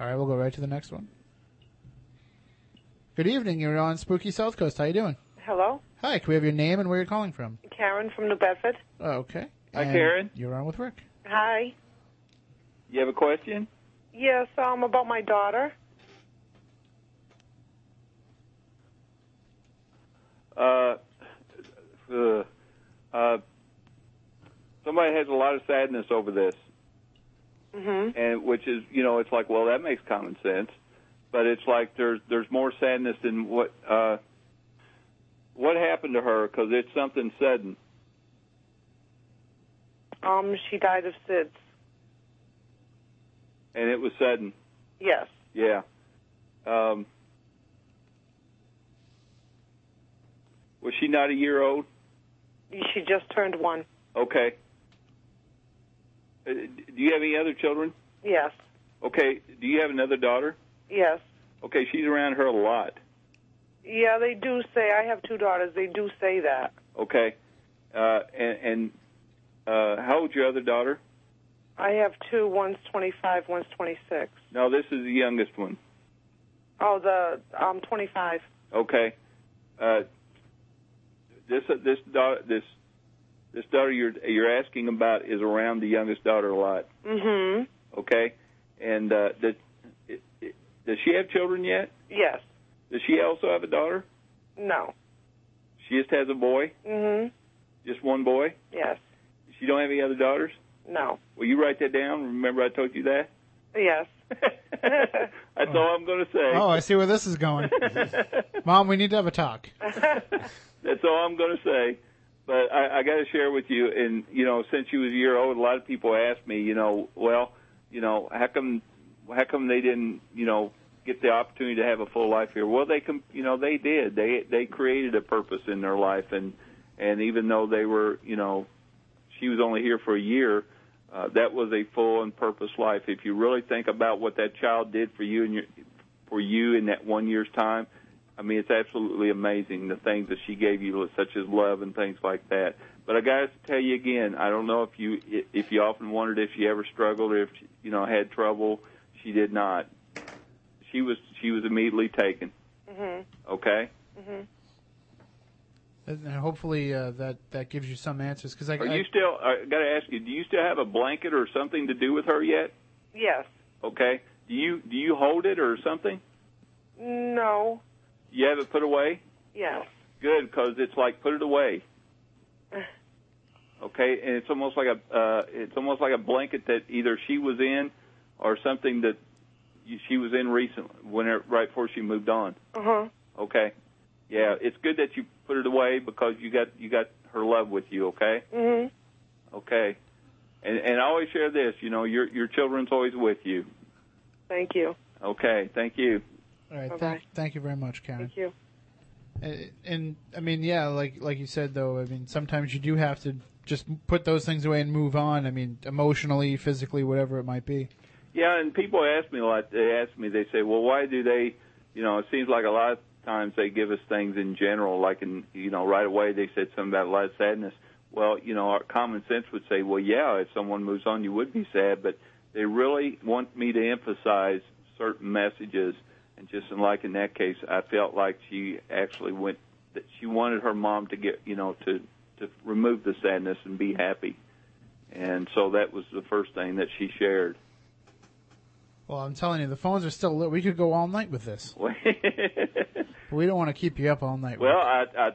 Speaker 4: All right, we'll go right to the next one. Good evening. You're on Spooky South Coast. How you doing?
Speaker 14: Hello,
Speaker 4: Hi. Can we have your name and where you're calling from?
Speaker 14: Karen from New Bedford.
Speaker 4: Oh, okay.
Speaker 7: Hi,
Speaker 4: And
Speaker 7: Karen.
Speaker 4: You're on with Rick.
Speaker 14: Hi.
Speaker 7: You have a question?
Speaker 14: Yes, um, about my daughter.
Speaker 7: Uh, uh, uh, somebody has a lot of sadness over this,
Speaker 14: hmm
Speaker 7: and which is, you know, it's like, well, that makes common sense, but it's like there's there's more sadness than what uh, what happened to her because it's something sudden.
Speaker 14: Um, she died of SIDS.
Speaker 7: and it was sudden.
Speaker 14: Yes.
Speaker 7: Yeah. Um, was she not a year old?
Speaker 14: She just turned one.
Speaker 7: Okay. Uh, Do you have any other children?
Speaker 14: Yes.
Speaker 7: Okay. Do you have another daughter?
Speaker 14: Yes.
Speaker 7: Okay, she's around her a lot.
Speaker 14: Yeah, they do say I have two daughters. They do say that.
Speaker 7: Okay. Uh, and and uh, how old's your other daughter?
Speaker 14: I have two. One's twenty-five. One's twenty-six.
Speaker 7: No, this is the youngest one.
Speaker 14: Oh, the um twenty-five.
Speaker 7: Okay. Uh, this uh, this daughter this this daughter you're you're asking about is around the youngest daughter a lot.
Speaker 14: Mm-hmm.
Speaker 7: Okay. And uh, does it- it- does she have children yet?
Speaker 14: Yes.
Speaker 7: Does she also have a daughter?
Speaker 14: No.
Speaker 7: She just has a boy,
Speaker 14: Mm-hmm.
Speaker 7: just one boy.
Speaker 14: Yes.
Speaker 7: She don't have any other daughters.
Speaker 14: No.
Speaker 7: Will you write that down? Remember I told you that. [laughs]
Speaker 14: Yes.
Speaker 7: That's all I'm going to say.
Speaker 4: Oh, I see where this
Speaker 7: [laughs]
Speaker 4: is going. Mom, we need to have a talk.
Speaker 7: That's all I'm going to say. But I, I got to share with you, and you know, since you was a year old, a lot of people ask me, you know, well, you know, how come, how come they didn't, you know, get the opportunity to have a full life here? Well, they, com- you know, they did. They they created a purpose in their life, and and even though they were, you know, she was only here for a year. Uh, that was a full and purpose life. If you really think about what that child did for you and your, for you in that one year's time, I mean, it's absolutely amazing the things that she gave you, such as love and things like that. But I got to tell you again, I don't know if you if you often wondered if she ever struggled or if she, you know had trouble. She did not. She was she was immediately taken.
Speaker 14: Mm-hmm.
Speaker 7: Okay.
Speaker 14: Mm-hmm.
Speaker 4: And and hopefully uh, that that gives you some answers because I,
Speaker 7: Are
Speaker 4: I-
Speaker 7: you still? I got to ask you. Do you still have a blanket or something to do with her yet?
Speaker 14: Yes.
Speaker 7: Okay. Do you do you hold it or something?
Speaker 14: No.
Speaker 7: You have it put away.
Speaker 14: Yes. [laughs]
Speaker 7: Good, because it's like put it away. Okay, and it's almost like a uh, it's almost like a blanket that either she was in, or something that you- she was in recently, when it, right before she moved on.
Speaker 14: Uh-huh.
Speaker 7: Okay, yeah, it's good that you put it away because you got you got her love with you. Okay,
Speaker 14: Mm-hmm.
Speaker 7: okay, and and I always share this. You know, your your children's always with you.
Speaker 14: Thank you.
Speaker 7: Okay, thank you.
Speaker 4: All right,
Speaker 14: Bye-bye.
Speaker 4: thank, thank you very much, Karen.
Speaker 14: Thank you.
Speaker 4: And, and, I mean, yeah, like like you said though, I mean, sometimes you do have to just put those things away and move on. I mean, emotionally, physically, whatever it might be.
Speaker 7: Yeah, and people ask me a lot. They ask me, they say, "Well, why do they?" You know, it seems like a lot of times they give us things in general, like in you know, right away they said something about a lot of sadness. Well, you know, our common sense would say, "Well, yeah, if someone moves on, you would be sad," but they really want me to emphasize certain messages. And just in like in that case, I felt like she actually went that she wanted her mom to get you know to to remove the sadness and be happy. And so that was the first thing that she shared.
Speaker 4: Well, I'm telling you, the phones are still lit. We could go all night with this.
Speaker 7: [laughs] well,
Speaker 4: But we don't want to keep you up all night.
Speaker 7: I, I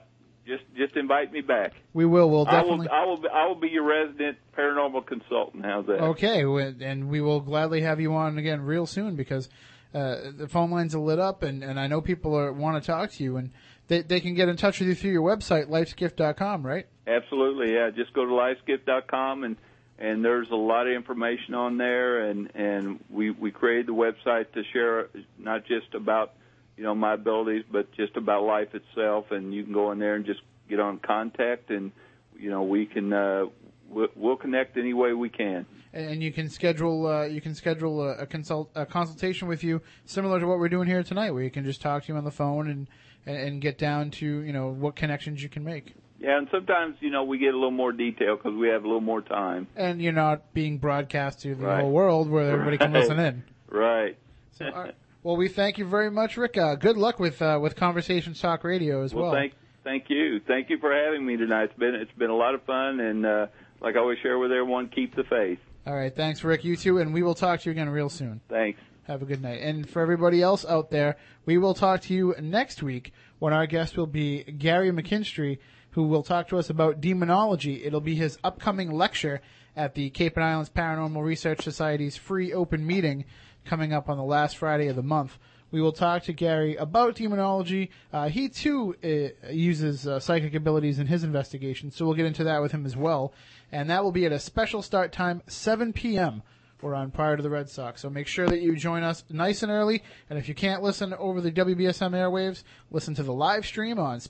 Speaker 7: just just invite me back.
Speaker 4: We will. We'll definitely.
Speaker 7: I will. I will. Be, I will be your resident paranormal consultant. How's that?
Speaker 4: Okay, we- and we will gladly have you on again real soon because uh, the phone lines are lit up, and, and I know people are, want to talk to you, and they, they can get in touch with you through your website, lifesgift.com, right?
Speaker 7: Absolutely, yeah. Just go to lifeskift.com and and there's a lot of information on there, and and we we created the website to share not just about you know my abilities, but just about life itself. And you can go in there and just get on contact, and you know we can uh, we'll, we'll connect any way we can.
Speaker 4: And and you can schedule uh, you can schedule a, a consult a consultation with you, similar to what we're doing here tonight, where you can just talk to you on the phone and and, and get down to you know what connections you can make.
Speaker 7: Yeah, and sometimes you know we get a little more detail because we have a little more time.
Speaker 4: And you're not being broadcast to the
Speaker 7: Right.
Speaker 4: whole world where everybody can
Speaker 7: Right.
Speaker 4: listen in.
Speaker 7: Right.
Speaker 4: So, all right. Well, we thank you very much, Rick. Uh, good luck with uh, with Conversations Talk Radio as well.
Speaker 7: thank thank you, thank you for having me tonight. It's been it's been a lot of fun, and uh, like I always share with everyone, keep the faith.
Speaker 4: All right, thanks, Rick. You too, and we will talk to you again real soon.
Speaker 7: Thanks.
Speaker 4: Have a good night. And for everybody else out there, we will talk to you next week when our guest will be Gary McKinstry, who will talk to us about demonology. It'll be his upcoming lecture at the Cape and Islands Paranormal Research Society's free open meeting coming up on the last Friday of the month. We will talk to Gary about demonology. Uh, he too uh, uses uh, psychic abilities in his investigation, so we'll get into that with him as well. And that will be at a special start time, 7 p.m. We're on prior to the Red Sox, so make sure that you join us nice and early. And if you can't listen over the WBSM airwaves, listen to the live stream on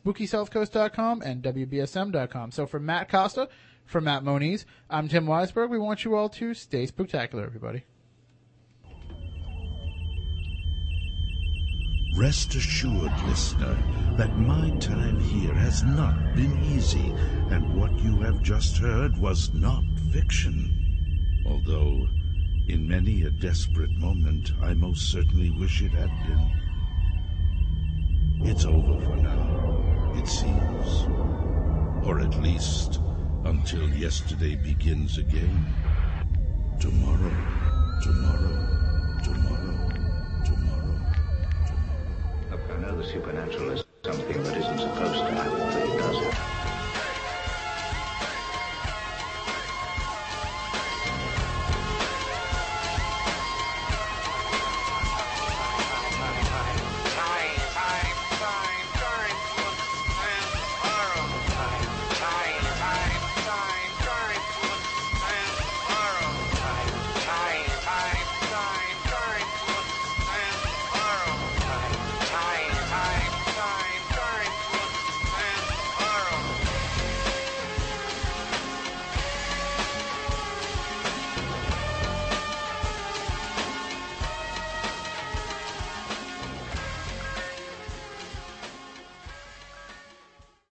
Speaker 4: SpookySouthCoast.com and WBSM.com. So for Matt Costa, for Matt Moniz, I'm Tim Weisberg. We want you all to stay spectacular, everybody.
Speaker 8: Rest assured, listener, that my time here has not been easy, and what you have just heard was not fiction. Although, in many a desperate moment, I most certainly wish it had been. It's over for now, it seems. Or at least, until yesterday begins again. Tomorrow, tomorrow, tomorrow.
Speaker 2: Look, I know the supernatural is something